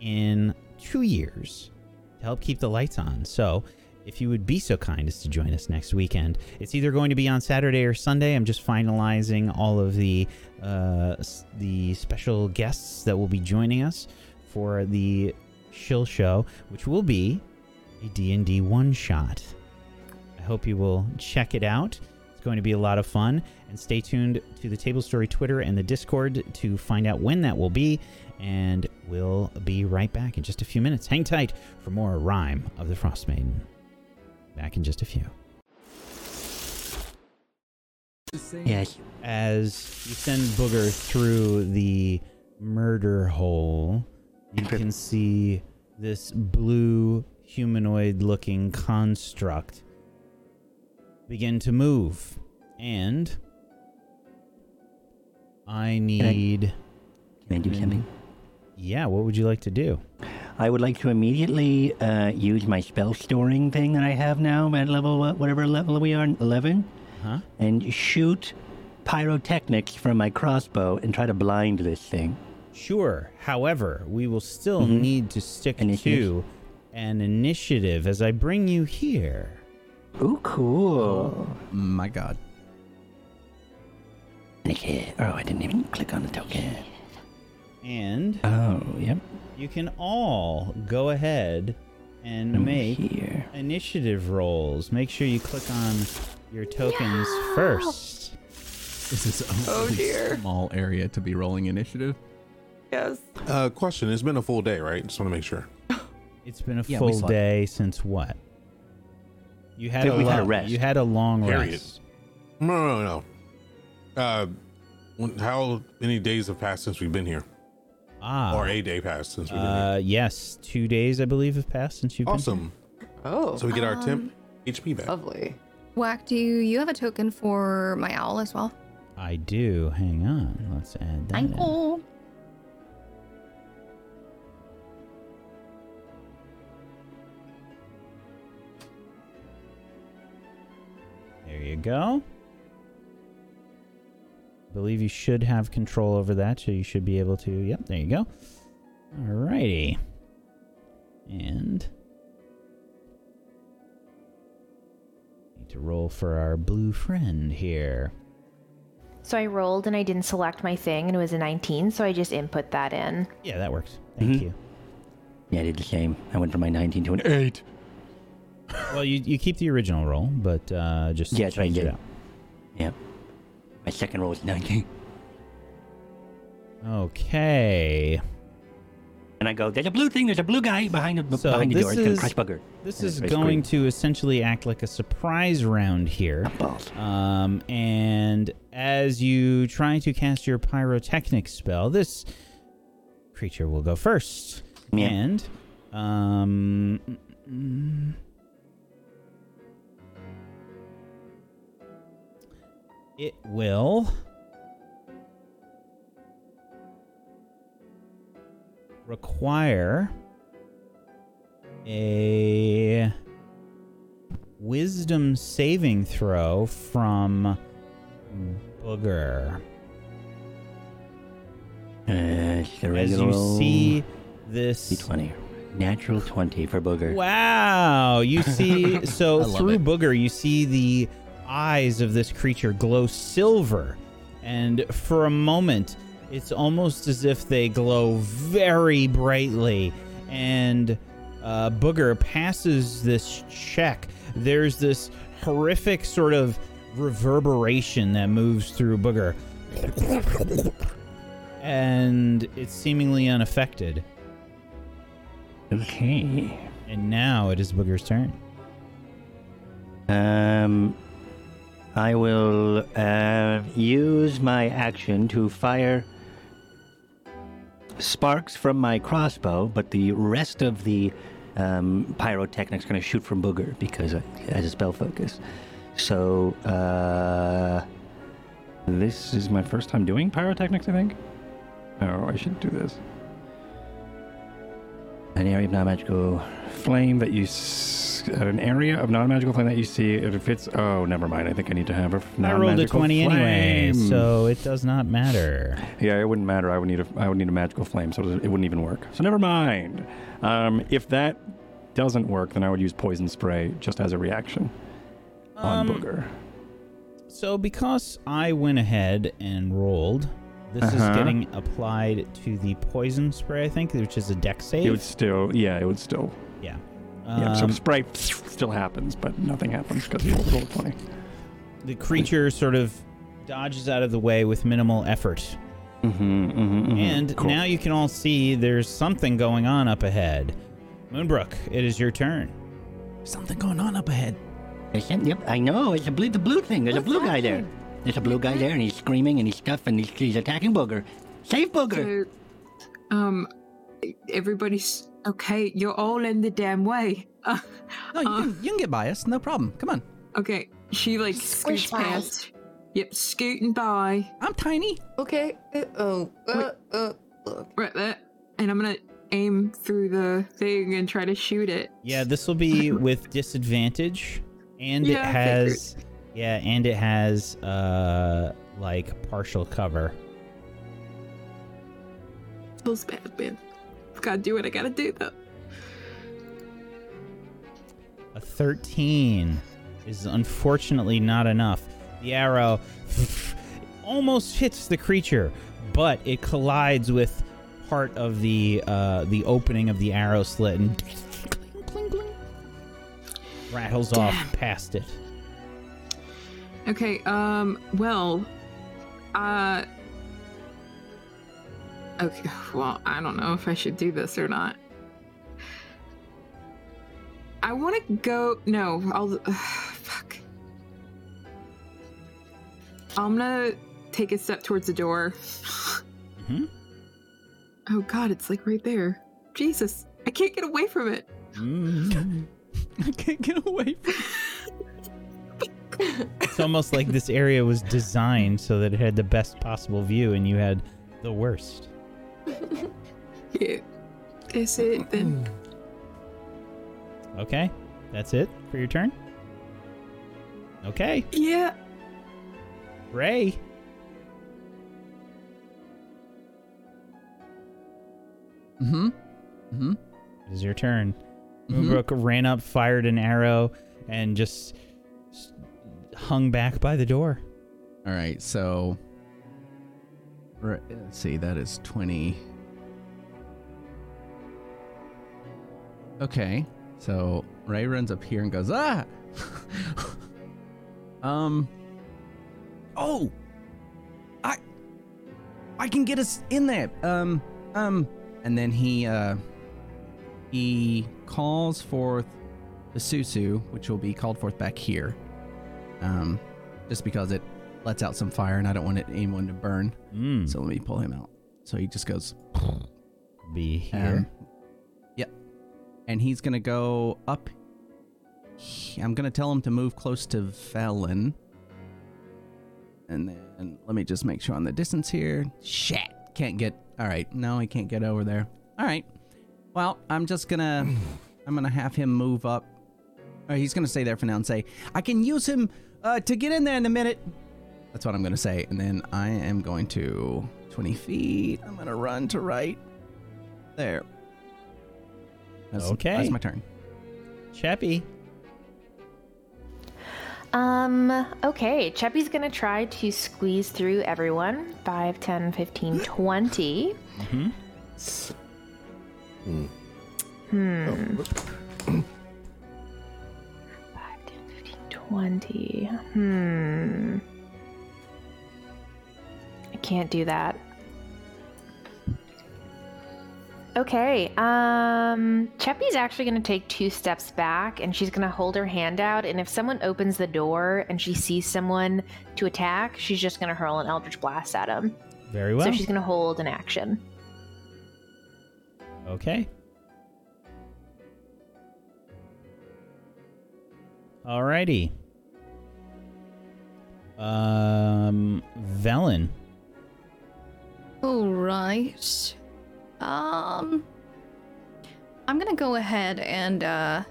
Speaker 8: in two years to help keep the lights on. So, if you would be so kind as to join us next weekend, it's either going to be on Saturday or Sunday. I'm just finalizing all of the uh, s- the special guests that will be joining us for the Shill Show, which will be a D&D one shot. I hope you will check it out. It's going to be a lot of fun. And stay tuned to the Table Story Twitter and the Discord to find out when that will be. And we'll be right back in just a few minutes. Hang tight for more Rhyme of the Frost Maiden. Back in just a few.
Speaker 3: Yes.
Speaker 8: As you send Booger through the murder hole, you can see this blue humanoid looking construct begin to move. And I need.
Speaker 3: Can I do something?
Speaker 8: Yeah, what would you like to do?
Speaker 3: I would like to immediately uh, use my spell storing thing that I have now at level uh, whatever level we are, eleven,
Speaker 8: Huh?
Speaker 3: and shoot pyrotechnics from my crossbow and try to blind this thing.
Speaker 8: Sure. However, we will still
Speaker 3: Mhm.
Speaker 8: need to stick
Speaker 3: Initiative.
Speaker 8: to an initiative as I bring you here.
Speaker 3: Ooh, cool.
Speaker 1: Oh, My god.
Speaker 3: Initiative. Oh, I didn't even click on the token.
Speaker 8: And
Speaker 3: Oh, yep.
Speaker 8: you can all go ahead and
Speaker 3: Over
Speaker 8: make initiative rolls. Make sure you click on your tokens first.
Speaker 1: This is a
Speaker 5: Oh,
Speaker 1: really
Speaker 5: dear.
Speaker 1: small area to be rolling initiative.
Speaker 5: Yes.
Speaker 7: Uh, question: It's been a full day, right? Just want to make sure.
Speaker 8: It's been a
Speaker 7: Yeah, we
Speaker 8: full
Speaker 7: slept.
Speaker 8: day since what? You had,
Speaker 7: Yeah,
Speaker 8: a,
Speaker 7: we had
Speaker 8: lo-
Speaker 7: a rest.
Speaker 8: You had a long
Speaker 7: Period.
Speaker 8: rest.
Speaker 7: No, no, no. Uh, when- how many days have passed since we've been here?
Speaker 8: Ah.
Speaker 7: Or a day passed since we've been here.
Speaker 8: Uh, yes, two days I believe have passed since you've
Speaker 7: Awesome.
Speaker 5: Oh.
Speaker 7: So we get our
Speaker 12: Um,
Speaker 7: temp HP back.
Speaker 5: Lovely.
Speaker 12: Whack, do you have a token for my owl as well?
Speaker 8: been here. I do. Hang on. Let's add that. in.
Speaker 12: Ankle.
Speaker 8: There you go. I believe you should have control over that, so you should be able to. Yep, there you go. Alrighty. And need to roll for our blue friend here.
Speaker 9: So I rolled and I didn't select my thing and it was a 19, so I just input that in.
Speaker 8: Yeah, that works. Thank you.
Speaker 3: Mm-hmm. Yeah, I did the same. I went from my 19 to an 8.
Speaker 8: Well, you, you keep the original roll, but uh, just
Speaker 3: Yeah, that's what I
Speaker 8: change it
Speaker 3: did.
Speaker 8: out.
Speaker 3: Yep. My second roll was 19.
Speaker 8: Okay.
Speaker 3: And I go, there's a blue thing, there's a blue guy behind the,
Speaker 8: So
Speaker 3: behind the
Speaker 8: this
Speaker 3: door. It's going
Speaker 8: is-
Speaker 3: to crush bugger.
Speaker 8: This
Speaker 3: And
Speaker 8: is
Speaker 3: I
Speaker 8: going
Speaker 3: scream.
Speaker 8: to essentially act like a surprise round here. Um, and as you try to cast your pyrotechnic spell, this creature will go first.
Speaker 3: Yeah.
Speaker 8: And um, mm, mm, it will require a wisdom saving throw from Booger.
Speaker 3: Uh, it's the
Speaker 8: As you
Speaker 3: regular
Speaker 8: see this.
Speaker 3: D20. Natural 20 for booger.
Speaker 8: Wow. You see,
Speaker 3: I
Speaker 8: so
Speaker 3: love
Speaker 8: through
Speaker 3: it.
Speaker 8: Booger, you see the eyes of this creature glow silver. And for a moment, it's almost as if they glow very brightly. And uh, Booger passes this check. There's this horrific sort of reverberation that moves through Booger. And it's seemingly unaffected.
Speaker 3: Okay.
Speaker 8: And now it is Booger's turn.
Speaker 3: Um, I will uh, use my action to fire sparks from my crossbow, but the rest of the um, pyrotechnic's going to shoot from Booger because it has a spell focus. So uh, this is my first time doing pyrotechnics, I think. Oh, I should do this. An area of non-magical flame that you s- at an area of non-magical flame that you see if it's oh never mind I think I need to have a f-
Speaker 8: I
Speaker 3: non-magical
Speaker 8: rolled a twenty anyway,
Speaker 3: flame.
Speaker 8: so it does not matter.
Speaker 3: yeah it wouldn't matter I would need a I would need a magical flame so it wouldn't even work so never mind um, if that doesn't work then I would use poison spray just as a reaction on
Speaker 8: Um,
Speaker 3: booger
Speaker 8: So because I went ahead and rolled, this is
Speaker 3: Uh-huh.
Speaker 8: getting applied to the poison spray, I think, which is a deck save.
Speaker 3: it would still yeah it would still
Speaker 8: yeah.
Speaker 3: yeah so
Speaker 8: Um,
Speaker 3: spray still happens but nothing happens because you rolled a twenty
Speaker 8: the creature sort of dodges out of the way with minimal effort.
Speaker 3: mm-hmm,
Speaker 8: And now you can all see there's something going on up ahead. Moonbrook, it is your turn.
Speaker 1: Something going on up ahead.
Speaker 3: Yep, I know. It's a blue, the blue thing. There's a blue guy there. There's a blue guy there, and he's screaming and he's stuff, and he's, he's attacking Booger. Save Booger!
Speaker 2: So, um, everybody's okay. You're all in the damn way.
Speaker 1: No, you, can, you can get by us, no problem. Come on.
Speaker 2: Okay, she like
Speaker 4: Squish
Speaker 2: scoots
Speaker 4: by.
Speaker 2: past. Yep, scooting by.
Speaker 1: I'm tiny.
Speaker 5: Okay. Uh, oh. Uh, uh,
Speaker 2: Right there. and I'm gonna aim through the thing and try to shoot it.
Speaker 8: Yeah, this will be with disadvantage, and
Speaker 2: Yeah,
Speaker 8: it
Speaker 2: I
Speaker 8: has yeah, and it has uh like partial cover.
Speaker 2: Feels bad, man. Gotta do what I gotta do though.
Speaker 8: A thirteen is unfortunately not enough. The arrow almost hits the creature, but it collides with part of the uh, the opening of the arrow slit and rattles off past it.
Speaker 2: Okay, um, well, uh, okay, well, I don't know if I should do this or not. I want to go, no, I'll, fuck. I'm gonna take a step towards the door. Oh god, it's like right there. Jesus, I can't get away from it.
Speaker 8: Mm-hmm. I can't get away from It's almost like this area was designed so that it had the best possible view and you had the worst.
Speaker 2: it. Is it then?
Speaker 8: Okay, that's it for your turn. Okay,
Speaker 2: Yeah.
Speaker 8: Ray.
Speaker 1: Mm-hmm. Mm-hmm.
Speaker 8: It is your turn.
Speaker 1: Mhm.
Speaker 8: Moonbrook ran up, fired an arrow, and just s- hung back by the door.
Speaker 1: All right, so right, let's see. That is twenty. Okay, so Ray runs up here and goes ah. um. Oh, I I can get us in there. Um, um, and then he uh he calls forth the susu, which will be called forth back here. Um, just because it lets out some fire, and I don't want it, anyone to burn.
Speaker 8: Mm.
Speaker 1: So let me pull him out. So he just goes. Um,
Speaker 8: Be here.
Speaker 1: yep. And he's gonna go up. he- I'm gonna tell him to move close to Felon. And then let me just make sure on the distance here. Shit. Can't get. All right. No, he can't get over there. All right. Well, I'm just gonna. I'm gonna have him move up. Or he's gonna stay there for now and say, I can use him uh, to get in there in a minute. That's what I'm gonna say. And then I am going to 20 feet. I'm gonna run to right. There. That's,
Speaker 8: Okay.
Speaker 1: That's my turn.
Speaker 8: Chappy.
Speaker 9: Um, okay, Cheppy's gonna try to squeeze through everyone 5, 10, 15, 20.
Speaker 8: Mm-hmm.
Speaker 9: Hmm. 20. Hmm. I can't do that. Okay. Um Cheppy's actually going to take two steps back and she's going to hold her hand out and if someone opens the door and she sees someone to attack, she's just going to hurl an eldritch blast at him.
Speaker 8: Very well.
Speaker 9: So she's going to hold an action.
Speaker 8: Okay. Alrighty. Um, Velen.
Speaker 12: All right. Um, I'm gonna go ahead and uh,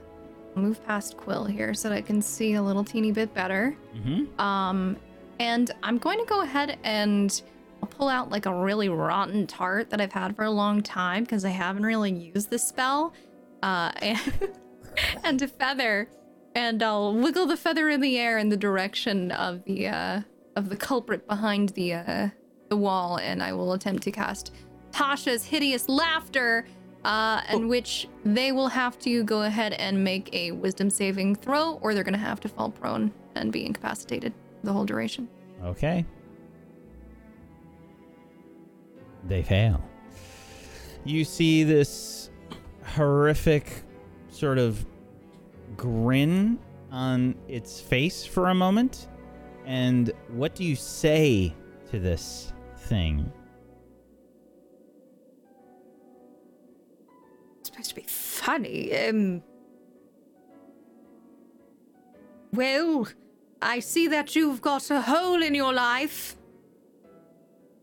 Speaker 12: move past Quill here so that I can see a little teeny bit better.
Speaker 8: Mm-hmm.
Speaker 12: Um, and I'm going to go ahead and I'll pull out like a really rotten tart that I've had for a long time because I haven't really used this spell. Uh, and, and a feather, and I'll wiggle the feather in the air in the direction of the uh, of the culprit behind the uh, the wall, and I will attempt to cast Tasha's hideous laughter. Uh,
Speaker 8: Oh.
Speaker 12: in which they will have to go ahead and make a wisdom saving throw, or they're going to have to fall prone and be incapacitated the whole duration.
Speaker 8: Okay. They fail. You see this horrific sort of grin on its face for a moment. And what do you say to this thing?
Speaker 14: It's supposed to be funny. Um. Well, I see that you've got a hole in your life.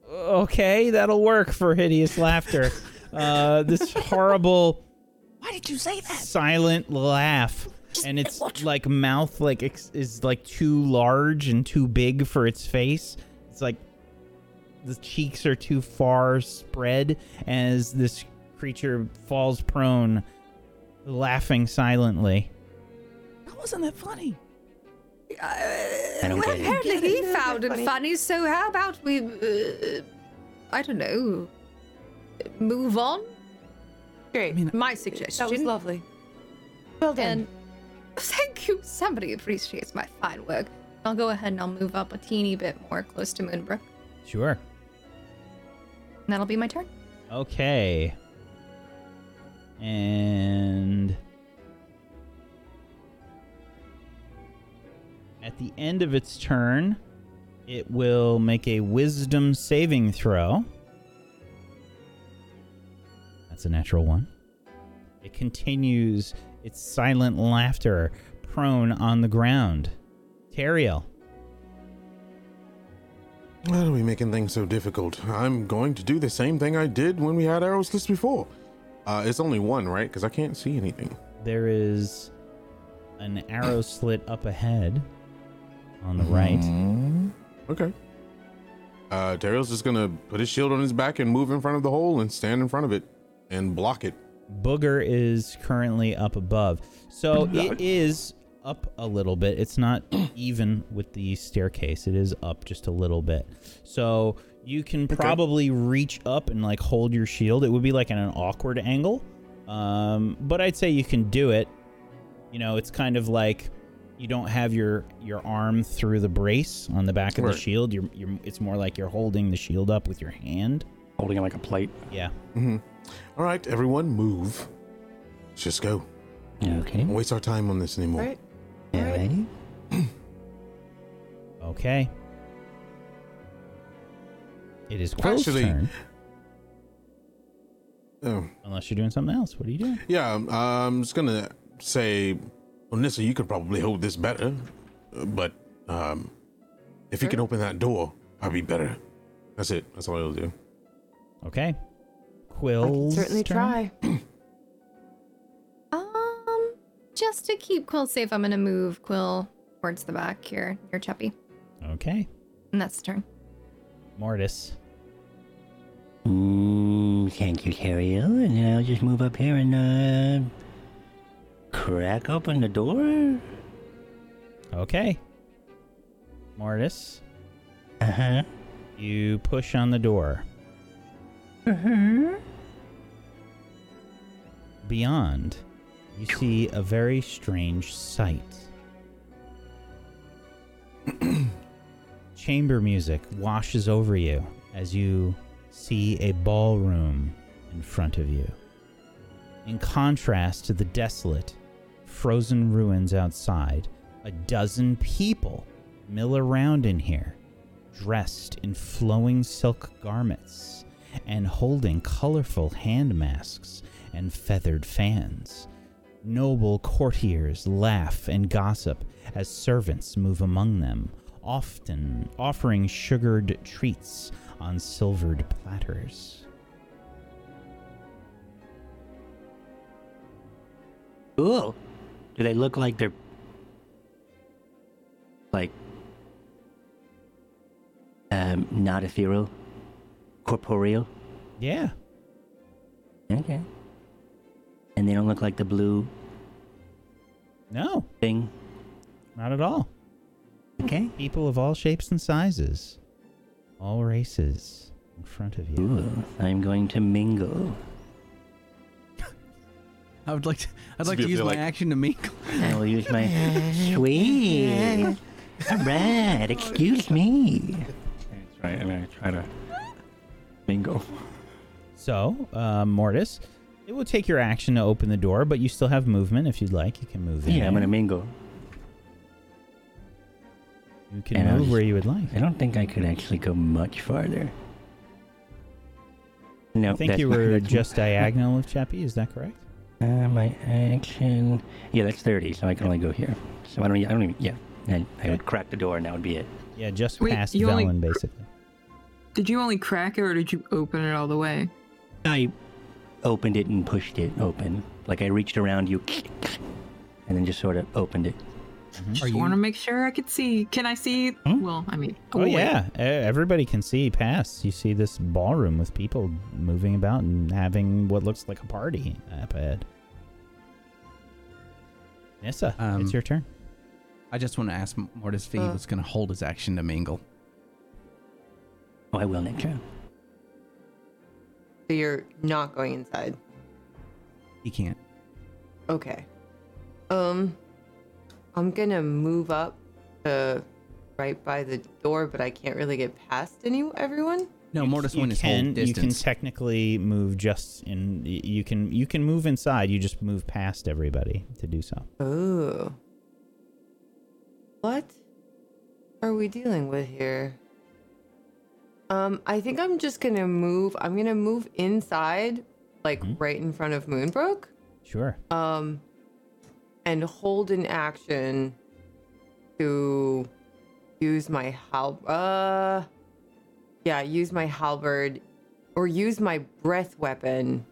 Speaker 8: Okay, that'll work for hideous laughter. uh, this horrible
Speaker 15: Why did you say that?
Speaker 8: silent laugh and it's like mouth like ex- is like too large and too big for its face it's like the cheeks are too far spread as this creature falls prone laughing silently
Speaker 15: That wasn't that funny.
Speaker 8: i don't get
Speaker 14: Apparently he found it funny, so how about we, uh, I don't know, move on? Great. My suggestion.
Speaker 5: That was lovely.
Speaker 14: Well done. thank you. Somebody appreciates my fine work. I'll go ahead and I'll move up a teeny bit more close to Moonbrook.
Speaker 8: sure
Speaker 12: And that'll be my turn.
Speaker 8: Okay. And at the end of its turn, it will make a wisdom saving throw. That's a natural one. It continues its silent laughter prone on the ground. Tariel.
Speaker 7: Why are we making things so difficult? I'm going to do the same thing I did when we had arrows list before. Uh, it's only one, right? Because I can't see anything.
Speaker 8: There is an arrow slit up ahead on the right.
Speaker 7: Okay. Uh, Daryl's just gonna put his shield on his back and move in front of the hole and stand in front of it and block it.
Speaker 8: Booger is currently up above. So it is up a little bit. It's not even with the staircase. It is up just a little bit. So you can probably reach up and like hold your shield. It would be like at an awkward angle. Um, but I'd say you can do it. You know, it's kind of like you don't have your your arm through the brace on the back of
Speaker 16: Right.
Speaker 8: the shield. You're, you're it's more like you're holding the shield up with your hand.
Speaker 16: Holding it like a plate. Mm-hmm.
Speaker 8: Yeah.
Speaker 7: Mhm. All right, everyone, move. Let's just go.
Speaker 3: Okay.
Speaker 7: Don't waste our time on this anymore.
Speaker 5: Right.
Speaker 3: Alrighty.
Speaker 8: Okay. It is Quill's
Speaker 7: Actually-
Speaker 8: turn.
Speaker 7: Oh.
Speaker 8: Unless you're doing something else. What are you doing?
Speaker 7: Yeah, um, I'm just gonna say, Onissa, you could probably hold this better, uh, but um, if you can open that door, I'd be better. That's it. That's all I'll do.
Speaker 8: Okay. Quill's
Speaker 5: Certainly
Speaker 8: turn.
Speaker 5: try.
Speaker 12: Um, just to keep Quill safe, I'm gonna move Quill towards the back here near Cheppy,
Speaker 8: Okay.
Speaker 12: and that's the turn.
Speaker 8: Mortis.
Speaker 3: Mm, thank you, Terrio. And then I'll just move up here and uh, crack open the door.
Speaker 8: Okay. Mortis.
Speaker 3: Uh huh.
Speaker 8: You push on the door.
Speaker 15: Mm-hmm.
Speaker 8: Beyond, you see a very strange sight. Chamber music washes over you as you see a ballroom in front of you. In contrast to the desolate, frozen ruins outside, a dozen people mill around in here, dressed in flowing silk garments and holding colorful hand masks and feathered fans. Noble courtiers laugh and gossip as servants move among them, often offering sugared treats on silvered platters.
Speaker 3: Cool. Do they look like they're like um not ethereal, corporeal?
Speaker 8: Yeah.
Speaker 3: Okay. And they don't look like the blue
Speaker 8: No.
Speaker 3: thing.
Speaker 8: Not at all.
Speaker 3: Okay.
Speaker 8: People of all shapes and sizes, all races in front of you.
Speaker 3: Ooh, I'm going to mingle.
Speaker 1: I would like to. I'd
Speaker 3: This
Speaker 1: like
Speaker 3: would
Speaker 1: to
Speaker 3: be
Speaker 1: use my
Speaker 3: like-
Speaker 1: action to mingle.
Speaker 3: I will use my sweet. All right. Excuse me.
Speaker 16: Right, I'm gonna try to mingle.
Speaker 8: So, uh, Mortis, it will take your action to open the door, but you still have movement if you'd like. You can move in.
Speaker 3: Yeah, I'm
Speaker 8: there.
Speaker 3: gonna mingle.
Speaker 8: You can move where you would like.
Speaker 3: I don't think I could actually go much farther. No,
Speaker 8: I think
Speaker 3: that's
Speaker 8: you
Speaker 3: my-
Speaker 8: were
Speaker 3: that's my-
Speaker 8: just diagonal with Chappie. Is that correct?
Speaker 3: Uh, my action. Yeah, that's thirty, so I can only go here. So I don't. I don't even. Yeah, I, I would crack the door, and that would be it.
Speaker 8: Yeah, just
Speaker 2: Wait,
Speaker 8: past
Speaker 2: you only-
Speaker 8: Velen, basically.
Speaker 2: Did you only crack it or did you open it all the way?
Speaker 3: I opened it and pushed it open. Like I reached around you and then just sort of opened it.
Speaker 8: Mm-hmm.
Speaker 13: Just want to make sure I could see. Can I see?
Speaker 3: Hmm?
Speaker 13: Well, I mean,
Speaker 8: Oh,
Speaker 13: wait.
Speaker 8: yeah, E- everybody can see past. You see this ballroom with people moving about and having what looks like a party up ahead. Nissa, it's your turn.
Speaker 1: Um, I just want to ask Mortis if he
Speaker 8: Uh.
Speaker 1: was going to hold his action to mingle.
Speaker 3: Oh, I will next turn.
Speaker 5: So you're not going inside.
Speaker 1: He can't.
Speaker 5: Okay. Um, I'm gonna move up to right by the door, but I can't really get past any everyone.
Speaker 1: No, Mortis
Speaker 8: you
Speaker 1: went his whole
Speaker 8: can you can
Speaker 1: distance.
Speaker 8: technically move just in. y- You can you can move inside. You just move past everybody to do so.
Speaker 5: Oh, What are we dealing with here? Um, I think I'm just gonna move. I'm gonna move inside, like right in front of Moonbrook.
Speaker 8: sure.
Speaker 5: Um, and hold an action to use my hal. Uh, yeah, use my halberd or use my breath weapon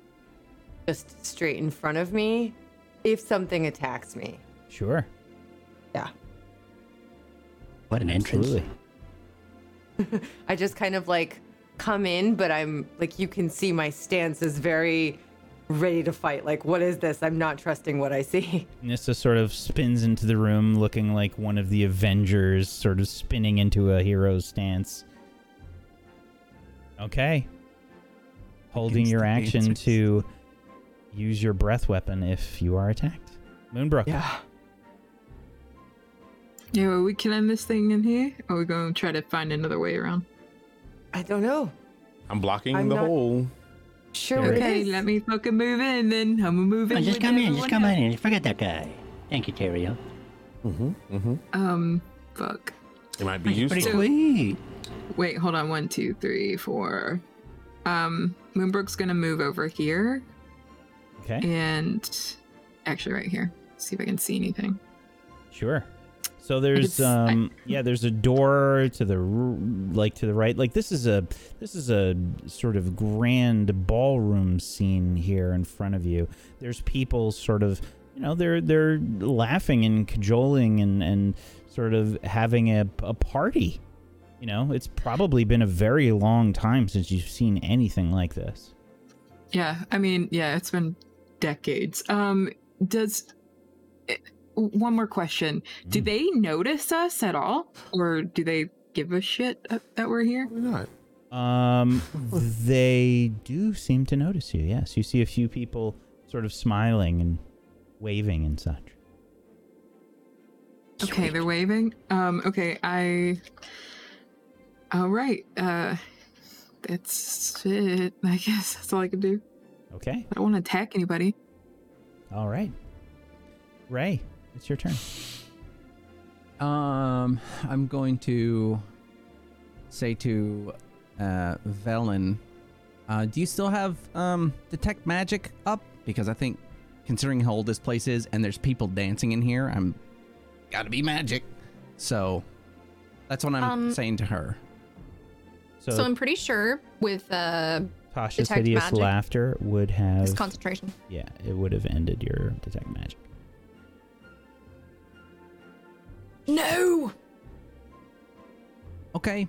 Speaker 5: just straight in front of me if something attacks me.
Speaker 8: Sure.
Speaker 5: Yeah.
Speaker 3: What an entrance.
Speaker 5: I just kind of like come in, but I'm like, you can see my stance is very ready to fight. Like, what is this? I'm not trusting what I see.
Speaker 8: Nissa sort of spins into the room, looking like one of the Avengers, sort of spinning into a hero's stance. Okay. Holding
Speaker 17: Against
Speaker 8: your
Speaker 17: the
Speaker 8: action
Speaker 17: Lancers.
Speaker 8: to use your breath weapon if you are attacked. Moonbrook.
Speaker 5: Yeah.
Speaker 13: Yeah, are we killing this thing in here? Or are we going to try to find another way around?
Speaker 5: I don't know.
Speaker 7: I'm blocking
Speaker 13: I'm
Speaker 7: the
Speaker 13: not-
Speaker 7: hole.
Speaker 5: Sure.
Speaker 3: There it
Speaker 13: okay,
Speaker 3: is.
Speaker 13: let me fucking move in then. I'm going to move in.
Speaker 3: Oh, just
Speaker 13: with
Speaker 3: come in, just
Speaker 13: everyone
Speaker 3: come on
Speaker 13: else.
Speaker 3: in. Forget that guy. Thank you, Terrio.
Speaker 7: Mm-hmm. Mm-hmm.
Speaker 13: Um, fuck.
Speaker 7: It might be
Speaker 13: That's pretty
Speaker 7: useful.
Speaker 3: sweet.
Speaker 13: Wait, hold on. One, two, three, four. Um, Moonbrook's gonna move over here
Speaker 8: Okay.
Speaker 13: and actually right here. See if I can see anything.
Speaker 8: Sure. So there's
Speaker 13: It's- I-
Speaker 8: um yeah there's a door to the r- like to the right like this is a this is a sort of grand ballroom scene here in front of you. There's people sort of you know they're they're laughing and cajoling and and sort of having a a party. You know, it's probably been a very long time since you've seen anything like this.
Speaker 13: Yeah, I mean, yeah, it's been decades. Um, does eh, one more question? Do
Speaker 8: Hmm.
Speaker 13: they notice us at all, or do they give a shit uh, that we're here?
Speaker 7: not.
Speaker 8: Um, they do seem to notice you. Yes, you see a few people sort of smiling and waving and such.
Speaker 13: Okay, they're waving. Um, okay, I. All right. Uh, that's it. I guess that's all I can do.
Speaker 8: Okay.
Speaker 13: I don't want to attack anybody.
Speaker 8: All right. Ray, it's your turn.
Speaker 1: Um, I'm going to say to uh, Velen, uh, do you still have um, detect magic up? Because I think, considering how old this place is, and there's people dancing in here, I'm gotta be magic. So that's what I'm
Speaker 12: Um,
Speaker 1: saying to her.
Speaker 12: So, I'm pretty sure with uh,
Speaker 8: Tasha's
Speaker 12: detect
Speaker 8: hideous
Speaker 12: magic,
Speaker 8: laughter would have.
Speaker 12: it's concentration.
Speaker 8: yeah, it would have ended your detect magic.
Speaker 12: No.
Speaker 1: Okay.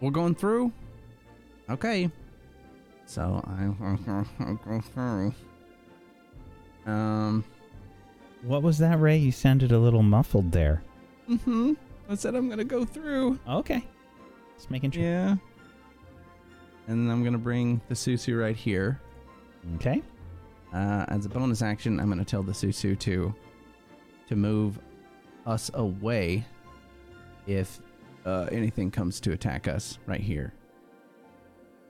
Speaker 1: We're going through. Okay. So I I'll go through. Um.
Speaker 8: What was that, Ray? You sounded a little muffled there.
Speaker 1: Mm-hmm. I said I'm gonna go through.
Speaker 8: Okay. Just making sure.
Speaker 1: Yeah. And then I'm gonna bring the Susu right here.
Speaker 8: Okay.
Speaker 1: Uh, as a bonus action, I'm gonna tell the Susu to to move us away if uh, anything comes to attack us right here.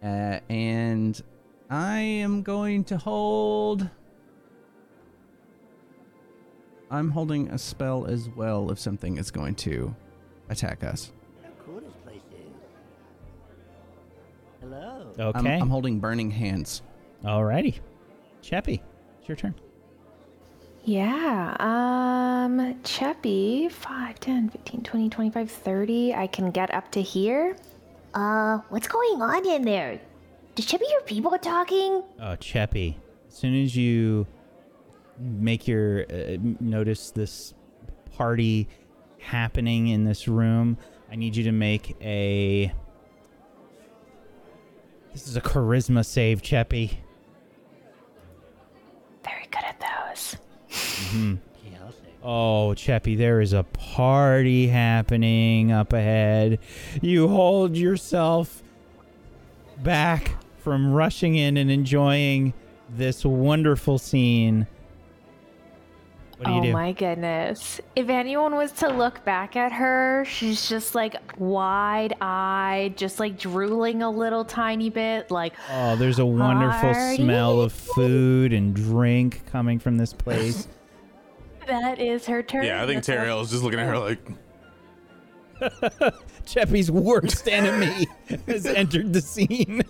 Speaker 1: Uh, and I am going to hold. I'm holding a spell as well if something is going to attack us.
Speaker 3: Hello.
Speaker 1: I'm-
Speaker 8: Okay.
Speaker 1: I'm, holding Burning Hands.
Speaker 8: Alrighty. Cheppy, it's your turn.
Speaker 9: Yeah. Um, Cheppy, 5, 10, 15, 20, 25, 30. I can get up to here.
Speaker 18: Uh, what's going on in there?
Speaker 4: Did Chubby hear people talking?
Speaker 8: Oh, Cheppy. As soon as you make your uh, notice this party happening in this room, I need you to make a. This is a charisma save, Cheppy.
Speaker 9: Very good at those.
Speaker 8: Mhm. Oh, Cheppy, there is a party happening up ahead. You hold yourself back from rushing in and enjoying this wonderful scene. What do
Speaker 9: oh
Speaker 8: you do?
Speaker 9: my goodness. If anyone was to look back at her, she's just like wide eyed, just like drooling a little tiny bit, like
Speaker 8: Oh, there's a wonderful
Speaker 9: Party.
Speaker 8: smell of food and drink coming from this place.
Speaker 9: that is her turn.
Speaker 7: Yeah, I think Terry L is just looking at her like,
Speaker 8: Cheppy's worst enemy has entered the scene.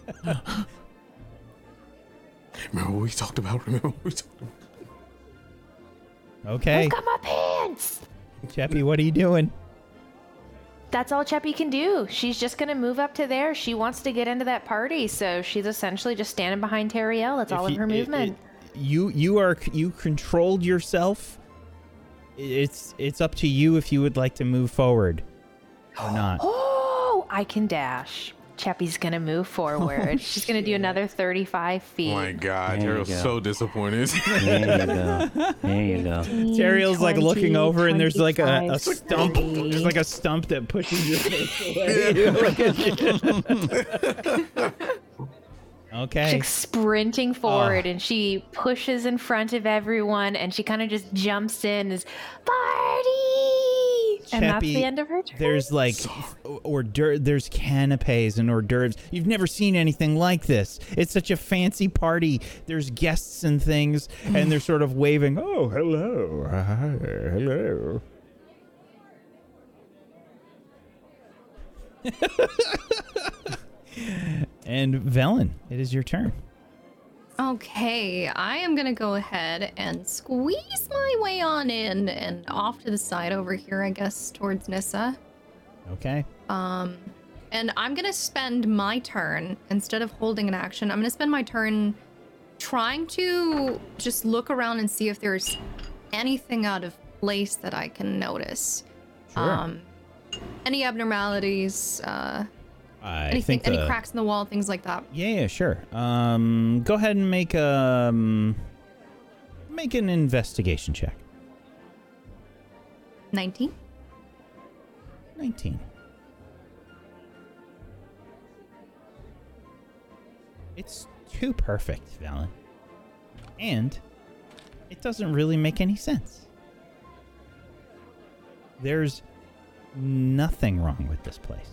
Speaker 7: remember what we talked about? Remember what we talked about?
Speaker 8: Okay.
Speaker 4: Got my pants.
Speaker 8: Cheppy, what are you doing?
Speaker 9: That's all Cheppy can do. She's just gonna move up to there. She wants to get into that party, so she's essentially just standing behind Terriel. That's all
Speaker 8: If
Speaker 9: of
Speaker 8: you-
Speaker 9: her
Speaker 8: it-
Speaker 9: movement.
Speaker 8: it- you you are you controlled yourself. I- It's it's up to you if you would like to move forward or not.
Speaker 9: Oh, I can dash. Cheppy's gonna move forward.
Speaker 8: Oh,
Speaker 9: She's gonna do another 35 feet.
Speaker 7: My God,
Speaker 16: There you
Speaker 7: Ah, Terrell's
Speaker 16: go.
Speaker 7: so disappointed.
Speaker 16: There you go. There you go.
Speaker 8: Terriel's like looking over and there's like a, a
Speaker 9: 25,
Speaker 8: stump. There's like a stump that pushes your face
Speaker 9: Yeah.
Speaker 8: away. Look at you.
Speaker 9: She's
Speaker 8: okay.
Speaker 9: like sprinting forward and she pushes in front of everyone and she kind of just jumps in as party. and that's
Speaker 8: Cheppy,
Speaker 9: the end of her turn.
Speaker 8: There's like or d'oeuvres. There's canapes and hors d'oeuvres. You've never seen anything like this. It's such a fancy party. There's guests and things, and they're sort of waving. Oh, hello, hi, hello. and Velen, it is your turn.
Speaker 12: Okay, I am gonna go ahead and squeeze my way on in and off to the side over here, I guess, towards Nissa.
Speaker 8: Okay.
Speaker 12: Um, and I'm gonna spend my turn instead of holding an action. I'm gonna spend my turn trying to just look around and see if there's anything out of place that I can notice.
Speaker 8: Sure.
Speaker 12: Um, any abnormalities, uh,
Speaker 8: I
Speaker 12: anything,
Speaker 8: think uh, the,
Speaker 12: any cracks in the wall, things like that.
Speaker 8: Yeah, yeah, sure. Um, go ahead and make um, make an investigation check.
Speaker 12: 19.
Speaker 8: 19. It's too perfect, Valen. And it doesn't really make any sense. There's nothing wrong with this place.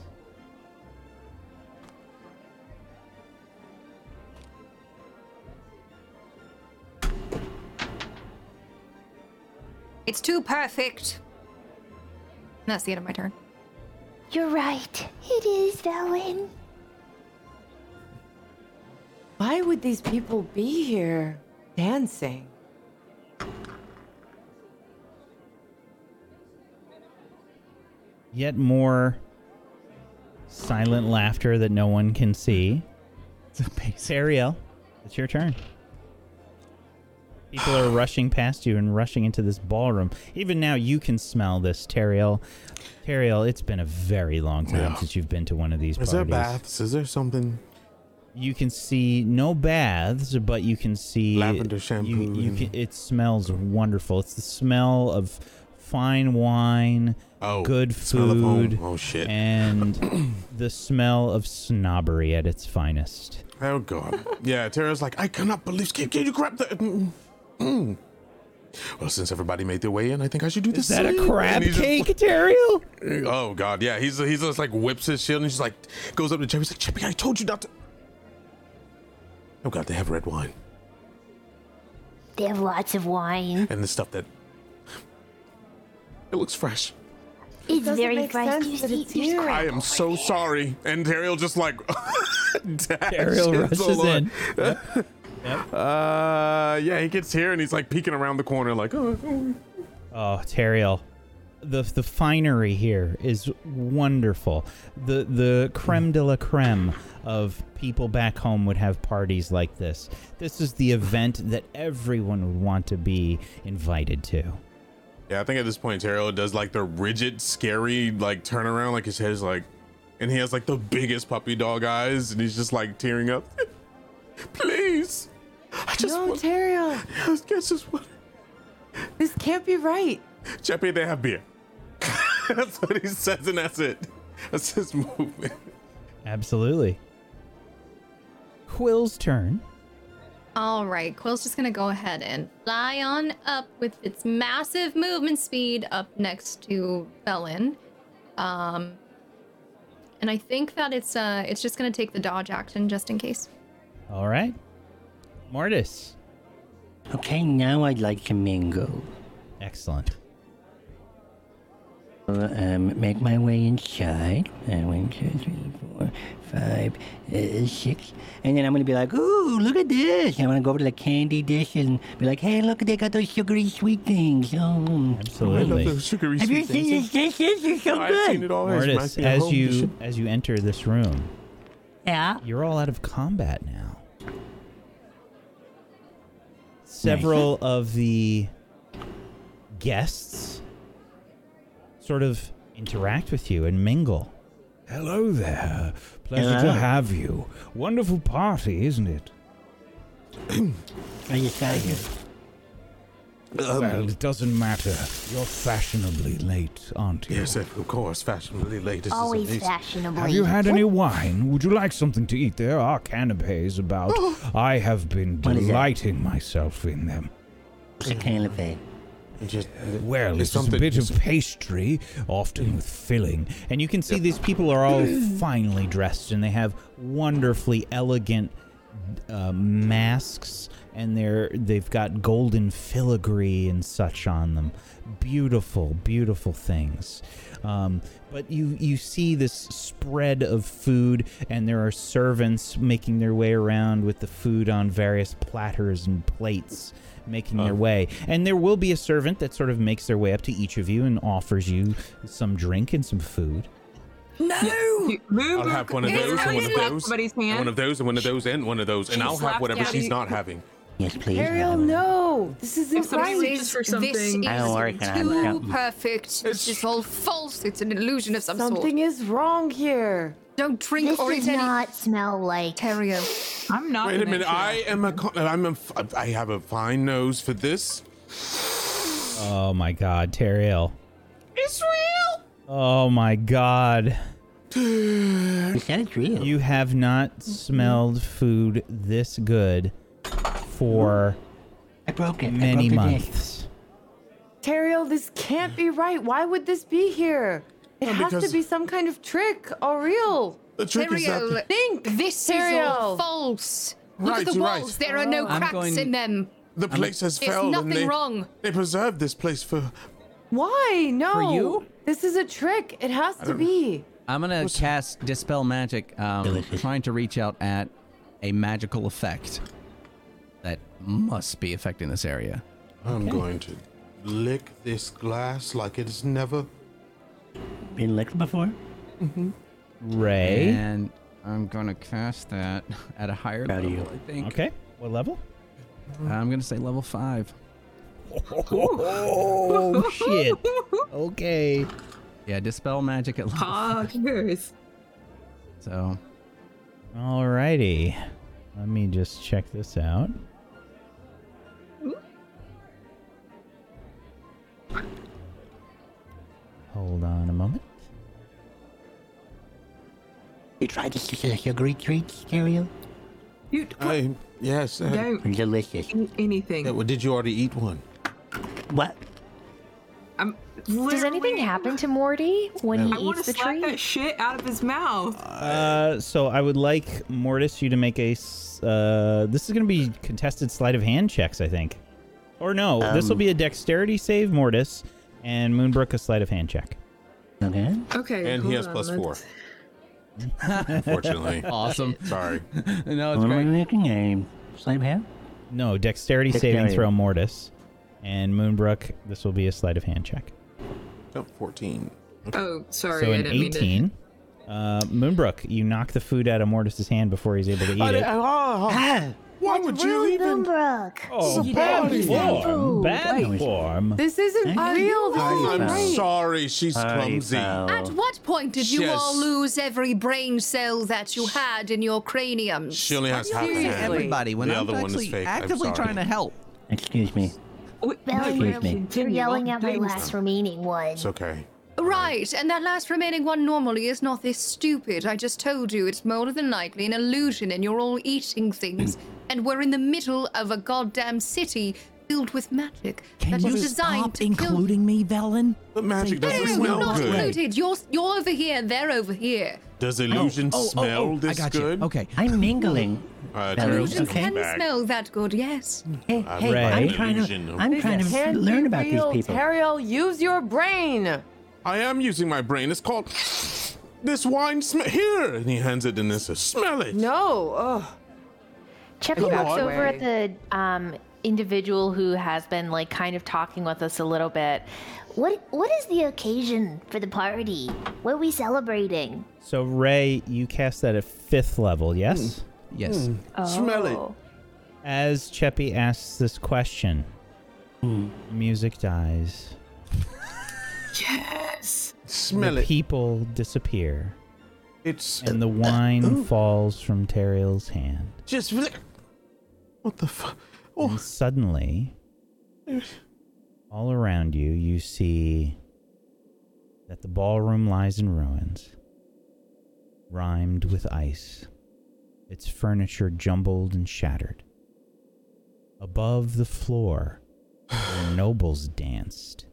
Speaker 12: It's too perfect. That's the end of my turn.
Speaker 4: You're right. It is, Velen.
Speaker 5: Why would these people be here dancing?
Speaker 8: Yet more silent laughter that no one can see. It's amazing. Ariel, it's your turn. People are rushing past you and rushing into this ballroom. Even now, you can smell this, Teriel. Teriel, it's been a very long time
Speaker 7: Yeah.
Speaker 8: since you've been to one of these
Speaker 7: Is
Speaker 8: parties.
Speaker 7: there baths? Is there something?
Speaker 8: You can see no baths, but you can see
Speaker 7: Lavender shampoo
Speaker 8: You, you
Speaker 7: and-
Speaker 8: can, it smells wonderful. It's the smell of fine wine,
Speaker 7: Oh,
Speaker 8: good
Speaker 7: smell of home.
Speaker 8: food,
Speaker 7: Oh, shit.
Speaker 8: and the smell of snobbery at its finest.
Speaker 7: Oh God. yeah, Tara's like, I cannot believe. Can, can you grab the? Mm, mm. Well, since everybody made their way in, I think I should do the
Speaker 8: Is that a
Speaker 7: same.
Speaker 8: crab
Speaker 7: And he's just-
Speaker 8: cake, Teriel?
Speaker 7: Oh God, yeah. He's he's just like whips his shield and he's like goes up to Chippy. He's like, Chippy, I told you not to. Oh God, they have red wine
Speaker 4: They have lots of wine.
Speaker 7: and the stuff that it looks fresh.
Speaker 4: It's doesn't very make fresh. sense You that see, it's you here.
Speaker 7: I
Speaker 8: Oh
Speaker 7: am so sorry. And Ariel just like dash
Speaker 8: Ariel
Speaker 7: in so
Speaker 8: rushes
Speaker 7: long.
Speaker 8: in.
Speaker 7: Uh, yeah, he gets here and he's like peeking around the corner, like, oh, oh.
Speaker 8: Oh, Teriel. The, the finery here is wonderful. The the creme de la creme of people back home would have parties like this. This is the event that everyone would want to be invited to.
Speaker 7: Yeah, I think at this point Taro does like the rigid, scary like turnaround, like his head is like, and he has like the biggest puppy dog eyes, and he's just like tearing up. Please, I just
Speaker 5: no,
Speaker 7: want-
Speaker 5: Terrio.
Speaker 7: I guess just what.
Speaker 5: This can't be right.
Speaker 7: Cheppy, they have beer. that's what he says, and that's it. That's his movement.
Speaker 8: Absolutely. Quill's turn.
Speaker 12: All right, Quill's just gonna go ahead and fly on up with its massive movement speed up next to Felin. Um, and I think that it's uh, it's just gonna take the dodge action just in case.
Speaker 8: All right. Mortis.
Speaker 3: Okay, now I'd like to mingle.
Speaker 8: Excellent.
Speaker 3: I'll, um, make my way inside. Uh, one, two, three, four, five, uh, six. And then I'm going to be like, ooh, look at this. And I'm going to go over to the candy dish and be like, hey, look, they got those sugary sweet things. Oh,
Speaker 8: Absolutely.
Speaker 7: those sugary
Speaker 3: Have you
Speaker 7: sweet
Speaker 3: seen
Speaker 7: things.
Speaker 3: this dish? This is so
Speaker 7: Oh, I've
Speaker 3: good.
Speaker 7: seen it all. It
Speaker 8: Mortis,
Speaker 7: reminds me of
Speaker 8: as
Speaker 7: home.
Speaker 8: you as you enter this room,
Speaker 3: Yeah.
Speaker 8: you're all out of combat now. Several of the guests sort of interact with you and mingle.
Speaker 13: Hello there. Pleasure
Speaker 8: Hello.
Speaker 13: to have you. Wonderful party, isn't it?
Speaker 3: Are you tired?
Speaker 13: well, it doesn't matter. You're fashionably late, aren't you?
Speaker 7: Yes, of course, fashionably late. This
Speaker 4: Always
Speaker 7: is amazing.
Speaker 4: fashionable.
Speaker 13: Have you had any wine? Would you like something to eat? There are canapes about. I have been
Speaker 3: Oh. What is that?
Speaker 13: delighting myself in them.
Speaker 3: It's a canape.
Speaker 13: well,
Speaker 7: it's
Speaker 13: it's, a
Speaker 7: something-
Speaker 13: bit of pastry, often with filling.
Speaker 8: And you can see these people are all finely dressed and they have wonderfully elegant uh, masks and they're they've got golden filigree and such on them. Beautiful, beautiful things. Um, but you you see this spread of food and there are servants making their way around with the food on various platters and plates making their way. And there will be a servant that sort of makes their way up to each of you and offers you some drink and some food.
Speaker 2: No!
Speaker 7: I'll have one of those, and one of those,
Speaker 2: Somebody's
Speaker 7: and one
Speaker 2: hand.
Speaker 7: of those, and one of those, and one of those, and
Speaker 2: She
Speaker 7: I'll have
Speaker 2: slapped
Speaker 7: whatever
Speaker 2: Gabby.
Speaker 7: she's not having.
Speaker 3: Yes, please.
Speaker 5: Ariel, no. This
Speaker 2: If
Speaker 5: isn't
Speaker 2: somebody
Speaker 5: right.
Speaker 2: reaches for something,
Speaker 14: This
Speaker 3: I don't work
Speaker 14: is
Speaker 3: and I'm
Speaker 14: too
Speaker 3: something.
Speaker 14: perfect. It's just all false. It's an illusion of some
Speaker 5: Something
Speaker 14: sort.
Speaker 5: is wrong here.
Speaker 14: Don't drink
Speaker 4: This
Speaker 14: or
Speaker 4: does
Speaker 14: eat any.
Speaker 4: not smell like.
Speaker 14: Terrio.
Speaker 2: I'm not.
Speaker 7: Wait a
Speaker 2: gonna
Speaker 7: minute.
Speaker 2: do that.
Speaker 7: I am a. co- I'm a. f- I have a fine nose for this.
Speaker 8: Oh my god, Terriel.
Speaker 7: It's real.
Speaker 8: Oh my god.
Speaker 3: Is that a real?
Speaker 8: You have not smelled food this good for
Speaker 3: I broke it. I
Speaker 8: many
Speaker 3: broke the dish.
Speaker 8: months.
Speaker 5: Terriel, this can't be right. Why would this be here? It
Speaker 7: Well,
Speaker 5: has
Speaker 7: because-
Speaker 5: to be some kind of trick or real.
Speaker 7: The trick is
Speaker 14: Terrio,
Speaker 7: that.
Speaker 5: Think.
Speaker 14: this is all
Speaker 5: Terriel.
Speaker 14: false.
Speaker 7: Right,
Speaker 14: Look at the
Speaker 7: you're right.
Speaker 14: walls. There are
Speaker 3: Oh,
Speaker 14: no
Speaker 1: I'm
Speaker 14: cracks
Speaker 1: going-
Speaker 14: in them.
Speaker 7: The place has
Speaker 14: There's
Speaker 7: failed.
Speaker 14: nothing
Speaker 7: and they,
Speaker 14: wrong.
Speaker 7: They preserved this place for.
Speaker 5: Why? No.
Speaker 1: you?
Speaker 5: This is a trick. It has to be.
Speaker 1: I'm gonna cast Dispel Magic, um, trying to reach out at a magical effect that must be affecting this area.
Speaker 7: I'm going to lick this glass like it is never.
Speaker 3: Been licked before? Mm-hmm.
Speaker 8: Ray.
Speaker 1: And I'm gonna cast that at a higher
Speaker 3: Proud of
Speaker 1: level,
Speaker 3: you.
Speaker 1: I think.
Speaker 8: Okay. What level?
Speaker 1: I'm gonna say level five.
Speaker 8: Oh shit. Okay.
Speaker 1: Yeah, Dispel Magic at level.
Speaker 6: Ah,
Speaker 2: Poggers.
Speaker 1: So
Speaker 8: Alrighty. Let me just check this out. Hold on a moment.
Speaker 3: You tried this uh, sugary treats, cereal?
Speaker 2: You
Speaker 7: I yes. uh,
Speaker 2: don't
Speaker 3: Delicious.
Speaker 2: eat anything.
Speaker 7: yeah, well, did you already eat one?
Speaker 3: What?
Speaker 2: I'm
Speaker 9: Does anything happen to Morty when
Speaker 2: I
Speaker 9: he
Speaker 2: want
Speaker 9: eats
Speaker 2: to
Speaker 9: the
Speaker 2: slap
Speaker 9: tree?
Speaker 2: that shit out of his mouth.
Speaker 8: Uh, so I would like Mortis you to make a. s- Uh, this is going to be contested sleight of hand checks, I think. Or no, this will
Speaker 3: Um.
Speaker 8: be a dexterity save, Mortis, and Moonbrook a sleight of hand check.
Speaker 3: Okay.
Speaker 2: Okay.
Speaker 7: And he
Speaker 2: hold
Speaker 7: has
Speaker 2: on,
Speaker 7: plus
Speaker 2: let's-
Speaker 7: four. Unfortunately.
Speaker 1: awesome.
Speaker 7: Sorry.
Speaker 1: no, it's
Speaker 3: What am I
Speaker 1: great.
Speaker 3: making? A slave hand?
Speaker 8: No, dexterity, saving
Speaker 3: Dexterity.
Speaker 8: throw, Mortis, and Moonbrook. This will be a sleight of hand check.
Speaker 7: Oh, 14.
Speaker 2: Oh, sorry.
Speaker 8: so
Speaker 2: I
Speaker 8: an
Speaker 2: didn't mean to-
Speaker 8: eighteen. Uh, Moonbrook, you knock the food out of Mortis's hand before he's able to eat
Speaker 7: I
Speaker 8: it.
Speaker 7: didn't- oh, why would you even?
Speaker 8: Oh,
Speaker 7: It's a
Speaker 8: bad
Speaker 7: party.
Speaker 8: form. Bad form.
Speaker 5: This isn't real. This
Speaker 7: I'm
Speaker 5: isn't right.
Speaker 7: sorry, she's
Speaker 8: Hi,
Speaker 7: clumsy.
Speaker 8: pal.
Speaker 6: At what point did you all
Speaker 7: Yes.
Speaker 6: lose every brain cell that you had in your craniums?
Speaker 7: She only has half
Speaker 1: Seriously.
Speaker 7: a hand.
Speaker 1: Everybody, when
Speaker 7: the
Speaker 1: I'm
Speaker 7: other one is
Speaker 1: actually
Speaker 7: fake.
Speaker 1: actively
Speaker 7: I'm sorry.
Speaker 1: trying to help.
Speaker 3: Excuse me.
Speaker 4: Well,
Speaker 3: Excuse me.
Speaker 4: you're yelling at my last remaining one.
Speaker 7: It's okay.
Speaker 6: Right, and that last remaining one normally is not this stupid. I just told you it's more than likely an illusion, and you're all eating things, and we're in the middle of a goddamn city filled with magic that is designed to kill.
Speaker 1: me, Velen?
Speaker 7: But magic
Speaker 6: No,
Speaker 7: doesn't
Speaker 6: no, no,
Speaker 7: smell
Speaker 6: you're not
Speaker 7: Oh, good.
Speaker 6: included. You're you're over here, and they're over here.
Speaker 7: Does illusion
Speaker 3: Oh, oh, oh,
Speaker 7: smell
Speaker 3: oh, I
Speaker 7: this
Speaker 3: got you.
Speaker 7: good?
Speaker 1: Okay.
Speaker 3: I'm mingling.
Speaker 7: Uh,
Speaker 3: That
Speaker 7: Terrell's
Speaker 3: illusion
Speaker 7: coming
Speaker 6: Can
Speaker 7: back. Mm.
Speaker 6: smell that good, yes.
Speaker 3: Hey,
Speaker 7: I've
Speaker 3: hey,
Speaker 7: got
Speaker 3: I'm
Speaker 7: an
Speaker 3: trying
Speaker 7: illusion
Speaker 3: to.
Speaker 7: of-
Speaker 3: Eh, I'm
Speaker 5: This
Speaker 3: trying to
Speaker 5: can't
Speaker 3: learn
Speaker 5: be
Speaker 3: about these
Speaker 5: real.
Speaker 3: people.
Speaker 5: Terrell, use your brain.
Speaker 7: I am using my brain. It's called this wine smell here, and he hands it, and this is smell it.
Speaker 5: No. Oh.
Speaker 9: Cheppy
Speaker 7: Come
Speaker 9: looks
Speaker 7: on.
Speaker 9: over at the um, individual who has been like kind of talking with us a little bit.
Speaker 4: What what is the occasion for the party? What are we celebrating?
Speaker 8: So, Ray, you cast that at fifth level, yes?
Speaker 2: Hmm.
Speaker 4: Yes.
Speaker 8: Hmm.
Speaker 4: Mm. Smell it. Oh.
Speaker 8: As Cheppy asks this question, music dies.
Speaker 13: Yes.
Speaker 7: Smell
Speaker 8: the
Speaker 7: it.
Speaker 8: people disappear.
Speaker 7: It's
Speaker 8: and the wine falls from Teriel's hand.
Speaker 7: Just really- what the oh. fuck?
Speaker 8: And suddenly, all around you, you see that the ballroom lies in ruins, rimed with ice, its furniture jumbled and shattered. Above the floor, where nobles danced,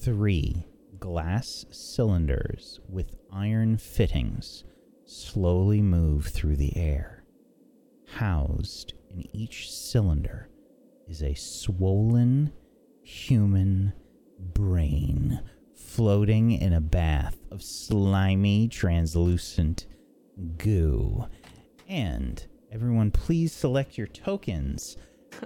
Speaker 8: three glass cylinders with iron fittings slowly move through the air. Housed in each cylinder is a swollen human brain floating in a bath of slimy, translucent goo. And everyone, please select your tokens.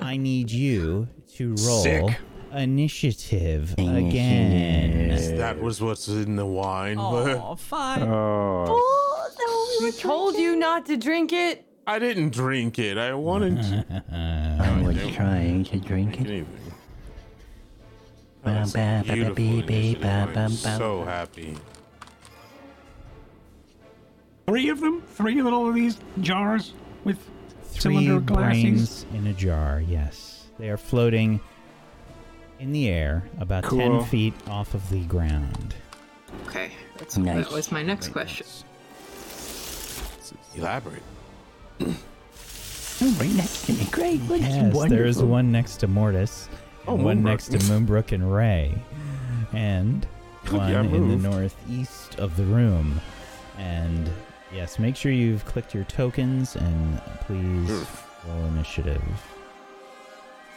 Speaker 8: I need you to roll
Speaker 7: Sick.
Speaker 8: initiative again.
Speaker 7: That was what's in the wine.
Speaker 1: Oh, fine.
Speaker 3: Oh.
Speaker 5: we told you not to drink it.
Speaker 7: I didn't drink it. I wanted. to.
Speaker 3: I was trying to drink it. Ba-
Speaker 7: That's
Speaker 3: ba- ba-
Speaker 7: beautiful
Speaker 3: ba- ba-
Speaker 7: initiative.
Speaker 3: ba-
Speaker 7: I'm
Speaker 3: ba- ba-
Speaker 7: so happy.
Speaker 16: Three of them? Three little of these jars with
Speaker 8: three
Speaker 16: cylinder glasses?
Speaker 8: brains in a jar. Yes, they are floating in the air, about ten
Speaker 16: Cool.
Speaker 8: feet off of the ground.
Speaker 13: Okay. That's,
Speaker 8: Nice.
Speaker 13: That was my next question.
Speaker 7: Elaborate.
Speaker 3: Right next to me. Great. What is
Speaker 8: Yes, there is
Speaker 3: wonderful.
Speaker 8: one next to Mortis,
Speaker 3: Oh,
Speaker 8: and one
Speaker 3: Moonbrook.
Speaker 8: next to Moonbrook and Ray, and
Speaker 16: Good,
Speaker 8: one
Speaker 16: yeah,
Speaker 8: in the
Speaker 16: move.
Speaker 8: northeast of the room. And yes, make sure you've clicked your tokens and please roll initiative.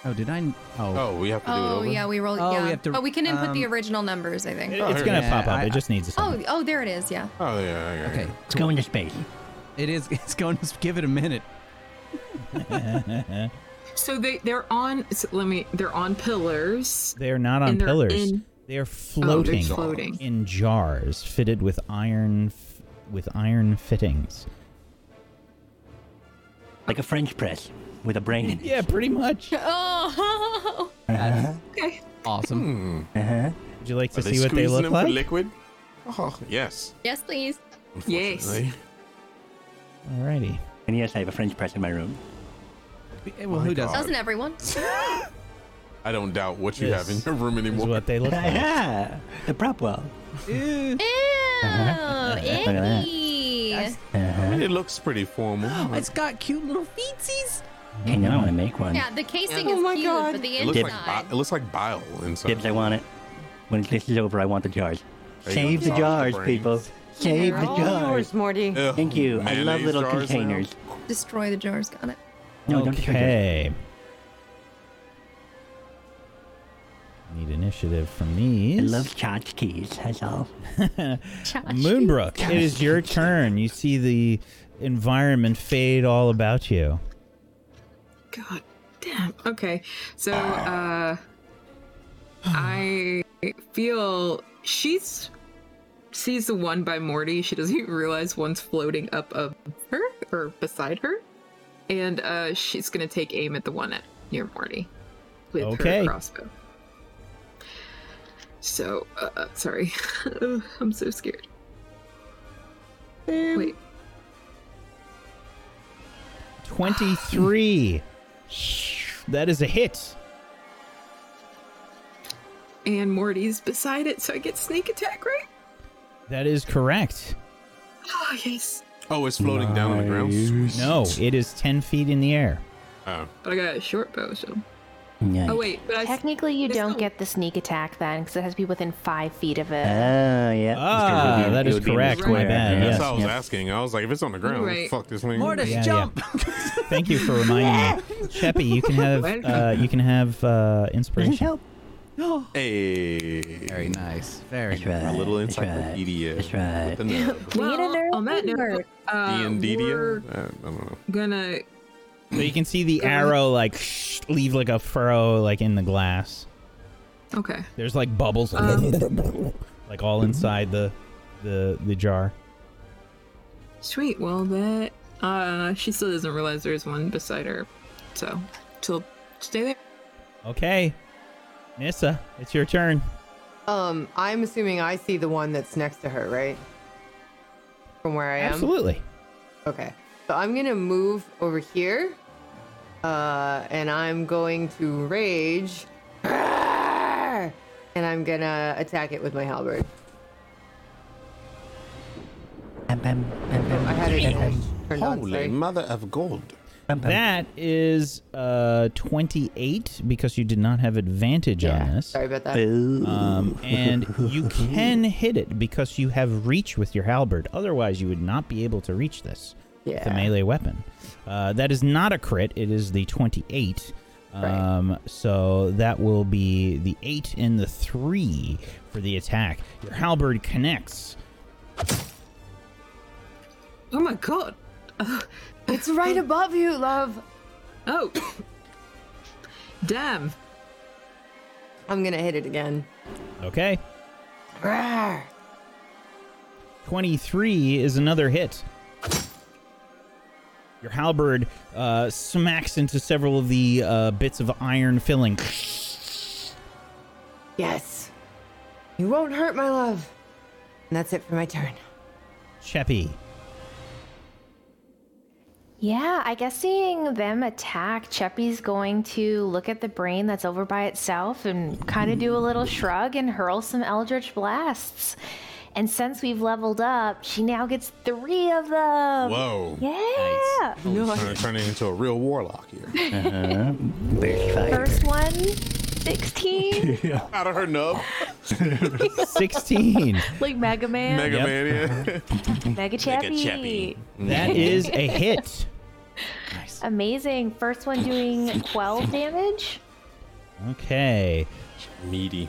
Speaker 1: Oh, did I? Oh,
Speaker 7: oh we have
Speaker 12: Oh yeah, we roll.
Speaker 1: Oh,
Speaker 12: yeah,
Speaker 1: we have to-
Speaker 12: but we can input the
Speaker 1: um,
Speaker 12: original numbers. I think.
Speaker 8: it's gonna pop up. it just needs a second.
Speaker 12: Oh, oh, there it is. Yeah.
Speaker 7: Oh yeah.
Speaker 1: Okay.
Speaker 3: It's going to space.
Speaker 1: It is. It's going to give it a minute.
Speaker 13: So they they're on. So let me. They're on pillars.
Speaker 8: They are not on
Speaker 13: And they're
Speaker 8: pillars.
Speaker 13: in-
Speaker 8: they are
Speaker 13: Oh, they're
Speaker 8: floating,
Speaker 13: floating.
Speaker 8: in jars fitted with iron f- with iron fittings.
Speaker 3: Like a French press with a brain in it.
Speaker 8: Yeah, pretty much.
Speaker 12: Oh.
Speaker 3: Uh-huh.
Speaker 13: Okay.
Speaker 7: Awesome.
Speaker 3: Uh-huh.
Speaker 8: Would you like to
Speaker 7: Hmm. Are
Speaker 8: see what they
Speaker 7: squeezing
Speaker 8: look
Speaker 7: them
Speaker 8: like?
Speaker 7: For liquid. Oh yes.
Speaker 12: Yes, please.
Speaker 13: Yes.
Speaker 8: Alrighty. Oh
Speaker 3: And yes, I have a French press in my room.
Speaker 1: Well, who does?
Speaker 12: Doesn't everyone?
Speaker 7: I don't doubt what you have in
Speaker 8: This
Speaker 7: your room anymore.
Speaker 8: what they look like.
Speaker 3: Yeah, the prop well.
Speaker 1: Ew.
Speaker 12: Oh,
Speaker 3: Look at that.
Speaker 12: icky.
Speaker 8: Uh-huh.
Speaker 7: I mean, it looks pretty formal.
Speaker 3: Oh,
Speaker 7: mm.
Speaker 1: It's got cute little feetsies.
Speaker 3: I know, I make one.
Speaker 12: Yeah, the casing
Speaker 5: Oh
Speaker 12: is
Speaker 5: my
Speaker 12: cute,
Speaker 5: God.
Speaker 12: but the
Speaker 7: It looks,
Speaker 12: inside.
Speaker 7: like bi- it looks like bile inside.
Speaker 3: Dibs, I want it. When this is over, I want the jars.
Speaker 7: There you
Speaker 3: Save
Speaker 7: go. Jars,
Speaker 3: the
Speaker 7: the
Speaker 3: jars,
Speaker 7: brains.
Speaker 3: people. Save
Speaker 5: They're
Speaker 3: the
Speaker 5: all
Speaker 3: jars.
Speaker 5: yours, Morty.
Speaker 3: Thank you. I love
Speaker 7: Mayonnaise
Speaker 3: little
Speaker 7: jars now.
Speaker 3: containers.
Speaker 12: Destroy the jars. Got it.
Speaker 3: No, don't destroy jars.
Speaker 8: okay. Need initiative from
Speaker 3: I
Speaker 8: these.
Speaker 3: love tchotchkes, that's all.
Speaker 8: Moonbrook, it is your turn. You see the environment fade all about you.
Speaker 13: God damn. Okay. So uh I feel she's
Speaker 2: sees the one by Morty. She doesn't even realize one's floating up above her or beside her. And uh, she's going to take aim at the one at near Morty with
Speaker 8: Okay.
Speaker 2: her crossbow. So, uh, sorry. I'm so scared. Wait.
Speaker 8: 23. that is a hit.
Speaker 2: And Morty's beside it, so I get sneak attack, right?
Speaker 8: That is correct.
Speaker 2: Oh, yes.
Speaker 7: Oh, it's floating down on the ground.
Speaker 8: No, it is 10 feet in the air.
Speaker 7: Oh.
Speaker 2: But I got a short bow, so.
Speaker 8: Nice.
Speaker 2: Oh, wait. But I
Speaker 9: Technically, you don't get the sneak attack then, because it has to be within five feet of it.
Speaker 3: Ah, yeah.
Speaker 8: Ah,
Speaker 3: It would be-
Speaker 8: that
Speaker 3: it
Speaker 8: is
Speaker 3: would be in the
Speaker 8: correct, my
Speaker 3: square,
Speaker 8: bad,
Speaker 7: That's
Speaker 8: yes,
Speaker 7: what I was
Speaker 8: yes.
Speaker 7: asking. I was like, if it's on the ground,
Speaker 2: Right.
Speaker 7: fuck this thing.
Speaker 8: Mortis, Yeah, yeah. jump! Thank you for reminding me. Sheppy, you can have uh, you can have uh, inspiration.
Speaker 15: Oh.
Speaker 7: Hey. Very
Speaker 1: nice. Very
Speaker 7: nice. A little encyclopedia. That's right.
Speaker 2: Well, on that note, uh, we're
Speaker 7: I don't know.
Speaker 2: gonna
Speaker 8: So you can see the arrow like leave like a furrow like in the glass.
Speaker 2: Okay.
Speaker 8: There's like bubbles
Speaker 2: Um,
Speaker 8: like all inside the the the jar.
Speaker 2: Sweet. Well, that uh, she still doesn't realize there's one beside her, so she'll stay there.
Speaker 8: Okay. Nissa, it's your turn.
Speaker 5: Um, I'm assuming I see the one that's next to her, right? From where I am.
Speaker 8: Absolutely.
Speaker 5: Okay. So I'm gonna move over here. Uh, and I'm going to rage. And I'm gonna attack it with my halberd. I had it turned on.
Speaker 7: Holy mother of gold.
Speaker 8: That is uh 28 because you did not have advantage on this.
Speaker 5: Sorry about that.
Speaker 8: Um, and you can hit it because you have reach with your halberd. Otherwise, you would not be able to reach this. with The
Speaker 5: Yeah.
Speaker 8: melee weapon. Uh, that is not a crit. It is the 28. Um, So that will be the 8 and the 3 for the attack. Your halberd connects.
Speaker 2: Oh my god!
Speaker 5: it's right above you, love.
Speaker 2: Oh. Damn.
Speaker 5: I'm gonna hit it again.
Speaker 8: Okay. 23 is another hit. Your halberd uh, smacks into several of the uh, bits of iron filling.
Speaker 5: Yes. You won't hurt my love. And that's it for my turn.
Speaker 8: Sheppy.
Speaker 9: Yeah, I guess seeing them attack, Cheppy's going to look at the brain that's over by itself and kind of do a little shrug and hurl some Eldritch Blasts. And since we've leveled up, she now gets three of them.
Speaker 7: Whoa.
Speaker 9: Yeah.
Speaker 7: Turn- turning into a real warlock here.
Speaker 3: Uh-huh. Big fight.
Speaker 9: First one, 16.
Speaker 7: Out of her nub.
Speaker 8: 16.
Speaker 9: like Mega Man.
Speaker 7: Mega
Speaker 8: Yep.
Speaker 7: Man. Yeah.
Speaker 9: Mega Chappy.
Speaker 8: That is a hit.
Speaker 9: Amazing. First one doing 12 damage.
Speaker 8: Okay.
Speaker 7: Meaty.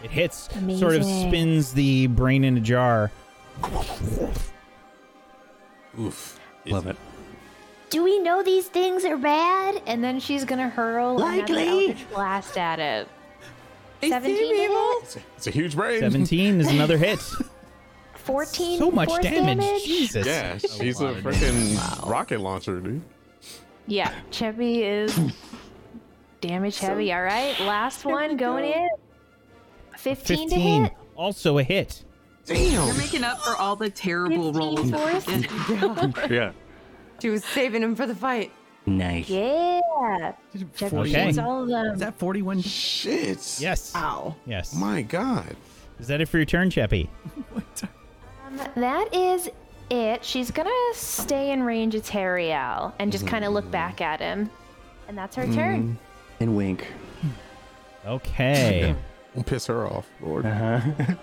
Speaker 8: It hits, sort of
Speaker 9: Amazing.
Speaker 8: spins the brain in a jar.
Speaker 7: Oof.
Speaker 16: Love it.
Speaker 9: Do we know these things are bad? And then she's gonna hurl another
Speaker 5: Likely.
Speaker 9: Eldritch Blast at it. 17 hit?
Speaker 7: It's a huge brain.
Speaker 8: 17 is another hit.
Speaker 9: 14
Speaker 8: So much
Speaker 9: force
Speaker 8: damage. Jesus.
Speaker 7: Yeah,
Speaker 8: That's a
Speaker 7: she's a,
Speaker 8: lot of
Speaker 7: freaking rocket launcher, dude.
Speaker 9: Yeah, Cheppy is damage heavy. All right, last one going in. 15, to
Speaker 8: 15.
Speaker 9: hit.
Speaker 8: Also a hit.
Speaker 2: You're making up for all the terrible rolls.
Speaker 9: Um,
Speaker 16: yeah.
Speaker 5: She was saving him for the fight.
Speaker 3: Nice.
Speaker 9: Yeah. Cheppy
Speaker 8: Okay.
Speaker 9: hits all of them.
Speaker 1: Is that 41?
Speaker 7: Shit.
Speaker 8: Yes.
Speaker 5: Ow.
Speaker 8: Yes.
Speaker 7: My God.
Speaker 8: Is that it for your turn, Cheppy?
Speaker 9: Um, that is it. She's gonna stay in range of Teriel and just kind of look back at him. And that's her
Speaker 8: Mm-hmm.
Speaker 7: Mm-hmm.
Speaker 9: turn.
Speaker 3: And wink.
Speaker 8: Okay. Uh-huh.
Speaker 7: Don't piss her off, Lord.
Speaker 8: Alrighty,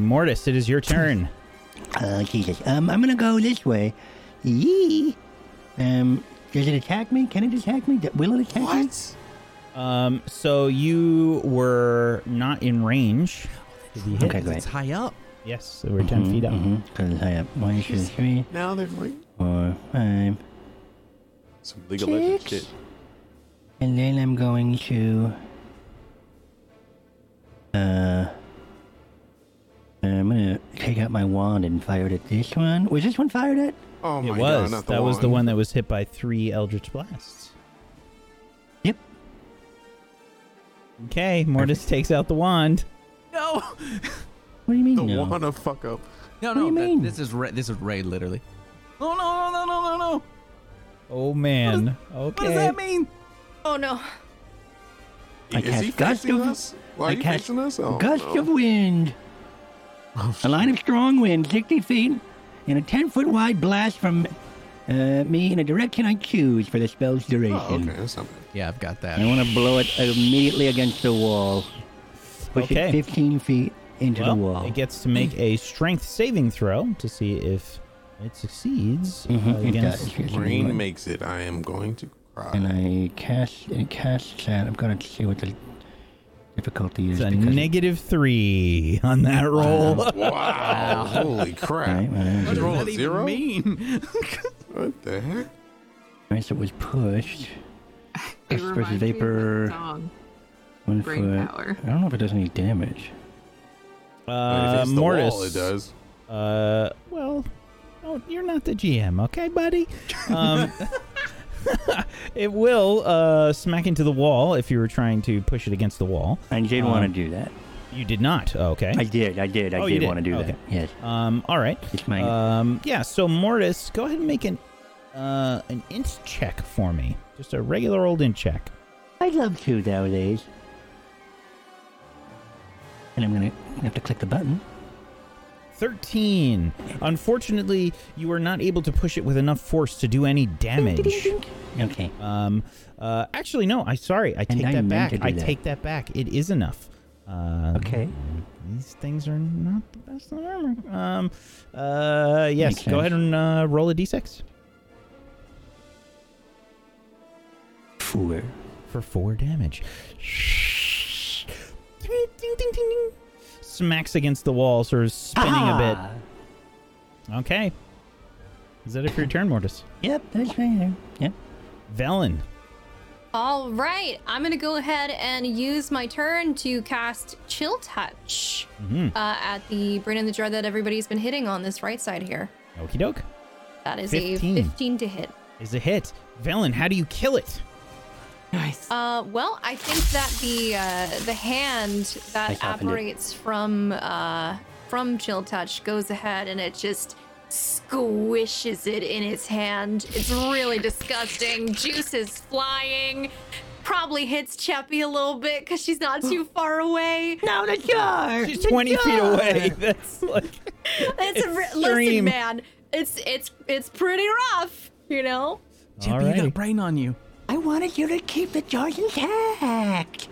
Speaker 8: Mortis, it is your turn.
Speaker 3: Oh, Jesus. Um, I'm gonna go this way. Yee. Um, does it attack me? Can it attack me? D- Will it attack me?
Speaker 8: Um, so you were not in range. to be hit.
Speaker 3: Okay, great.
Speaker 1: High up.
Speaker 8: Yes, so we're 10 feet up.
Speaker 3: Mm-hmm. Cause I have one, two, three,
Speaker 7: Now they're like
Speaker 3: four, five,
Speaker 7: some League of Legends shit.
Speaker 3: and then I'm going to. uh, take out my wand and fire it at this one. Was this one fired at?
Speaker 7: Oh
Speaker 8: it was. that was the one that was hit by three Eldritch Blasts.
Speaker 3: Yep.
Speaker 8: Okay, Mortis takes out the wand.
Speaker 1: No.
Speaker 3: what do you mean?
Speaker 7: The one of fuck up.
Speaker 1: No,
Speaker 7: What do
Speaker 1: no.
Speaker 7: you
Speaker 1: that-
Speaker 7: mean?
Speaker 1: this is Ray, this is Ray literally. Oh no, no, no, no, no, no.
Speaker 8: Oh man. okay.
Speaker 1: mean?
Speaker 14: Oh no.
Speaker 3: I
Speaker 7: Is he
Speaker 3: cast gust
Speaker 7: facing
Speaker 3: of
Speaker 7: us? Why are
Speaker 3: I
Speaker 7: you
Speaker 3: cast
Speaker 7: facing us? Oh,
Speaker 3: gust
Speaker 7: no.
Speaker 3: of wind.
Speaker 8: Oh,
Speaker 3: a line of strong wind, sixty feet, and a ten foot wide blast from uh, me in a direction I choose for the spell's duration.
Speaker 7: Oh, okay, that's not bad.
Speaker 1: Yeah, I've got that.
Speaker 3: I want to blow it immediately against the wall. Push
Speaker 8: Okay.
Speaker 3: it 15 feet into
Speaker 8: Well,
Speaker 3: the wall.
Speaker 8: It gets to make a strength saving throw to see if it succeeds uh,
Speaker 3: Mhm, it
Speaker 8: against
Speaker 3: does.
Speaker 7: Rain makes it. I am going to cry.
Speaker 3: And I cast and cast that. I'm gonna see what the difficulty is.
Speaker 8: It's a
Speaker 3: because-
Speaker 8: negative three on that roll.
Speaker 7: Wow! Holy crap!
Speaker 3: Right, well,
Speaker 7: Let's roll a zero.
Speaker 1: mean?
Speaker 7: What the heck?
Speaker 3: Alright, so it was pushed.
Speaker 2: It
Speaker 3: Push versus
Speaker 2: reminds me of
Speaker 3: vapor.
Speaker 2: that song.
Speaker 3: One
Speaker 2: Brain
Speaker 3: foot.
Speaker 2: power.
Speaker 3: I don't know if it does any damage.
Speaker 7: But if
Speaker 8: Uh,
Speaker 7: it's the wall,
Speaker 8: Mortis.
Speaker 7: it does.
Speaker 8: Uh, well, oh, you're not the GM, okay, buddy? Um, it will uh, smack into the wall if you were trying to push it against the wall.
Speaker 3: And Jade
Speaker 8: Um,
Speaker 3: want to do that.
Speaker 8: You did not. oh, Okay.
Speaker 3: I did. I did. I
Speaker 8: Oh, you
Speaker 3: did, want to do
Speaker 8: Okay.
Speaker 3: that. Yes.
Speaker 8: Um, all right.
Speaker 3: It's my
Speaker 8: Um, yeah. So Mortis, go ahead and make an uh, an int check for me. Just a regular old int check.
Speaker 3: I'd love to nowadays. And I'm gonna I'm gonna have to click the button.
Speaker 8: 13. Unfortunately, you are not able to push it with enough force to do any damage.
Speaker 3: Okay.
Speaker 8: Um, uh, actually, no, I sorry. I take
Speaker 3: I
Speaker 8: that
Speaker 3: meant
Speaker 8: back.
Speaker 3: to do
Speaker 8: I
Speaker 3: that.
Speaker 8: take that back. It is enough. Um,
Speaker 3: Okay.
Speaker 8: These things are not the best on armor. Um, uh, yes,
Speaker 3: Makes
Speaker 8: go ahead
Speaker 3: sense.
Speaker 8: and uh, roll a d6
Speaker 3: Four.
Speaker 8: for four damage. Ding, ding, ding, ding, ding. Smacks against the wall, sort of spinning
Speaker 3: Ah.
Speaker 8: a bit. Okay. Is that it for your turn, Mortis?
Speaker 3: Yep, that's right there. Yep.
Speaker 8: Velen.
Speaker 12: All right, I'm gonna go ahead and use my turn to cast Chill Touch
Speaker 8: Mhm.
Speaker 12: uh, at the Brain in the Jar that everybody's been hitting on this right side here.
Speaker 8: Okie doke.
Speaker 12: That is
Speaker 8: 15.
Speaker 12: a 15 to hit.
Speaker 8: Is a hit. Velen, how do you kill it?
Speaker 5: Nice.
Speaker 12: Uh, well, I think that the uh, the hand
Speaker 3: I
Speaker 12: that
Speaker 3: softened it.
Speaker 12: operates from uh, from Chill Touch goes ahead and it just squishes it in its hand. It's really disgusting. Juices flying. Probably hits Cheppy a little bit because she's not too far away.
Speaker 3: No, the jar.
Speaker 8: She's 20 feet away. That's like.
Speaker 12: It's a re-
Speaker 8: Extreme.
Speaker 12: listen, man. It's it's it's pretty rough, you know.
Speaker 1: Chippy, you got brain on you.
Speaker 3: I wanted you to keep the jars intact.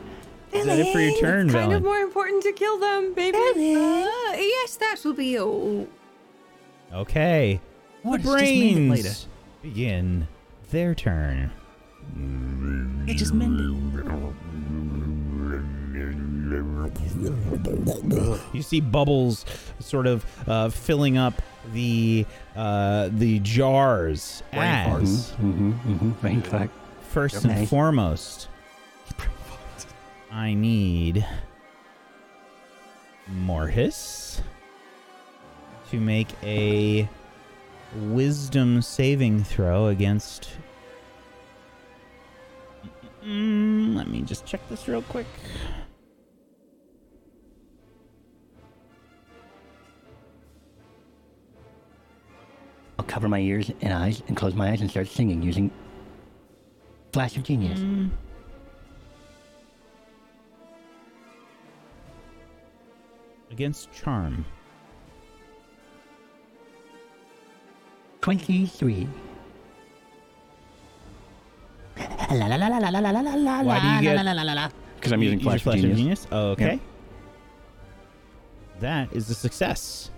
Speaker 8: Is that it for your turn,
Speaker 5: kind of
Speaker 8: Velen?
Speaker 5: more important to kill them, baby.
Speaker 12: Uh, yes, that will be all.
Speaker 8: Okay.
Speaker 1: What
Speaker 8: the
Speaker 1: is just mended
Speaker 8: brains
Speaker 1: later?
Speaker 8: begin their turn.
Speaker 15: It just mended.
Speaker 8: You see bubbles sort of uh, filling up the uh, the jars as
Speaker 3: Mm-hmm. Mm-hmm. Brain fart.
Speaker 8: first
Speaker 3: Yep.
Speaker 8: and
Speaker 3: Nice.
Speaker 8: foremost. I need Mortis to make a wisdom saving throw against. Mm, let me just check this real quick.
Speaker 3: I'll cover my ears and eyes and close my eyes and start singing using flash of genius.
Speaker 8: Mm. Against Charm.
Speaker 3: Twenty-three. La la la la la la la la la la
Speaker 8: Why do you get-
Speaker 3: la la la la la. Because I'm
Speaker 8: You-
Speaker 3: using
Speaker 8: you
Speaker 3: flash,
Speaker 8: just flash
Speaker 3: of
Speaker 8: of
Speaker 3: genius.
Speaker 8: Oh, okay.
Speaker 3: Yeah.
Speaker 8: That is a success.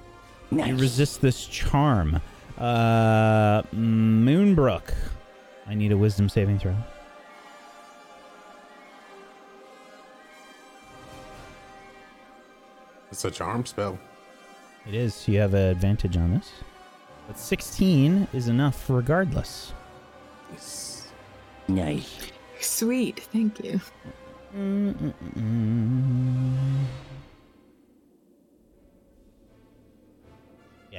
Speaker 8: You
Speaker 3: Nice.
Speaker 8: resist this charm. Uh, Moonbrook. I need a wisdom saving throw.
Speaker 7: It's a charm spell.
Speaker 8: It is. You have an advantage on this. But 16 is enough regardless.
Speaker 3: nice.
Speaker 2: Sweet, thank you.
Speaker 10: Mm.
Speaker 8: Mm-mm-mm.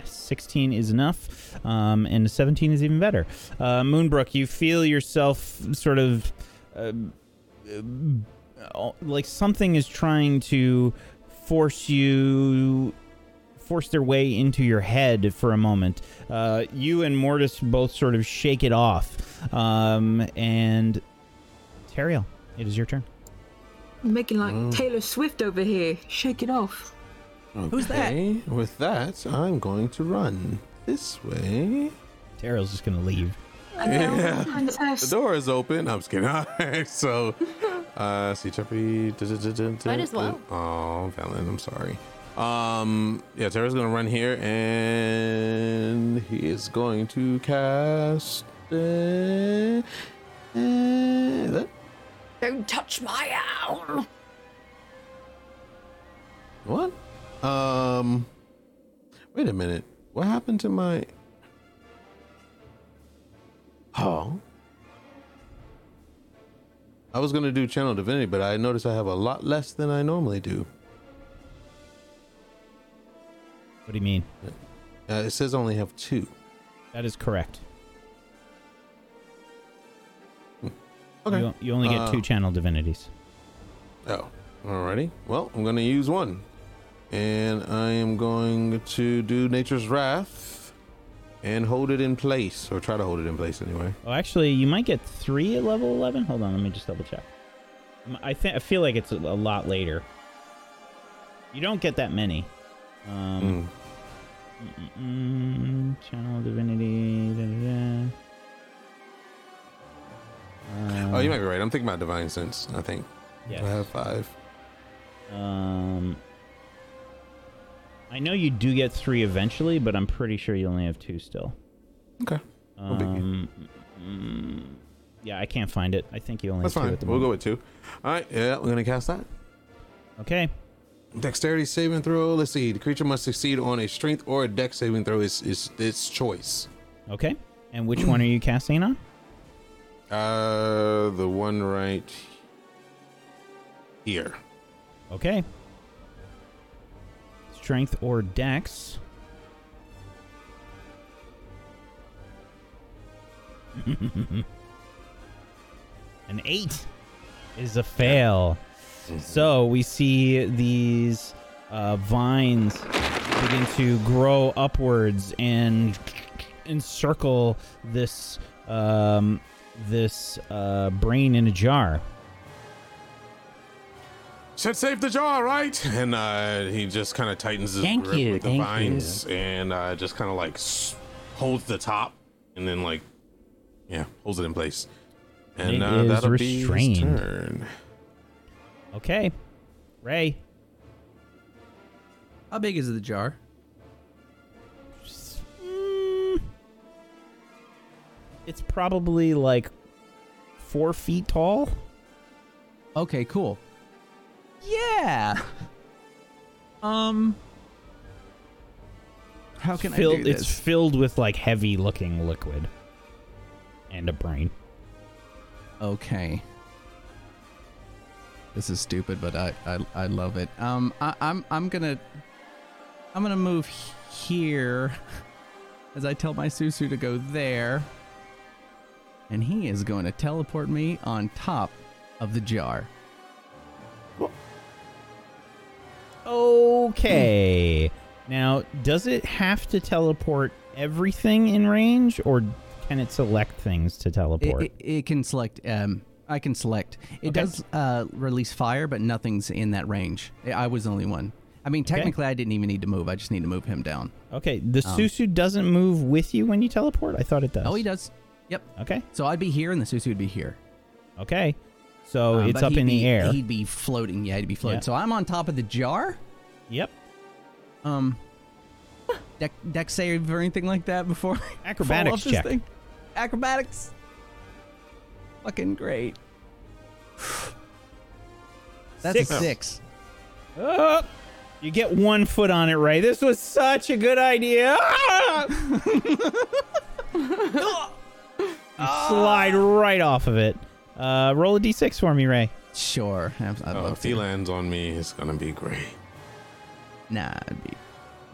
Speaker 8: 16 is enough, um, and 17 is even better. Uh, Moonbrook, you feel yourself sort of uh, uh, like something is trying to force you force their way into your head for a moment. Uh, you and Mortis both sort of shake it off, um, and Teriel, it is your turn.
Speaker 2: Making like
Speaker 8: Mm.
Speaker 2: Taylor Swift over here. Shake it off. Who's that?
Speaker 7: Okay, With that, I'm going to run this way.
Speaker 8: Terrell's just gonna leave.
Speaker 2: I know, fantastic.
Speaker 7: The door is open. I'm just kidding. All right, so uh, see Jeopardy. Might
Speaker 12: Might as well.
Speaker 7: Oh, Valen, I'm sorry. Um, yeah, Terra's gonna run here, and he is going to cast. Uh, uh, that-
Speaker 12: Don't touch my owl.
Speaker 7: What? Um. Wait a minute. What happened to my? Oh. I was gonna do channel divinity, but I noticed I have a lot less than I normally do.
Speaker 8: What do you mean?
Speaker 7: Uh, it says I only have two.
Speaker 8: That is correct.
Speaker 7: Okay.
Speaker 8: You, you only get
Speaker 7: Uh,
Speaker 8: two channel divinities.
Speaker 7: Oh, alrighty. Well, I'm gonna use one, and I am going to do Nature's Wrath, and hold it in place, or try to hold it in place anyway.
Speaker 8: Oh, actually, you might get three at level 11. Hold on, let me just double check. M- I think I feel like it's a, a lot later. You don't get that many. Um, mm,
Speaker 7: Hmm.
Speaker 8: mm, channel divinity. da, da, da.
Speaker 7: oh,
Speaker 8: Um,
Speaker 7: you might be right. I'm thinking about Divine Sense. I think.
Speaker 8: Yes.
Speaker 7: I have five.
Speaker 8: Um, I know you do get three eventually, but I'm pretty sure you only have two still.
Speaker 7: Okay. No biggie.
Speaker 8: Um, mm, yeah, I can't find it. I think you only
Speaker 7: That's
Speaker 8: have two
Speaker 7: fine.
Speaker 8: at the
Speaker 7: We'll go
Speaker 8: moment.
Speaker 7: with two. All right. Yeah, we're gonna cast that.
Speaker 8: Okay.
Speaker 7: Dexterity saving throw. Let's see. The creature must succeed on a Strength or a Dex saving throw. Is is its choice.
Speaker 8: Okay. And which one are you casting on?
Speaker 7: Uh, the one right here.
Speaker 8: Okay. Strength or dex. An eight is a fail. So we see these uh, vines begin to grow upwards and encircle this um, this uh, brain in a jar.
Speaker 7: Should save the jar, right? And uh, he just kind of tightens his
Speaker 8: Thank
Speaker 7: grip
Speaker 8: you,
Speaker 7: with the
Speaker 8: thank you.
Speaker 7: vines and uh, just kind of like s- holds the top and then like yeah holds it in place. And
Speaker 8: It
Speaker 7: uh,
Speaker 8: is
Speaker 7: that'll be
Speaker 8: restrained.
Speaker 7: his turn.
Speaker 8: Okay, Ray.
Speaker 1: How big is the jar?
Speaker 8: Mm. It's probably like four feet tall.
Speaker 1: Okay, cool. Yeah. Um. How can
Speaker 8: Filled-
Speaker 1: I do this?
Speaker 8: It's filled with like heavy looking liquid and a brain.
Speaker 1: Okay. This is stupid, but I I, I love it. Um, I, I'm I'm gonna I'm gonna move here as I tell my Susu to go there, and he is going to teleport me on top of the jar.
Speaker 8: Okay. now, does it have to teleport everything in range or can it select things to
Speaker 1: It,
Speaker 8: teleport?
Speaker 1: it, it can select. Um, I can select. It does uh, release fire, but nothing's in that range. I- I was the only one. I mean, technically, I didn't even need to move. I just need to move him down.
Speaker 8: okay, the
Speaker 1: Um,
Speaker 8: Susu doesn't move with you when you teleport? I thought it does.
Speaker 1: Oh, he does. Yep.
Speaker 8: Okay.
Speaker 1: So I'd be here, and the Susu would be here.
Speaker 8: Okay. So
Speaker 1: Um,
Speaker 8: it's
Speaker 1: but
Speaker 8: up
Speaker 1: he'd
Speaker 8: in the
Speaker 1: be-
Speaker 8: air.
Speaker 1: He'd be floating. Yeah, he'd be floating.
Speaker 8: Yeah.
Speaker 1: So I'm on top of the jar.
Speaker 8: Yep.
Speaker 1: Um. Deck, deck save or anything like that before I fall
Speaker 8: Acrobatics
Speaker 1: off this
Speaker 8: check.
Speaker 1: thing? Acrobatics. Fucking great. That's a six.
Speaker 8: Oh, you get one foot on it, Ray. This was such a good idea. Ah! You
Speaker 1: Ah.
Speaker 8: slide right off of it. Uh, roll a d6 for me, Ray.
Speaker 1: Sure. I'd
Speaker 7: Oh, if he lands on me, it's gonna be great.
Speaker 1: Nah, it'd be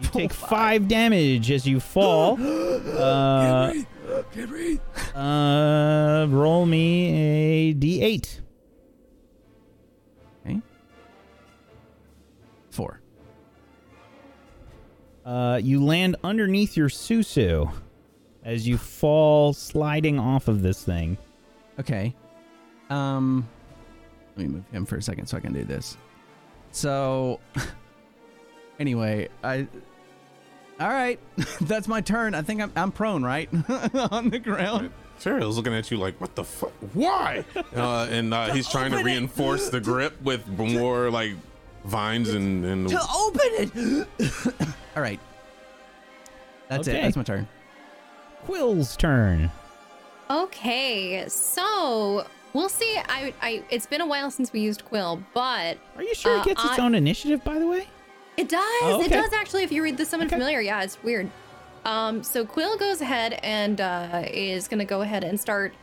Speaker 8: You take five damage as you fall. uh, uh, roll me a d8.
Speaker 1: Okay. Four.
Speaker 8: Uh, you land underneath your susu as you fall sliding off of this thing.
Speaker 1: Okay. Um, let me move him for a second so I can do this. So, anyway, I. All right, that's my turn. I think I'm, I'm prone, right? On the ground.
Speaker 7: Cheryl's looking at you like, what the fuck? Why? Uh, and uh, he's trying to
Speaker 1: open it.
Speaker 7: reinforce the grip with more like vines and. and
Speaker 1: To open it! All right. That's
Speaker 8: Okay.
Speaker 1: it. That's my turn.
Speaker 8: Quill's turn.
Speaker 12: Okay, so we'll see. I, I it's been a while since we used Quill, but uh,
Speaker 8: are you Sure, it gets its own initiative, by the way.
Speaker 12: It does.
Speaker 8: Oh,
Speaker 12: It
Speaker 8: okay.
Speaker 12: does actually. If you read this, someone familiar, yeah, it's weird. Um, so Quill goes ahead and uh, is gonna go ahead and start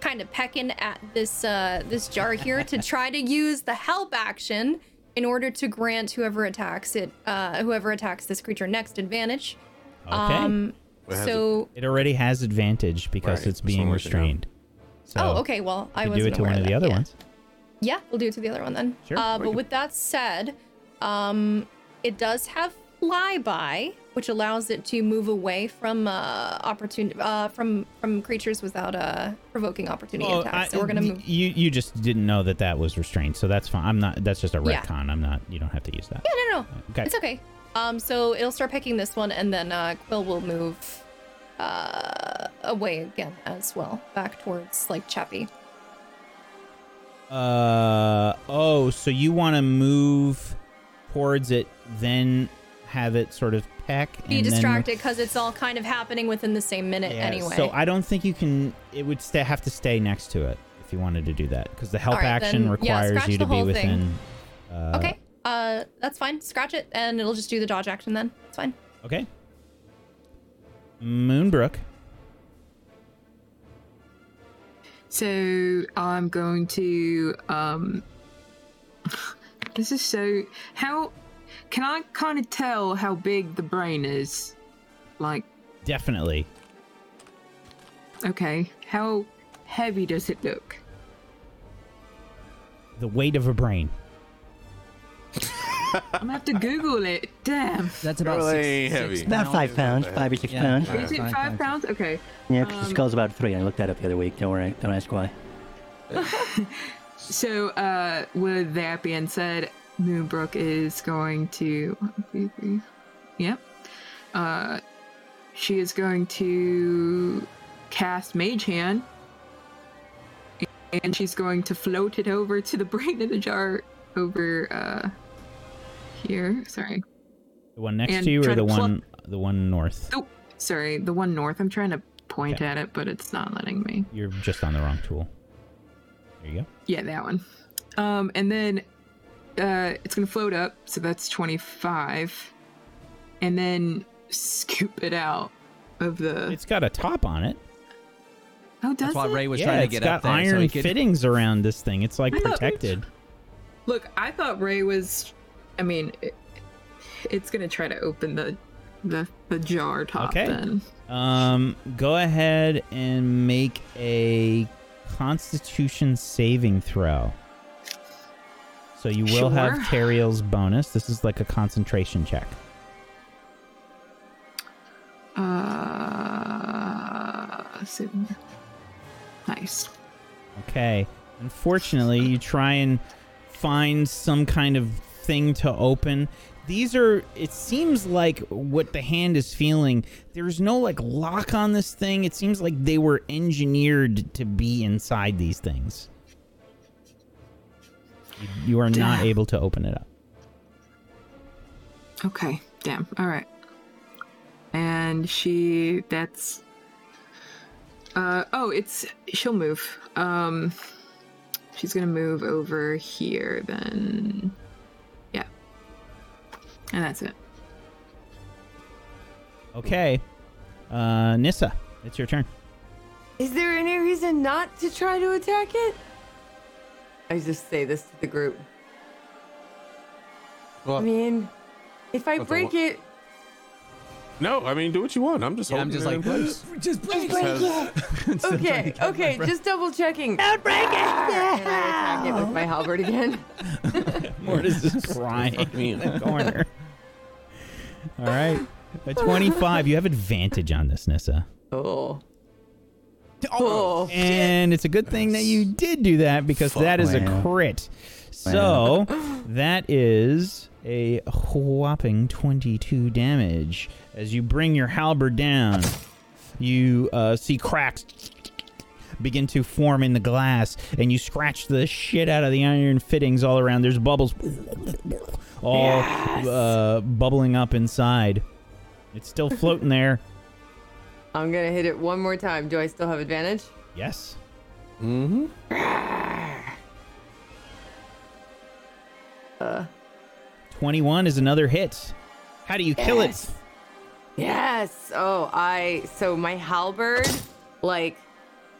Speaker 12: kind of pecking at this uh, this jar here to try to use the help action in order to grant whoever attacks it, uh, whoever attacks this creature next advantage. Um,
Speaker 8: Okay.
Speaker 12: so.
Speaker 8: it already has advantage because
Speaker 7: Right,
Speaker 8: it's
Speaker 7: that's
Speaker 8: being
Speaker 7: the only thing I-
Speaker 8: restrained. So
Speaker 12: Oh, okay, well, I
Speaker 8: you could do
Speaker 12: wasn't
Speaker 8: it to
Speaker 12: aware
Speaker 8: one
Speaker 12: of
Speaker 8: of the
Speaker 12: that,
Speaker 8: other
Speaker 12: yeah.
Speaker 8: ones.
Speaker 12: Yeah, we'll do it to the other one then.
Speaker 8: Sure.
Speaker 12: Uh,
Speaker 8: Or
Speaker 12: but
Speaker 8: you-
Speaker 12: with that said, um, it does have flyby, which allows it to move away from uh, opportunity uh, from from creatures without uh, provoking opportunity
Speaker 8: Oh,
Speaker 12: attacks.
Speaker 8: I-
Speaker 12: so we're gonna
Speaker 8: y-
Speaker 12: move.
Speaker 8: You you just didn't know that that was restrained, so that's fine. I'm not. That's just a
Speaker 12: Yeah.
Speaker 8: retcon. I'm not. You don't have to use that.
Speaker 12: Yeah, no, no,
Speaker 8: Okay.
Speaker 12: it's okay. Um, so it'll start picking this one, and then uh, Quill will move uh, away again as well, back towards like Chappie.
Speaker 8: Uh oh, so you want to move towards it, then have it sort of peck
Speaker 12: Be
Speaker 8: and then-
Speaker 12: distracted because it's all kind of happening within the same minute
Speaker 8: Yeah,
Speaker 12: anyway.
Speaker 8: So I don't think you can. It would sta have to stay next to it if you wanted to do that, because the help
Speaker 12: All right,
Speaker 8: action
Speaker 12: then, yeah,
Speaker 8: requires
Speaker 12: scratch
Speaker 8: you
Speaker 12: the
Speaker 8: to be
Speaker 12: whole
Speaker 8: within.
Speaker 12: thing.
Speaker 8: Uh,
Speaker 12: okay, uh, that's fine. Scratch it, and it'll just do the dodge action then. That's fine.
Speaker 8: Okay. Moonbrook.
Speaker 13: So I'm going to. um This is so. How can I kind of tell how big the brain is? Like,
Speaker 8: Definitely.
Speaker 13: okay, how heavy does it look?
Speaker 8: The weight of a brain.
Speaker 13: I'm gonna have to Google it. Damn.
Speaker 1: That's
Speaker 13: about
Speaker 3: Girl,
Speaker 13: six-
Speaker 3: ain't
Speaker 13: six
Speaker 3: heavy. About five pounds, five or six
Speaker 13: Yeah.
Speaker 3: pounds.
Speaker 13: Is it five pounds? Okay.
Speaker 3: Yeah, 'cause the
Speaker 13: Um,
Speaker 3: skull's about three. I looked that up the other week. Don't worry. Don't ask why.
Speaker 13: So, uh, with that being said, Moonbrook is going to. One, two, three. Yep. Uh, she is going to cast Mage Hand. And she's going to float it over to the brain in the jar over uh, here. Sorry.
Speaker 8: The one next
Speaker 13: And
Speaker 8: to you, or
Speaker 13: try to
Speaker 8: the
Speaker 13: pluck-
Speaker 8: one, the one north.
Speaker 13: Oh, sorry. The one north. I'm trying to point at it, but it's not letting me.
Speaker 8: You're just on the wrong tool. There you go.
Speaker 13: Yeah, that one. Um, and then uh, it's gonna float up, so that's twenty-five, and then scoop it out of the.
Speaker 8: It's got a top on it.
Speaker 13: oh, does
Speaker 1: That's why
Speaker 13: it?
Speaker 1: Ray was
Speaker 8: yeah,
Speaker 1: trying to
Speaker 8: it's
Speaker 1: get
Speaker 8: got
Speaker 1: up there. so
Speaker 8: iron
Speaker 1: he could-
Speaker 8: fittings around this thing. It's like
Speaker 13: I thought-
Speaker 8: protected.
Speaker 13: Look, I thought Ray was. I mean, it, it's gonna try to open the the, the jar top.
Speaker 8: Okay.
Speaker 13: Then
Speaker 8: Um, go ahead and make a Constitution saving throw. So you will have
Speaker 13: Sure.
Speaker 8: Teriel's bonus. This is like a concentration check.
Speaker 13: uh, so- nice.
Speaker 8: Okay. Unfortunately, you try and find some kind of thing to open. These are, it seems like what the hand is feeling. There's no like lock on this thing. It seems like they were engineered to be inside these things. You, you are not
Speaker 13: Damn.
Speaker 8: able to open it up.
Speaker 13: Okay, damn. All right. And she that's uh oh, it's she'll move. Um she's going to move over here then. Yeah. And that's it.
Speaker 8: Okay. Uh, Nissa, it's your turn.
Speaker 5: Is there any reason not to try to attack it? I just say this to the group. I mean, if I
Speaker 7: What the
Speaker 5: break
Speaker 7: wha-
Speaker 5: it,
Speaker 7: No, I mean do what you want. I'm just
Speaker 1: Yeah, I'm
Speaker 7: holding
Speaker 1: just
Speaker 7: it in
Speaker 1: like,
Speaker 7: place.
Speaker 8: just
Speaker 7: break it.
Speaker 5: okay, okay, just double checking. Don't break it. And I attack it with my halberd again.
Speaker 8: Mortis is crying in the corner. All right. A 25. You have advantage on this, Nissa.
Speaker 5: Oh.
Speaker 8: Oh. And it's a good thing that you did do that because that is a
Speaker 13: Wow.
Speaker 8: crit. So that is a whopping 22 damage. As you bring your halberd down, you uh, see cracks begin to form in the glass and you scratch the shit out of the iron fittings all around. There's bubbles all uh, bubbling up inside. It's still floating there.
Speaker 5: I'm gonna hit it one more time. Do I still have advantage?
Speaker 8: Yes.
Speaker 7: Mm-hmm.
Speaker 5: Uh,
Speaker 8: 21 is another hit. How do you kill it?
Speaker 5: Yes. Oh, I. So my halberd, like,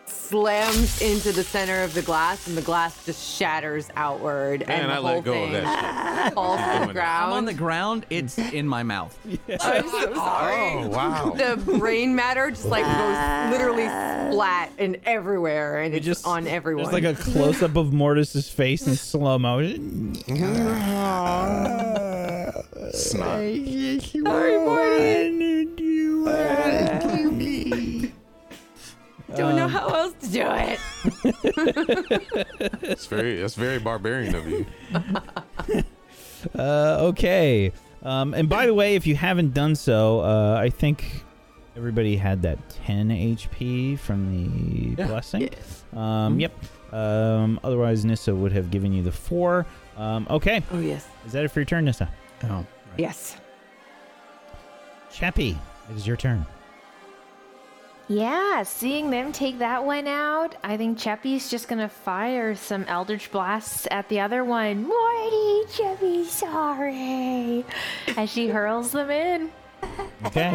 Speaker 5: slams into the center of the glass, and the glass just shatters outward,
Speaker 1: Man,
Speaker 5: and the
Speaker 1: I
Speaker 5: whole
Speaker 1: let go of
Speaker 5: thing
Speaker 1: that
Speaker 5: falls to the
Speaker 1: I'm on
Speaker 5: ground.
Speaker 1: the ground. It's in my mouth.
Speaker 5: I'm so sorry.
Speaker 1: Oh, wow.
Speaker 5: The brain matter just like goes literally splat and everywhere, and it's just, on everyone.
Speaker 8: There's like a close up of Mortis's face in slow motion.
Speaker 5: Sorry, Don't know
Speaker 7: Um,
Speaker 5: how else to do it.
Speaker 7: It's very that's very barbarian of you.
Speaker 8: Uh, okay. Um, and by the way, if you haven't done so, uh, I think everybody had that 10 HP from the blessing.
Speaker 7: Mm-hmm.
Speaker 8: Um, Yep. Um, otherwise, Nissa would have given you the four. Um, okay.
Speaker 5: Oh, yes.
Speaker 8: Is that it for your turn, Nissa? Oh.
Speaker 5: Yes.
Speaker 8: Chappie, it is your turn.
Speaker 9: Yeah, seeing them take that one out, I think Cheppy's just gonna fire some Eldritch Blasts at the other one. Morty, Cheppy, sorry. As she hurls them in.
Speaker 8: Okay.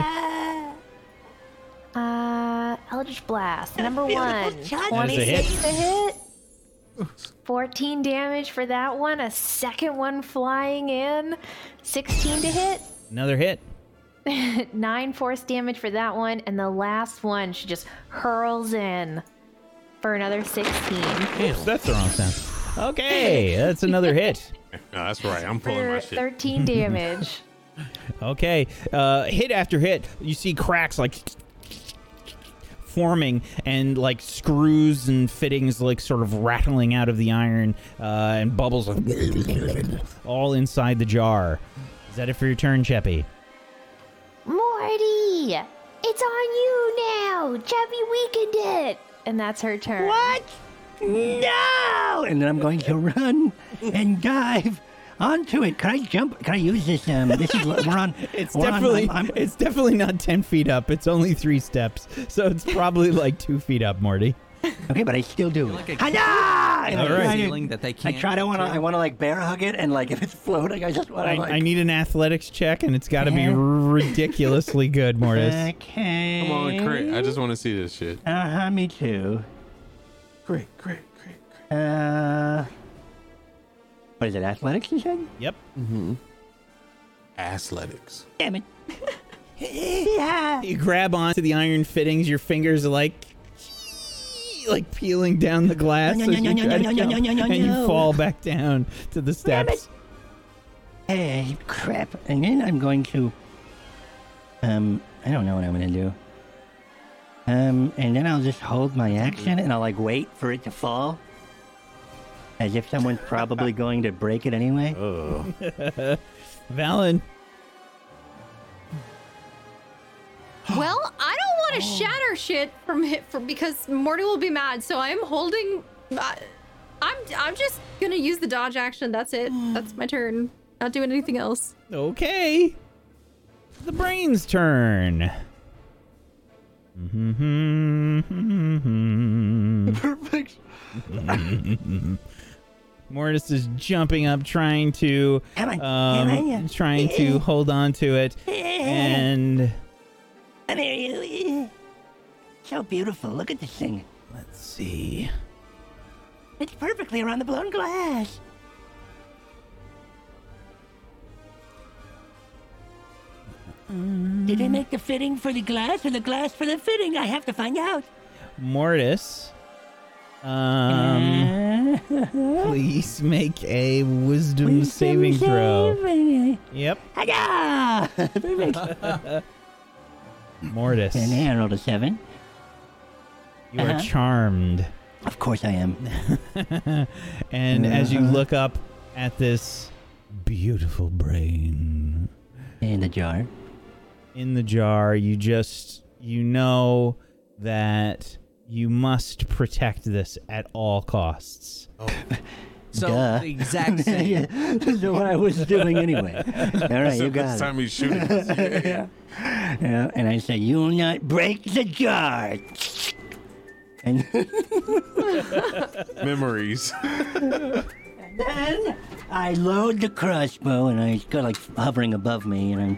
Speaker 9: Uh, Eldritch Blast, number one.
Speaker 4: Beautiful touch. That is a hit.
Speaker 9: 26 a hit. 14 damage for that one. A second one flying in. 16 to hit.
Speaker 8: Another hit.
Speaker 9: Nine force damage for that one, and the last one she just hurls in for another 16.
Speaker 8: Oops, that's the wrong sound. Okay, that's another hit.
Speaker 7: No, that's right. I'm pulling
Speaker 9: For
Speaker 7: my shit.
Speaker 9: 13 damage.
Speaker 8: Okay, uh, hit after hit, you see cracks like forming and like screws and fittings like sort of rattling out of the iron uh, and bubbles like all inside the jar. Is that it for your turn, Cheppy?
Speaker 9: Morty! It's on you now! Chubby weakened it! And that's her turn. What?
Speaker 3: No! And then I'm going to run and dive onto it. Can I jump? Can I use this? Um, this is we're on.
Speaker 8: It's
Speaker 3: we're on-
Speaker 8: definitely
Speaker 3: I'm- I'm-
Speaker 8: it's definitely not ten feet up. It's only three steps, so it's probably like two feet up, Morty.
Speaker 3: Okay, but I still do.
Speaker 8: Like
Speaker 3: I know!
Speaker 8: All right.
Speaker 1: Feeling that they
Speaker 3: I
Speaker 1: can't
Speaker 3: try to want to.
Speaker 1: do.
Speaker 3: I want to like bear hug it, and like if it's floating, I just want
Speaker 8: I,
Speaker 3: to like.
Speaker 8: I need an athletics check, and it's got to be ridiculously good, Mortis.
Speaker 3: okay.
Speaker 7: Come on, crit. I just want to see this shit.
Speaker 3: Uh huh. Me too.
Speaker 7: Great, great,
Speaker 3: great. Uh. What is it? Athletics? You said.
Speaker 8: Yep.
Speaker 7: Mm-hmm. Athletics.
Speaker 3: Damn it. yeah.
Speaker 8: You grab onto the iron fittings. Your fingers are like, like peeling down the glass,
Speaker 3: No,
Speaker 8: as
Speaker 3: no, no,
Speaker 8: you
Speaker 3: no,
Speaker 8: try to
Speaker 3: no, no,
Speaker 8: jump,
Speaker 3: no, no, no,
Speaker 8: and you
Speaker 3: no.
Speaker 8: fall back down to the steps.
Speaker 3: Hey, crap. And then I'm going to. Um, I don't know what I'm going to do. Um, and then I'll just hold my action and I'll like wait for it to fall. As if someone's probably going to break it anyway.
Speaker 7: Oh.
Speaker 8: Valen,
Speaker 12: Well, I don't want
Speaker 1: Oh.
Speaker 12: to shatter shit from hit for because Morty will be mad. So I'm holding. I, I'm I'm just gonna use the dodge action. That's it. That's my turn. Not doing anything else.
Speaker 8: okay. The brain's turn.
Speaker 3: Perfect.
Speaker 8: Mortis is jumping up, trying to, um, trying to hold on to it, and
Speaker 3: I mean, so beautiful. Look at this thing.
Speaker 8: let's see.
Speaker 3: It's perfectly around the blown glass. Did
Speaker 8: Mm.
Speaker 3: they make the fitting for the glass or the glass for the fitting? I have to find out.
Speaker 8: Mortis. Um, please make a wisdom, saving throw.
Speaker 3: Saving.
Speaker 8: Yep,
Speaker 3: Hiya! Perfect.
Speaker 8: Mortis.
Speaker 3: And I rolled a seven.
Speaker 8: you are
Speaker 3: Uh-huh.
Speaker 8: charmed.
Speaker 3: Of course I am.
Speaker 8: And as you
Speaker 3: Uh-huh.
Speaker 8: look up at this beautiful brain
Speaker 3: in the jar,
Speaker 8: in the jar, you just you know that you must protect this at all costs.
Speaker 1: Oh. So
Speaker 8: Duh.
Speaker 1: the exact same.
Speaker 3: Yeah, this is what I was doing anyway. All right, you
Speaker 8: Except
Speaker 3: got
Speaker 8: this
Speaker 3: it.
Speaker 8: time
Speaker 7: we shoot it.
Speaker 3: yeah. Yeah, and I say, "You'll not break the jar." And
Speaker 7: Memories.
Speaker 3: then I load the crossbow, and I go like hovering above me, and I'm.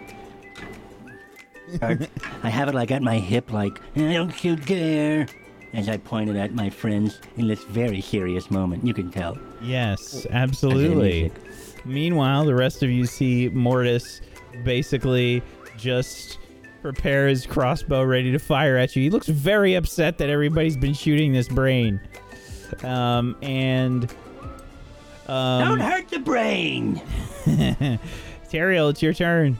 Speaker 3: start- I have it like at my hip, like "Eh, "Don't you dare!" As I pointed at my friends in this very serious moment, you can tell.
Speaker 8: Yes, absolutely. Meanwhile, the rest of you see Mortis basically just prepare his crossbow ready to fire at you. He looks very upset that everybody's been shooting this brain. Um, and. Um,
Speaker 3: Don't hurt the brain!
Speaker 8: Teriel, it's your turn.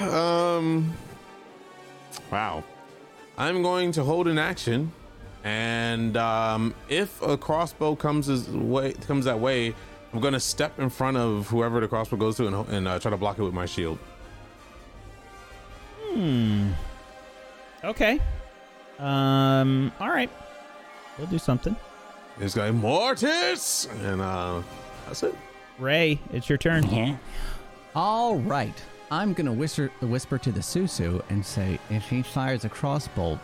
Speaker 7: um. Wow. I'm going to hold an action, and um, if a crossbow comes his way, comes that way, I'm going to step in front of whoever the crossbow goes to and, ho- and uh, try to block it with my shield.
Speaker 8: Hmm. Okay. Um, all right. We'll do something.
Speaker 7: This guy Mortis, and uh, that's it.
Speaker 8: Ray, it's your turn.
Speaker 1: All right. I'm going to whisper, whisper to the Susu and say, if he fires a crossbow,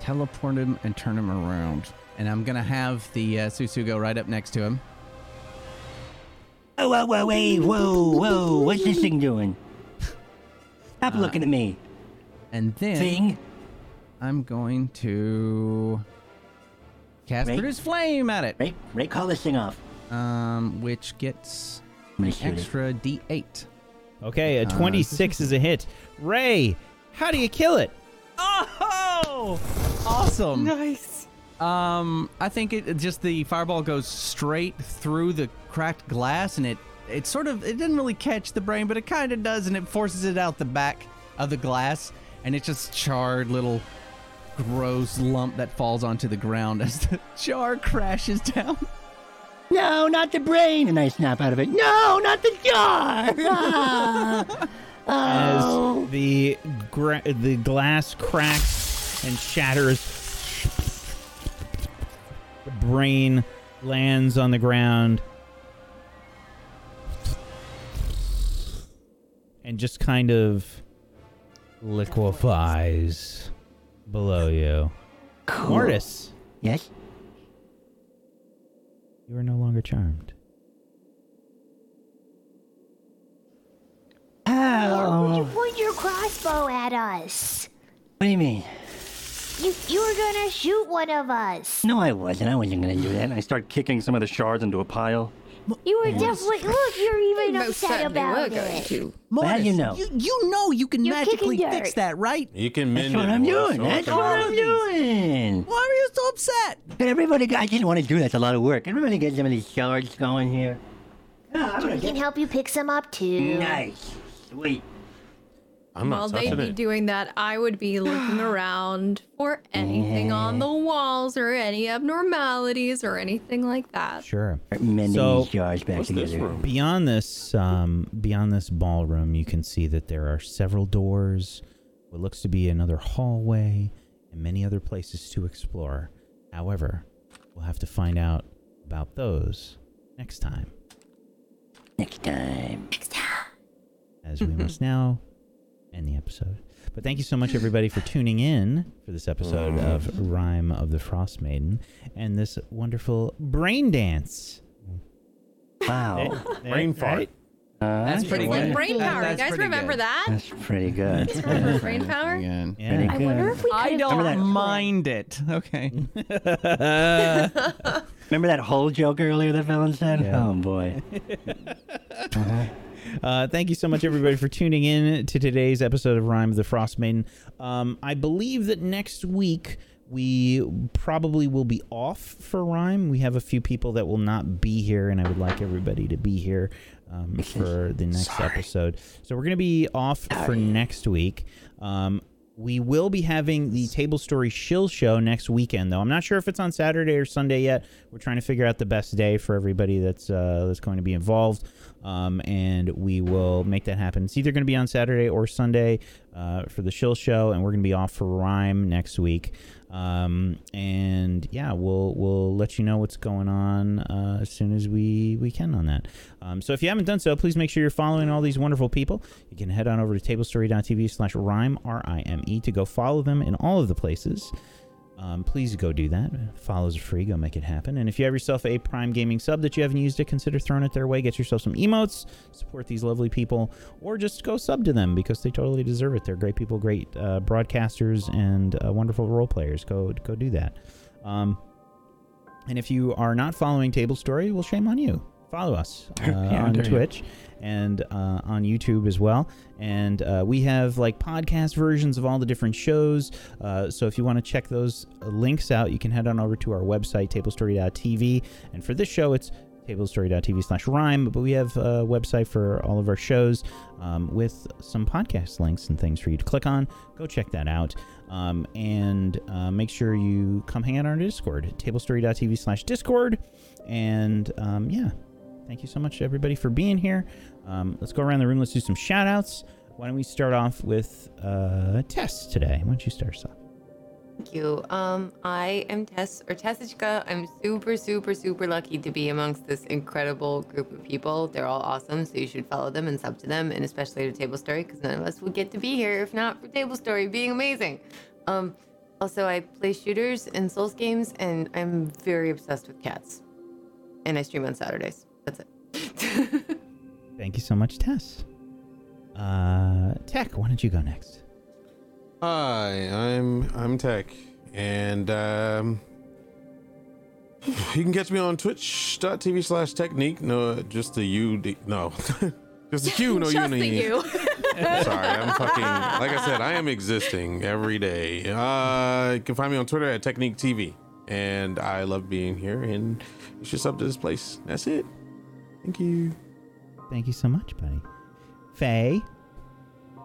Speaker 1: teleport him and turn him around. And I'm going to have the uh, Susu go right up next to him.
Speaker 3: Oh, whoa, whoa, hey, whoa, whoa! What's this thing doing? Stop looking at me.
Speaker 1: And then
Speaker 3: Thing.
Speaker 1: I'm going to cast
Speaker 3: Ray?
Speaker 1: Produce Flame at it.
Speaker 3: Ray, Ray, call this thing off.
Speaker 1: Um, which gets
Speaker 3: I'm
Speaker 1: an
Speaker 3: gonna shoot it.
Speaker 1: extra D8.
Speaker 8: Okay, a
Speaker 1: Uh,
Speaker 8: 26 is a hit. Ray, how do you kill it? Oh!
Speaker 1: Awesome.
Speaker 5: Nice.
Speaker 1: Um, I think it it just the fireball goes straight through the cracked glass, and it it sort of it didn't really catch the brain, but it kind of does, and it forces it out the back of the glass, and it's just charred little gross lump that falls onto the ground as the jar crashes down.
Speaker 3: No, not the brain! And I snap out of it. No, not the jar! Ah!
Speaker 8: As
Speaker 3: Oh.
Speaker 8: the gra- the glass cracks and shatters, the brain lands on the ground and just kind of liquefies below you. Mortis,
Speaker 3: Yes?
Speaker 8: you are no longer charmed.
Speaker 4: Why would
Speaker 3: Oh.
Speaker 4: you point your crossbow at us?
Speaker 3: What do you mean?
Speaker 4: You you were gonna shoot one of us.
Speaker 3: No, I wasn't. I wasn't gonna do that.
Speaker 16: And I start kicking some of the shards into a pile.
Speaker 4: You were definitely look. You're even
Speaker 14: Most
Speaker 4: upset
Speaker 14: certainly
Speaker 4: about
Speaker 14: were
Speaker 4: it.
Speaker 14: going to.
Speaker 3: How do you know?
Speaker 1: You, you know you can
Speaker 4: You're
Speaker 1: magically
Speaker 4: kicking
Speaker 1: fix
Speaker 4: dirt.
Speaker 1: that, right?
Speaker 7: You can
Speaker 3: That's
Speaker 7: mend
Speaker 3: what
Speaker 7: it,
Speaker 3: I'm
Speaker 7: Mortis,
Speaker 3: doing.
Speaker 7: or
Speaker 3: That's
Speaker 7: can
Speaker 3: what
Speaker 7: I-
Speaker 3: I'm doing.
Speaker 1: Why are you so upset?
Speaker 3: But everybody, got- I didn't want to do that. It's a lot of work. Everybody get some of these shards going here.
Speaker 4: We can help you pick some up too.
Speaker 3: Nice. Sweet.
Speaker 7: I'm
Speaker 12: While
Speaker 7: not
Speaker 12: they'd
Speaker 7: touching
Speaker 12: be
Speaker 7: it.
Speaker 12: doing that, I would be looking around for anything on the walls or any abnormalities or anything like that.
Speaker 8: Sure.
Speaker 3: Mending
Speaker 8: So-
Speaker 3: these jars back
Speaker 7: What's this
Speaker 3: together.
Speaker 7: room?
Speaker 8: Beyond this, um, beyond this ballroom, you can see that there are several doors, what looks to be another hallway, and many other places to explore. However, we'll have to find out about those next time,
Speaker 3: Next time.
Speaker 8: as we must now end the episode. But thank you so much, everybody, for tuning in for this episode of Rhyme of the Frost Maiden and this wonderful brain dance.
Speaker 3: Wow.
Speaker 7: Brain fart.
Speaker 1: That's pretty
Speaker 12: Like
Speaker 1: good.
Speaker 12: brain
Speaker 1: That-
Speaker 12: power.
Speaker 1: that's
Speaker 12: you guys
Speaker 1: pretty
Speaker 12: remember
Speaker 1: good.
Speaker 12: that?
Speaker 3: That's pretty good.
Speaker 12: You guys remember brain power?
Speaker 1: Again.
Speaker 8: Yeah.
Speaker 4: I wonder if we
Speaker 1: I
Speaker 4: could
Speaker 1: don't
Speaker 4: have
Speaker 1: mind it. Okay. Uh,
Speaker 3: Remember that whole joke earlier that Valen said?
Speaker 8: Yeah.
Speaker 3: Oh boy.
Speaker 8: Uh, thank you so much, everybody, for tuning in to today's episode of Rhyme of the Frost Maiden. Um, I believe that next week we probably will be off for Rhyme. We have a few people that will not be here, and I would like everybody to be here um, for the next episode. So we're going to be off for next week. Um, we will be having the Table Story Shill Show next weekend, though. I'm not sure if it's on Saturday or Sunday yet. We're trying to figure out the best day for everybody that's uh, that's going to be involved, um, and we will make that happen. It's either going to be on Saturday or Sunday uh, for the Shill Show, and we're going to be off for Rhyme next week. Um, and yeah, we'll we'll let you know what's going on uh, as soon as we we can on that. Um, so if you haven't done so, please make sure you're following all these wonderful people. You can head on over to tablestory.tv slash rhyme, R I M E, to go follow them in all of the places. Um, please go do that. Follows are free. Go make it happen. And if you have yourself a Prime Gaming sub that you haven't used it, consider throwing it their way. Get yourself some emotes. Support these lovely people, or just go sub to them because they totally deserve it. They're great people, great uh, broadcasters, and uh, wonderful role players. Go go do that. Um, and if you are not following Table Story, well, shame on you. Follow us uh,
Speaker 16: Yeah,
Speaker 8: on
Speaker 16: dare you.
Speaker 8: Twitch and uh, on YouTube as well. And uh, we have like podcast versions of all the different shows. Uh, so if you want to check those uh, links out, you can head on over to our website, tablestory.tv. And for this show, it's tablestory.tv slash rhyme but we have uh, a website for all of our shows um, with some podcast links and things for you to click on go check that out um, and uh, make sure you come hang out on our discord tablestory.tv slash discord and um, yeah thank you so much everybody for being here um, let's go around the room let's do some shout outs why don't we start off with uh, tess today why don't you start us off
Speaker 5: Thank you. Um, I am Tess or Tessichka. I'm super, super, super lucky to be amongst this incredible group of people. They're all awesome, so you should follow them and sub to them, and especially to Table Story, because none of us would get to be here if not for Table Story being amazing. Um, also, I play shooters and Souls games, and I'm very obsessed with cats. And I stream on Saturdays. That's it.
Speaker 8: thank you so much tess uh, tech why don't you go next
Speaker 7: Hi, I'm I'm Tech, and um, you can catch me on Twitch.tv slash Technique. No, just the U. D, no, just the Q. No, E. you
Speaker 10: Just the you.
Speaker 7: Sorry, I'm fucking. Like I said, I am existing every day. Uh, you can find me on Twitter at Technique TV, and I love being here. And you should sub to this place. That's it. Thank you.
Speaker 8: Thank you so much, buddy. Faye.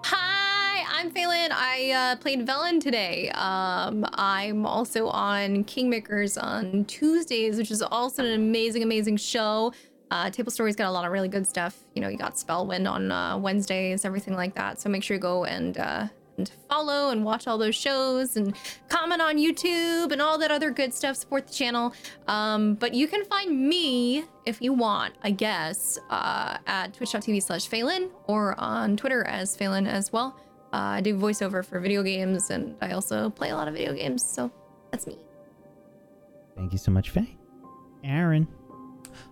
Speaker 12: Hi, I'm Phelan. I uh, played Velen today. Um, I'm also on Kingmakers on Tuesdays, which is also an amazing, amazing show. Uh, Table Story's got a lot of really good stuff. You know, you got Spellwind on uh, Wednesdays, everything like that. So make sure you go and uh, and follow and watch all those shows and comment on YouTube and all that other good stuff. Support the channel. Um, but you can find me if you want, I guess, uh, at twitch.tv slash Phelan or on Twitter as Phelan as well. Uh, I do voiceover for video games and I also play a lot of video games. So that's me.
Speaker 8: Thank you so much, Faye. Aaron.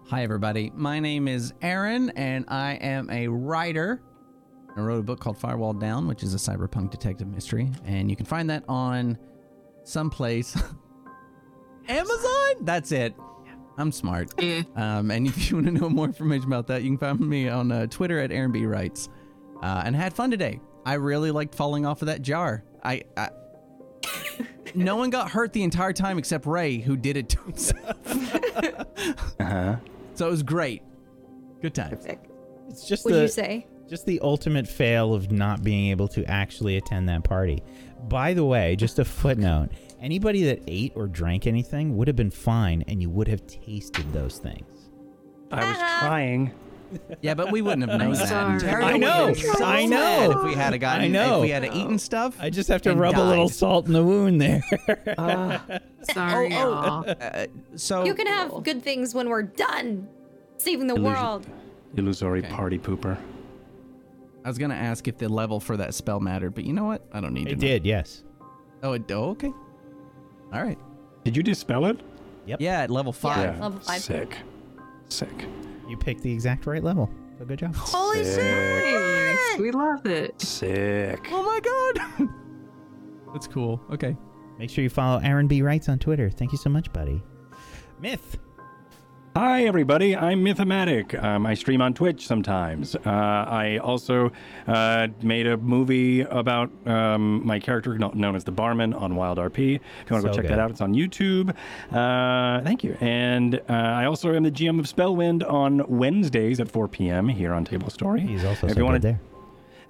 Speaker 1: Hi, everybody. My name is Aaron, and I am a writer. I wrote a book called Firewall Down, which is a cyberpunk detective mystery, and you can find that on someplace. Amazon? That's it. I'm smart. um, and if you want to know more information about that, you can find me on uh, Twitter at Aaron B. Writes. Uh, and I had fun today. I really liked falling off of that jar. I. I no one got hurt the entire time except Ray, who did it to himself.
Speaker 16: Uh-huh.
Speaker 1: So it was great. Good times.
Speaker 8: It's just
Speaker 12: Would
Speaker 8: the,
Speaker 12: you say?
Speaker 8: Just the ultimate fail of not being able to actually attend that party. By the way, just a footnote. Anybody that ate or drank anything would have been fine and you would have tasted those things.
Speaker 16: I was trying.
Speaker 1: Yeah, but we wouldn't have
Speaker 16: Ah. I'm
Speaker 1: known that. until-
Speaker 16: sorry. I know,
Speaker 1: We'd have been so
Speaker 16: I
Speaker 1: mad
Speaker 16: know.
Speaker 1: If we had a gotten,
Speaker 8: I know.
Speaker 1: if we had a eaten stuff.
Speaker 8: I just have to
Speaker 1: and
Speaker 8: rub a little
Speaker 1: died.
Speaker 8: salt in the wound there.
Speaker 2: Sorry.
Speaker 1: Oh, uh, so
Speaker 12: You can have good things when we're done saving the
Speaker 16: Illusion.
Speaker 12: world.
Speaker 16: Illusory party pooper.
Speaker 1: I was gonna ask if the level for that spell mattered, but you know what? I don't need to.
Speaker 8: It
Speaker 1: know.
Speaker 8: did, yes.
Speaker 1: Oh, it. Oh, okay. All right.
Speaker 16: Did you dispel it?
Speaker 8: Yep.
Speaker 1: Yeah, at level five.
Speaker 12: level five.
Speaker 16: Sick. Sick.
Speaker 8: You picked the exact right level. So good job.
Speaker 12: Holy
Speaker 16: shit!
Speaker 2: Nice. We love it.
Speaker 16: Sick.
Speaker 1: Oh my god. That's cool. Okay.
Speaker 8: Make sure you follow Aaron B. Wrights on Twitter. Thank you so much, buddy. Myth.
Speaker 16: Hi, everybody. I'm Mythomatic. Um, I stream on Twitch sometimes. Uh, I also uh, made a movie about um, my character kno- known as the Barman on Wild RP. If you want to go
Speaker 3: So
Speaker 16: check
Speaker 3: good.
Speaker 16: that out, it's on YouTube. Uh, thank you. And uh, I also am the GM of Spellwind on Wednesdays at 4 p.m. here on Table Story. He's also
Speaker 8: so good there.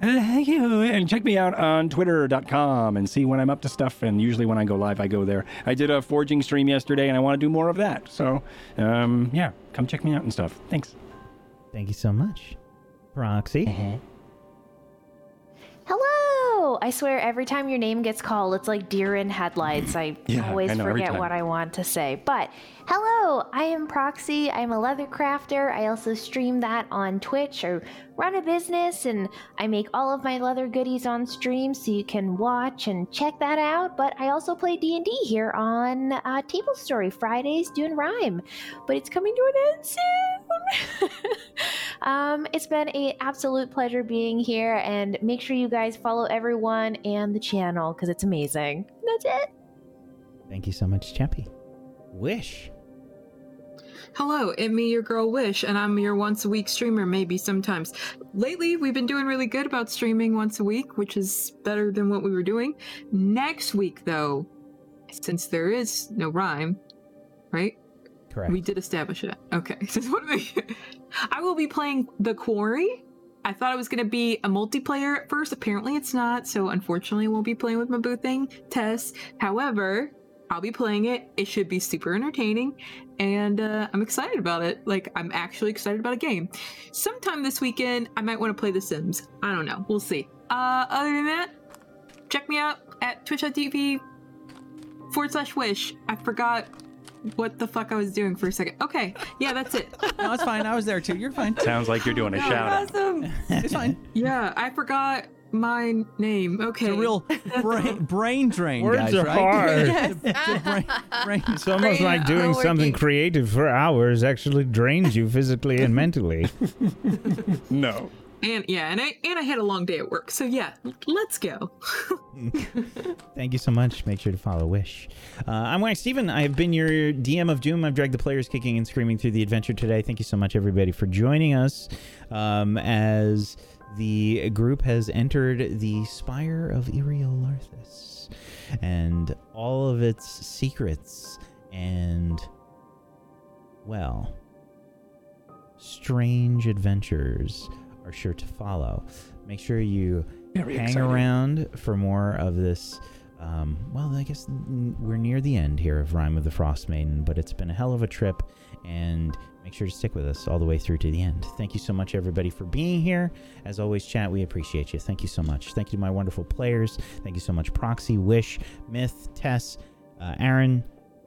Speaker 16: uh, thank you. And check me out on twitter.com and see when I'm up to stuff. And usually when I go live, I go there. I did a forging stream yesterday and I want to do more of that. So, um, yeah, come check me out and stuff. Thanks.
Speaker 8: Thank you so much, Roxy.
Speaker 9: Hello! I swear every time your name gets called, it's like deer in headlights. I
Speaker 16: Mm-hmm. Yeah,
Speaker 9: always
Speaker 16: I know, every
Speaker 9: forget
Speaker 16: time.
Speaker 9: what I want to say. But hello, I am Proxy. I'm a leather crafter. I also stream that on Twitch or run a business, and I make all of my leather goodies on stream, so you can watch and check that out. But I also play D and D here on uh, Table Story Fridays doing rhyme, but it's coming to an end soon. Um, it's been an absolute pleasure being here, and make sure you guys follow everyone and the channel because it's amazing. That's it.
Speaker 8: Thank you so much, Chappy. Wish.
Speaker 13: Hello, it me your girl Wish, and I'm your once a week streamer, maybe sometimes. Lately, we've been doing really good about streaming once a week, which is better than what we were doing. Next week, though, since there is no rhyme, right?
Speaker 8: Correct.
Speaker 13: We did establish that. Okay. So what are we- I will be playing The Quarry. I thought it was going to be a multiplayer at first. Apparently, it's not. So, unfortunately, I won't be playing with my boo thing, Tess. However, I'll be playing it. It should be super entertaining. And uh, I'm excited about it. Like, I'm actually excited about a game. Sometime this weekend, I might want to play The Sims. I don't know. We'll see. Uh, other than that, check me out at twitch.tv forward slash wish. I forgot what the fuck I was doing for a second. Okay, yeah, that's it.
Speaker 19: no, it's fine. I was there too. You're fine.
Speaker 16: Sounds like you're doing a shout out.
Speaker 13: Awesome.
Speaker 19: It's fine.
Speaker 13: Yeah, I forgot my name. Okay.
Speaker 19: It's a real brain, brain drain,
Speaker 3: Words
Speaker 19: guys,
Speaker 3: are
Speaker 19: right?
Speaker 3: hard.
Speaker 19: It's
Speaker 3: almost like doing something creative for hours actually drains you physically and mentally.
Speaker 16: no.
Speaker 13: And yeah, and I and I had a long day at work. So yeah, let's go.
Speaker 8: Thank you so much. Make sure to follow Wish. Uh, I'm Wax Steven. I have been your DM of Doom. I've dragged the players kicking and screaming through the adventure today. Thank you so much, everybody, for joining us um, as the group has entered the Spire of Eriolarthus and all of its secrets and, well, strange adventures are sure to follow. Make sure you
Speaker 3: Very
Speaker 8: hang
Speaker 3: exciting.
Speaker 8: around for more of this. Um, well, I guess n- we're near the end here of Rhyme of the Frost Maiden, but it's been a hell of a trip, and make sure to stick with us all the way through to the end. Thank you so much, everybody, for being here. As always, chat, we appreciate you. Thank you so much. Thank you to my wonderful players. Thank you so much, Proxy, Wish, Myth, Tess, uh, Aaron,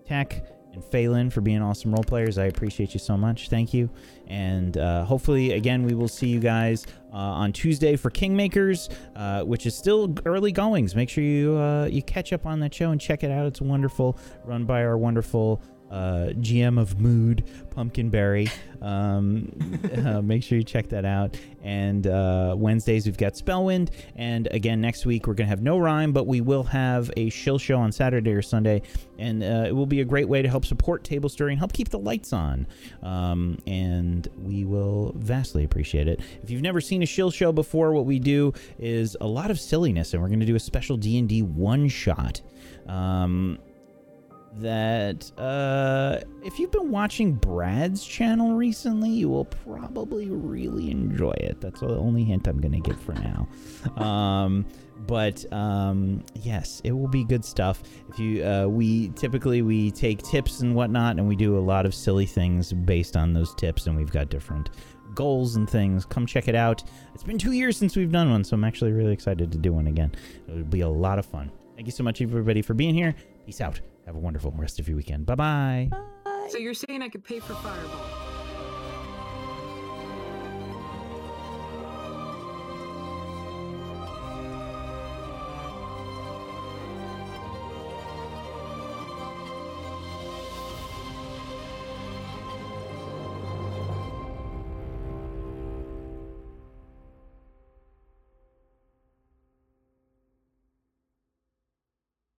Speaker 8: Tech, and Phelan for being awesome role players. I appreciate you so much. Thank you. And uh, hopefully, again, we will see you guys uh, on Tuesday for Kingmakers, uh, which is still early goings. Make sure you uh, you catch up on that show and check it out. It's wonderful, run by our wonderful uh, GM of Mood, Pumpkinberry. Um, uh, make sure you check that out. And uh, Wednesdays we've got Spellwind, and again next week we're gonna have no rhyme, but we will have a shill show on Saturday or Sunday, and uh, it will be a great way to help support Table Stirring, help keep the lights on, um, and we will vastly appreciate it. If you've never seen a shill show before, what we do is a lot of silliness, and we're gonna do a special D and D one shot. Um, that uh, if you've been watching Brad's channel recently, you will probably really enjoy it. That's the only hint I'm going to give for now. Um, but um, yes, it will be good stuff. If you, uh, we typically we take tips and whatnot, and we do a lot of silly things based on those tips, and we've got different goals and things. Come check it out. It's been two years since we've done one, so I'm actually really excited to do one again. It'll be a lot of fun. Thank you so much, everybody, for being here. Peace out. Have a wonderful rest of your weekend. Bye bye.
Speaker 13: So you're saying I could pay for Fireball?